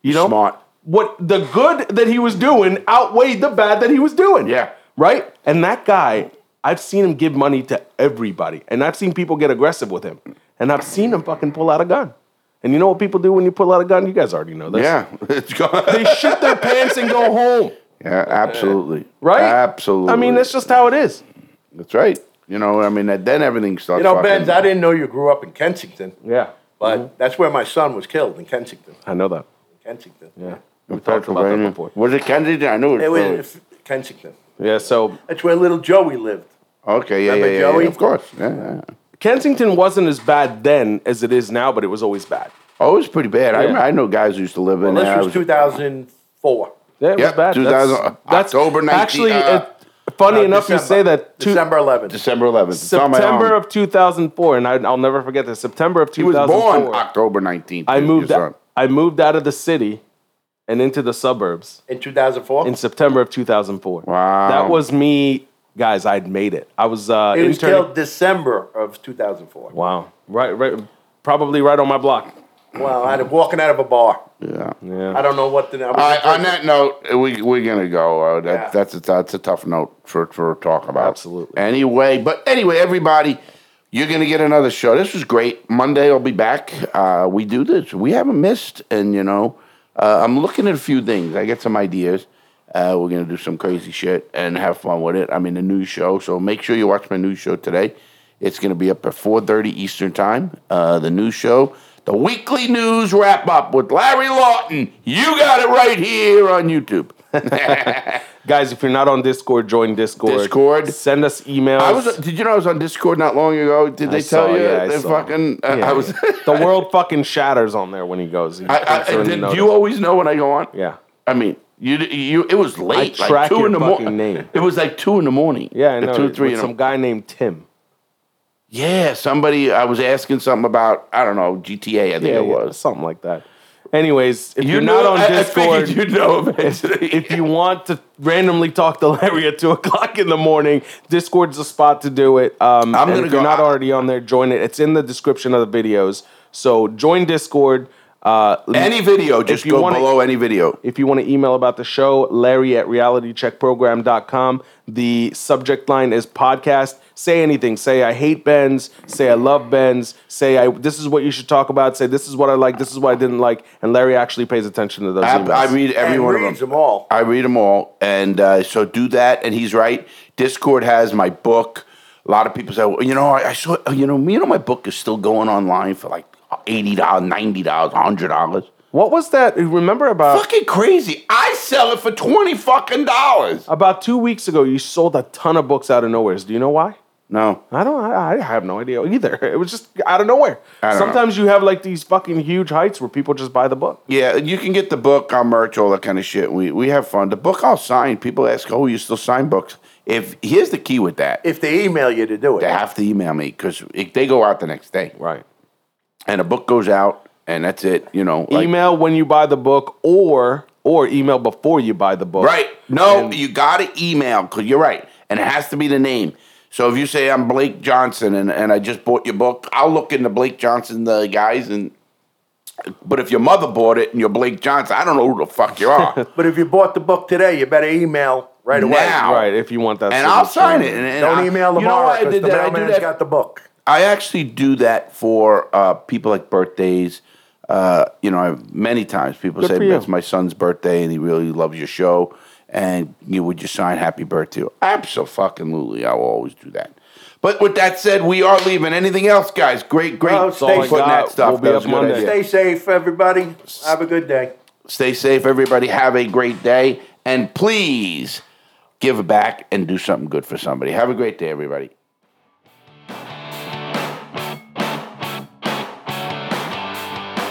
Speaker 2: You know?
Speaker 1: Smart.
Speaker 2: What the good that he was doing outweighed the bad that he was doing.
Speaker 1: Yeah.
Speaker 2: Right? And that guy, I've seen him give money to everybody. And I've seen people get aggressive with him. And I've seen him fucking pull out a gun. And you know what people do when you pull out a gun? You guys already know this.
Speaker 1: Yeah, it's gone.
Speaker 2: They shit their pants and go home.
Speaker 1: yeah, absolutely.
Speaker 2: Right?
Speaker 1: Absolutely.
Speaker 2: I mean, that's just how it is.
Speaker 1: that's right. You know, I mean, then everything starts.
Speaker 3: You know,
Speaker 1: fucking-
Speaker 3: Benz, I didn't know you grew up in Kensington,
Speaker 2: Yeah.
Speaker 3: but
Speaker 2: Mm-hmm.
Speaker 3: that's where my son was killed in Kensington.
Speaker 2: I know that.
Speaker 3: Kensington.
Speaker 2: Yeah.
Speaker 1: in
Speaker 2: talked about that
Speaker 1: Pennsylvania.
Speaker 2: before.
Speaker 1: Was it Kennedy? I knew it was.
Speaker 3: It was
Speaker 1: Philly.
Speaker 3: Kensington.
Speaker 2: Yeah, so
Speaker 3: That's where little Joey lived.
Speaker 1: Okay, yeah, yeah,
Speaker 3: Remember
Speaker 1: yeah, yeah,
Speaker 3: Joey?
Speaker 1: Of course. Yeah, yeah.
Speaker 2: Kensington wasn't as bad then as it is now, but it was always bad.
Speaker 1: Oh, it was pretty bad.
Speaker 2: Yeah.
Speaker 1: I, I know guys who used to live in
Speaker 3: Well,
Speaker 1: there.
Speaker 3: this
Speaker 1: I
Speaker 3: was 2004.
Speaker 2: Yeah, it
Speaker 1: Yep,
Speaker 2: was bad.
Speaker 1: 2000 October 19
Speaker 2: Actually,
Speaker 1: uh,
Speaker 2: it- funny
Speaker 3: Uh,
Speaker 2: enough, you
Speaker 3: December.
Speaker 2: say that. two-
Speaker 3: December 11th.
Speaker 1: December 11th. It's on my
Speaker 2: September
Speaker 1: arm.
Speaker 2: of 2004, and I, I'll never forget this. September of
Speaker 1: He was
Speaker 2: 2004.
Speaker 1: born October 19th.
Speaker 2: I
Speaker 1: dude,
Speaker 2: moved.
Speaker 1: your
Speaker 2: Out, I moved out of the city, and into the suburbs.
Speaker 3: In 2004?
Speaker 2: in September of 2004.
Speaker 1: Wow.
Speaker 2: That was me, guys. I'd made it. I was uh,
Speaker 3: He was
Speaker 2: interning.
Speaker 3: killed December of 2004.
Speaker 2: Wow. Right. Right. Probably right on my block.
Speaker 3: Wow, i of walking out of a bar.
Speaker 1: Yeah.
Speaker 3: I don't know what the. I
Speaker 1: All
Speaker 3: was
Speaker 1: right,
Speaker 3: thinking-
Speaker 1: on that note, we we're gonna go. Uh, that,
Speaker 3: Yeah.
Speaker 1: That's a, that's a tough note for for talk about.
Speaker 2: Absolutely.
Speaker 1: Anyway, but anyway, everybody, you're gonna get another show. This was great. Monday I'll be back. Uh, we do this. We haven't missed, and you know, uh, I'm looking at a few things. I get some ideas. Uh, we're gonna do some crazy shit and have fun with it. I'm in the news show, so make sure you watch my news show today. It's gonna be up at 4:30 Eastern time. Uh, the news show. The weekly news wrap up with Larry Lawton. You got it right here on YouTube.
Speaker 2: Guys, if you're not on Discord, join Discord.
Speaker 1: Discord.
Speaker 2: Send us emails.
Speaker 1: I was. Did you know I was on Discord not long ago? Did they
Speaker 2: I
Speaker 1: tell
Speaker 2: saw,
Speaker 1: you?
Speaker 2: yeah, I
Speaker 1: they
Speaker 2: saw.
Speaker 1: fucking. uh, I-
Speaker 2: Yeah.
Speaker 1: I was.
Speaker 2: the world fucking shatters on there when he goes. He
Speaker 1: I,
Speaker 2: puts
Speaker 1: I,
Speaker 2: her in the
Speaker 1: did
Speaker 2: notice.
Speaker 1: you always know when I go on?
Speaker 2: yeah.
Speaker 1: I mean, you. You. It was late. like
Speaker 2: track
Speaker 1: two
Speaker 2: your
Speaker 1: in the
Speaker 2: fucking
Speaker 1: morning.
Speaker 2: name.
Speaker 1: It was like two in the morning.
Speaker 2: Yeah, I know.
Speaker 1: Two, three.
Speaker 2: With
Speaker 1: In the-
Speaker 2: some guy named Tim.
Speaker 1: yeah, somebody. I was asking something about. I don't know GTA. I think it was.
Speaker 2: something like that. Anyways, if you are
Speaker 1: knew-
Speaker 2: not on
Speaker 1: I- I
Speaker 2: Discord,
Speaker 1: figured you'd know eventually.
Speaker 2: if you want to randomly talk to Larry at two o'clock in the morning, Discord's the spot to do it.
Speaker 1: I'm
Speaker 2: Um, and
Speaker 1: gonna
Speaker 2: if you're
Speaker 1: go-
Speaker 2: not
Speaker 1: I-
Speaker 2: already on there, join it. It's in the description of the videos. So join Discord. Uh,
Speaker 1: any video, just
Speaker 2: you
Speaker 1: go
Speaker 2: wanna-
Speaker 1: below any video.
Speaker 2: If you want to email about the show, Larry at realitycheckprogram.com. The subject line is podcast. Say anything. Say I hate Benz. Say I love Benz. Say I this is what you should talk about. Say this is what I like. This is what I didn't like. And Larry actually pays attention to those
Speaker 1: I,
Speaker 2: emails.
Speaker 1: I read every
Speaker 3: and
Speaker 1: one
Speaker 3: reads
Speaker 1: of them.
Speaker 3: them all.
Speaker 1: I read them all, and uh, so do that. And he's right. Discord has my book. A lot of people say, well, you know, I, I saw, uh, you know, me and my book is still going online for like eighty dollars, ninety dollars, hundred dollars.
Speaker 2: what was that? Remember about
Speaker 1: Fucking crazy! I sell it for twenty fucking dollars.
Speaker 2: about two weeks ago? You sold a ton of books out of nowhere. Do you know why?
Speaker 1: No,
Speaker 2: I don't. I, I have no idea either. It was just out of nowhere.
Speaker 1: I don't know.
Speaker 2: Sometimes you have like these fucking huge heights where people just buy the book.
Speaker 1: yeah, you can get the book on merch, all that kind of shit. We we have fun. The book I'll sign. People ask, oh, you still sign books? If here's the key with that,
Speaker 3: If they email you to do it,
Speaker 1: they have to email me because they go out the next day,
Speaker 2: Right.
Speaker 1: and a book goes out, and that's it. You know, like-
Speaker 2: email when you buy the book or or email before you buy the book.
Speaker 1: Right. No,
Speaker 2: And-
Speaker 1: you got to email because you're right. And it has to be the name. So if you say I'm Blake Johnson and, and I just bought your book, I'll look into Blake Johnson, the guys. and But if your mother bought it and you're Blake Johnson, I don't know who the fuck you are.
Speaker 3: but if you bought the book today, you better email right away.
Speaker 1: Now.
Speaker 2: Right, if you want that.
Speaker 1: and I'll
Speaker 2: signature.
Speaker 1: sign it. And, and
Speaker 3: Don't
Speaker 1: I-
Speaker 3: email
Speaker 1: You know
Speaker 3: tomorrow
Speaker 1: why I
Speaker 3: because
Speaker 1: did
Speaker 3: the
Speaker 1: that? I, do
Speaker 3: mailman's
Speaker 1: that-
Speaker 3: got the book.
Speaker 1: I actually do that for uh, people like birthdays. Uh, you know, I, many times people
Speaker 2: Good
Speaker 1: say
Speaker 2: for you.
Speaker 1: it's my son's birthday and he really loves your show, and you would just sign "Happy Birthday." Absolutely, I will always do that. But with that said, we are leaving. Anything else, guys? Great, great.
Speaker 3: Well, stay
Speaker 1: putting
Speaker 2: safe.
Speaker 1: that stuff.
Speaker 2: We'll be
Speaker 1: that was
Speaker 2: up
Speaker 1: a good
Speaker 2: Monday.
Speaker 1: idea.
Speaker 3: Stay safe, everybody. Have a good day.
Speaker 1: Stay safe, everybody. Have a great day, and please give back and do something good for somebody. Have a great day, everybody.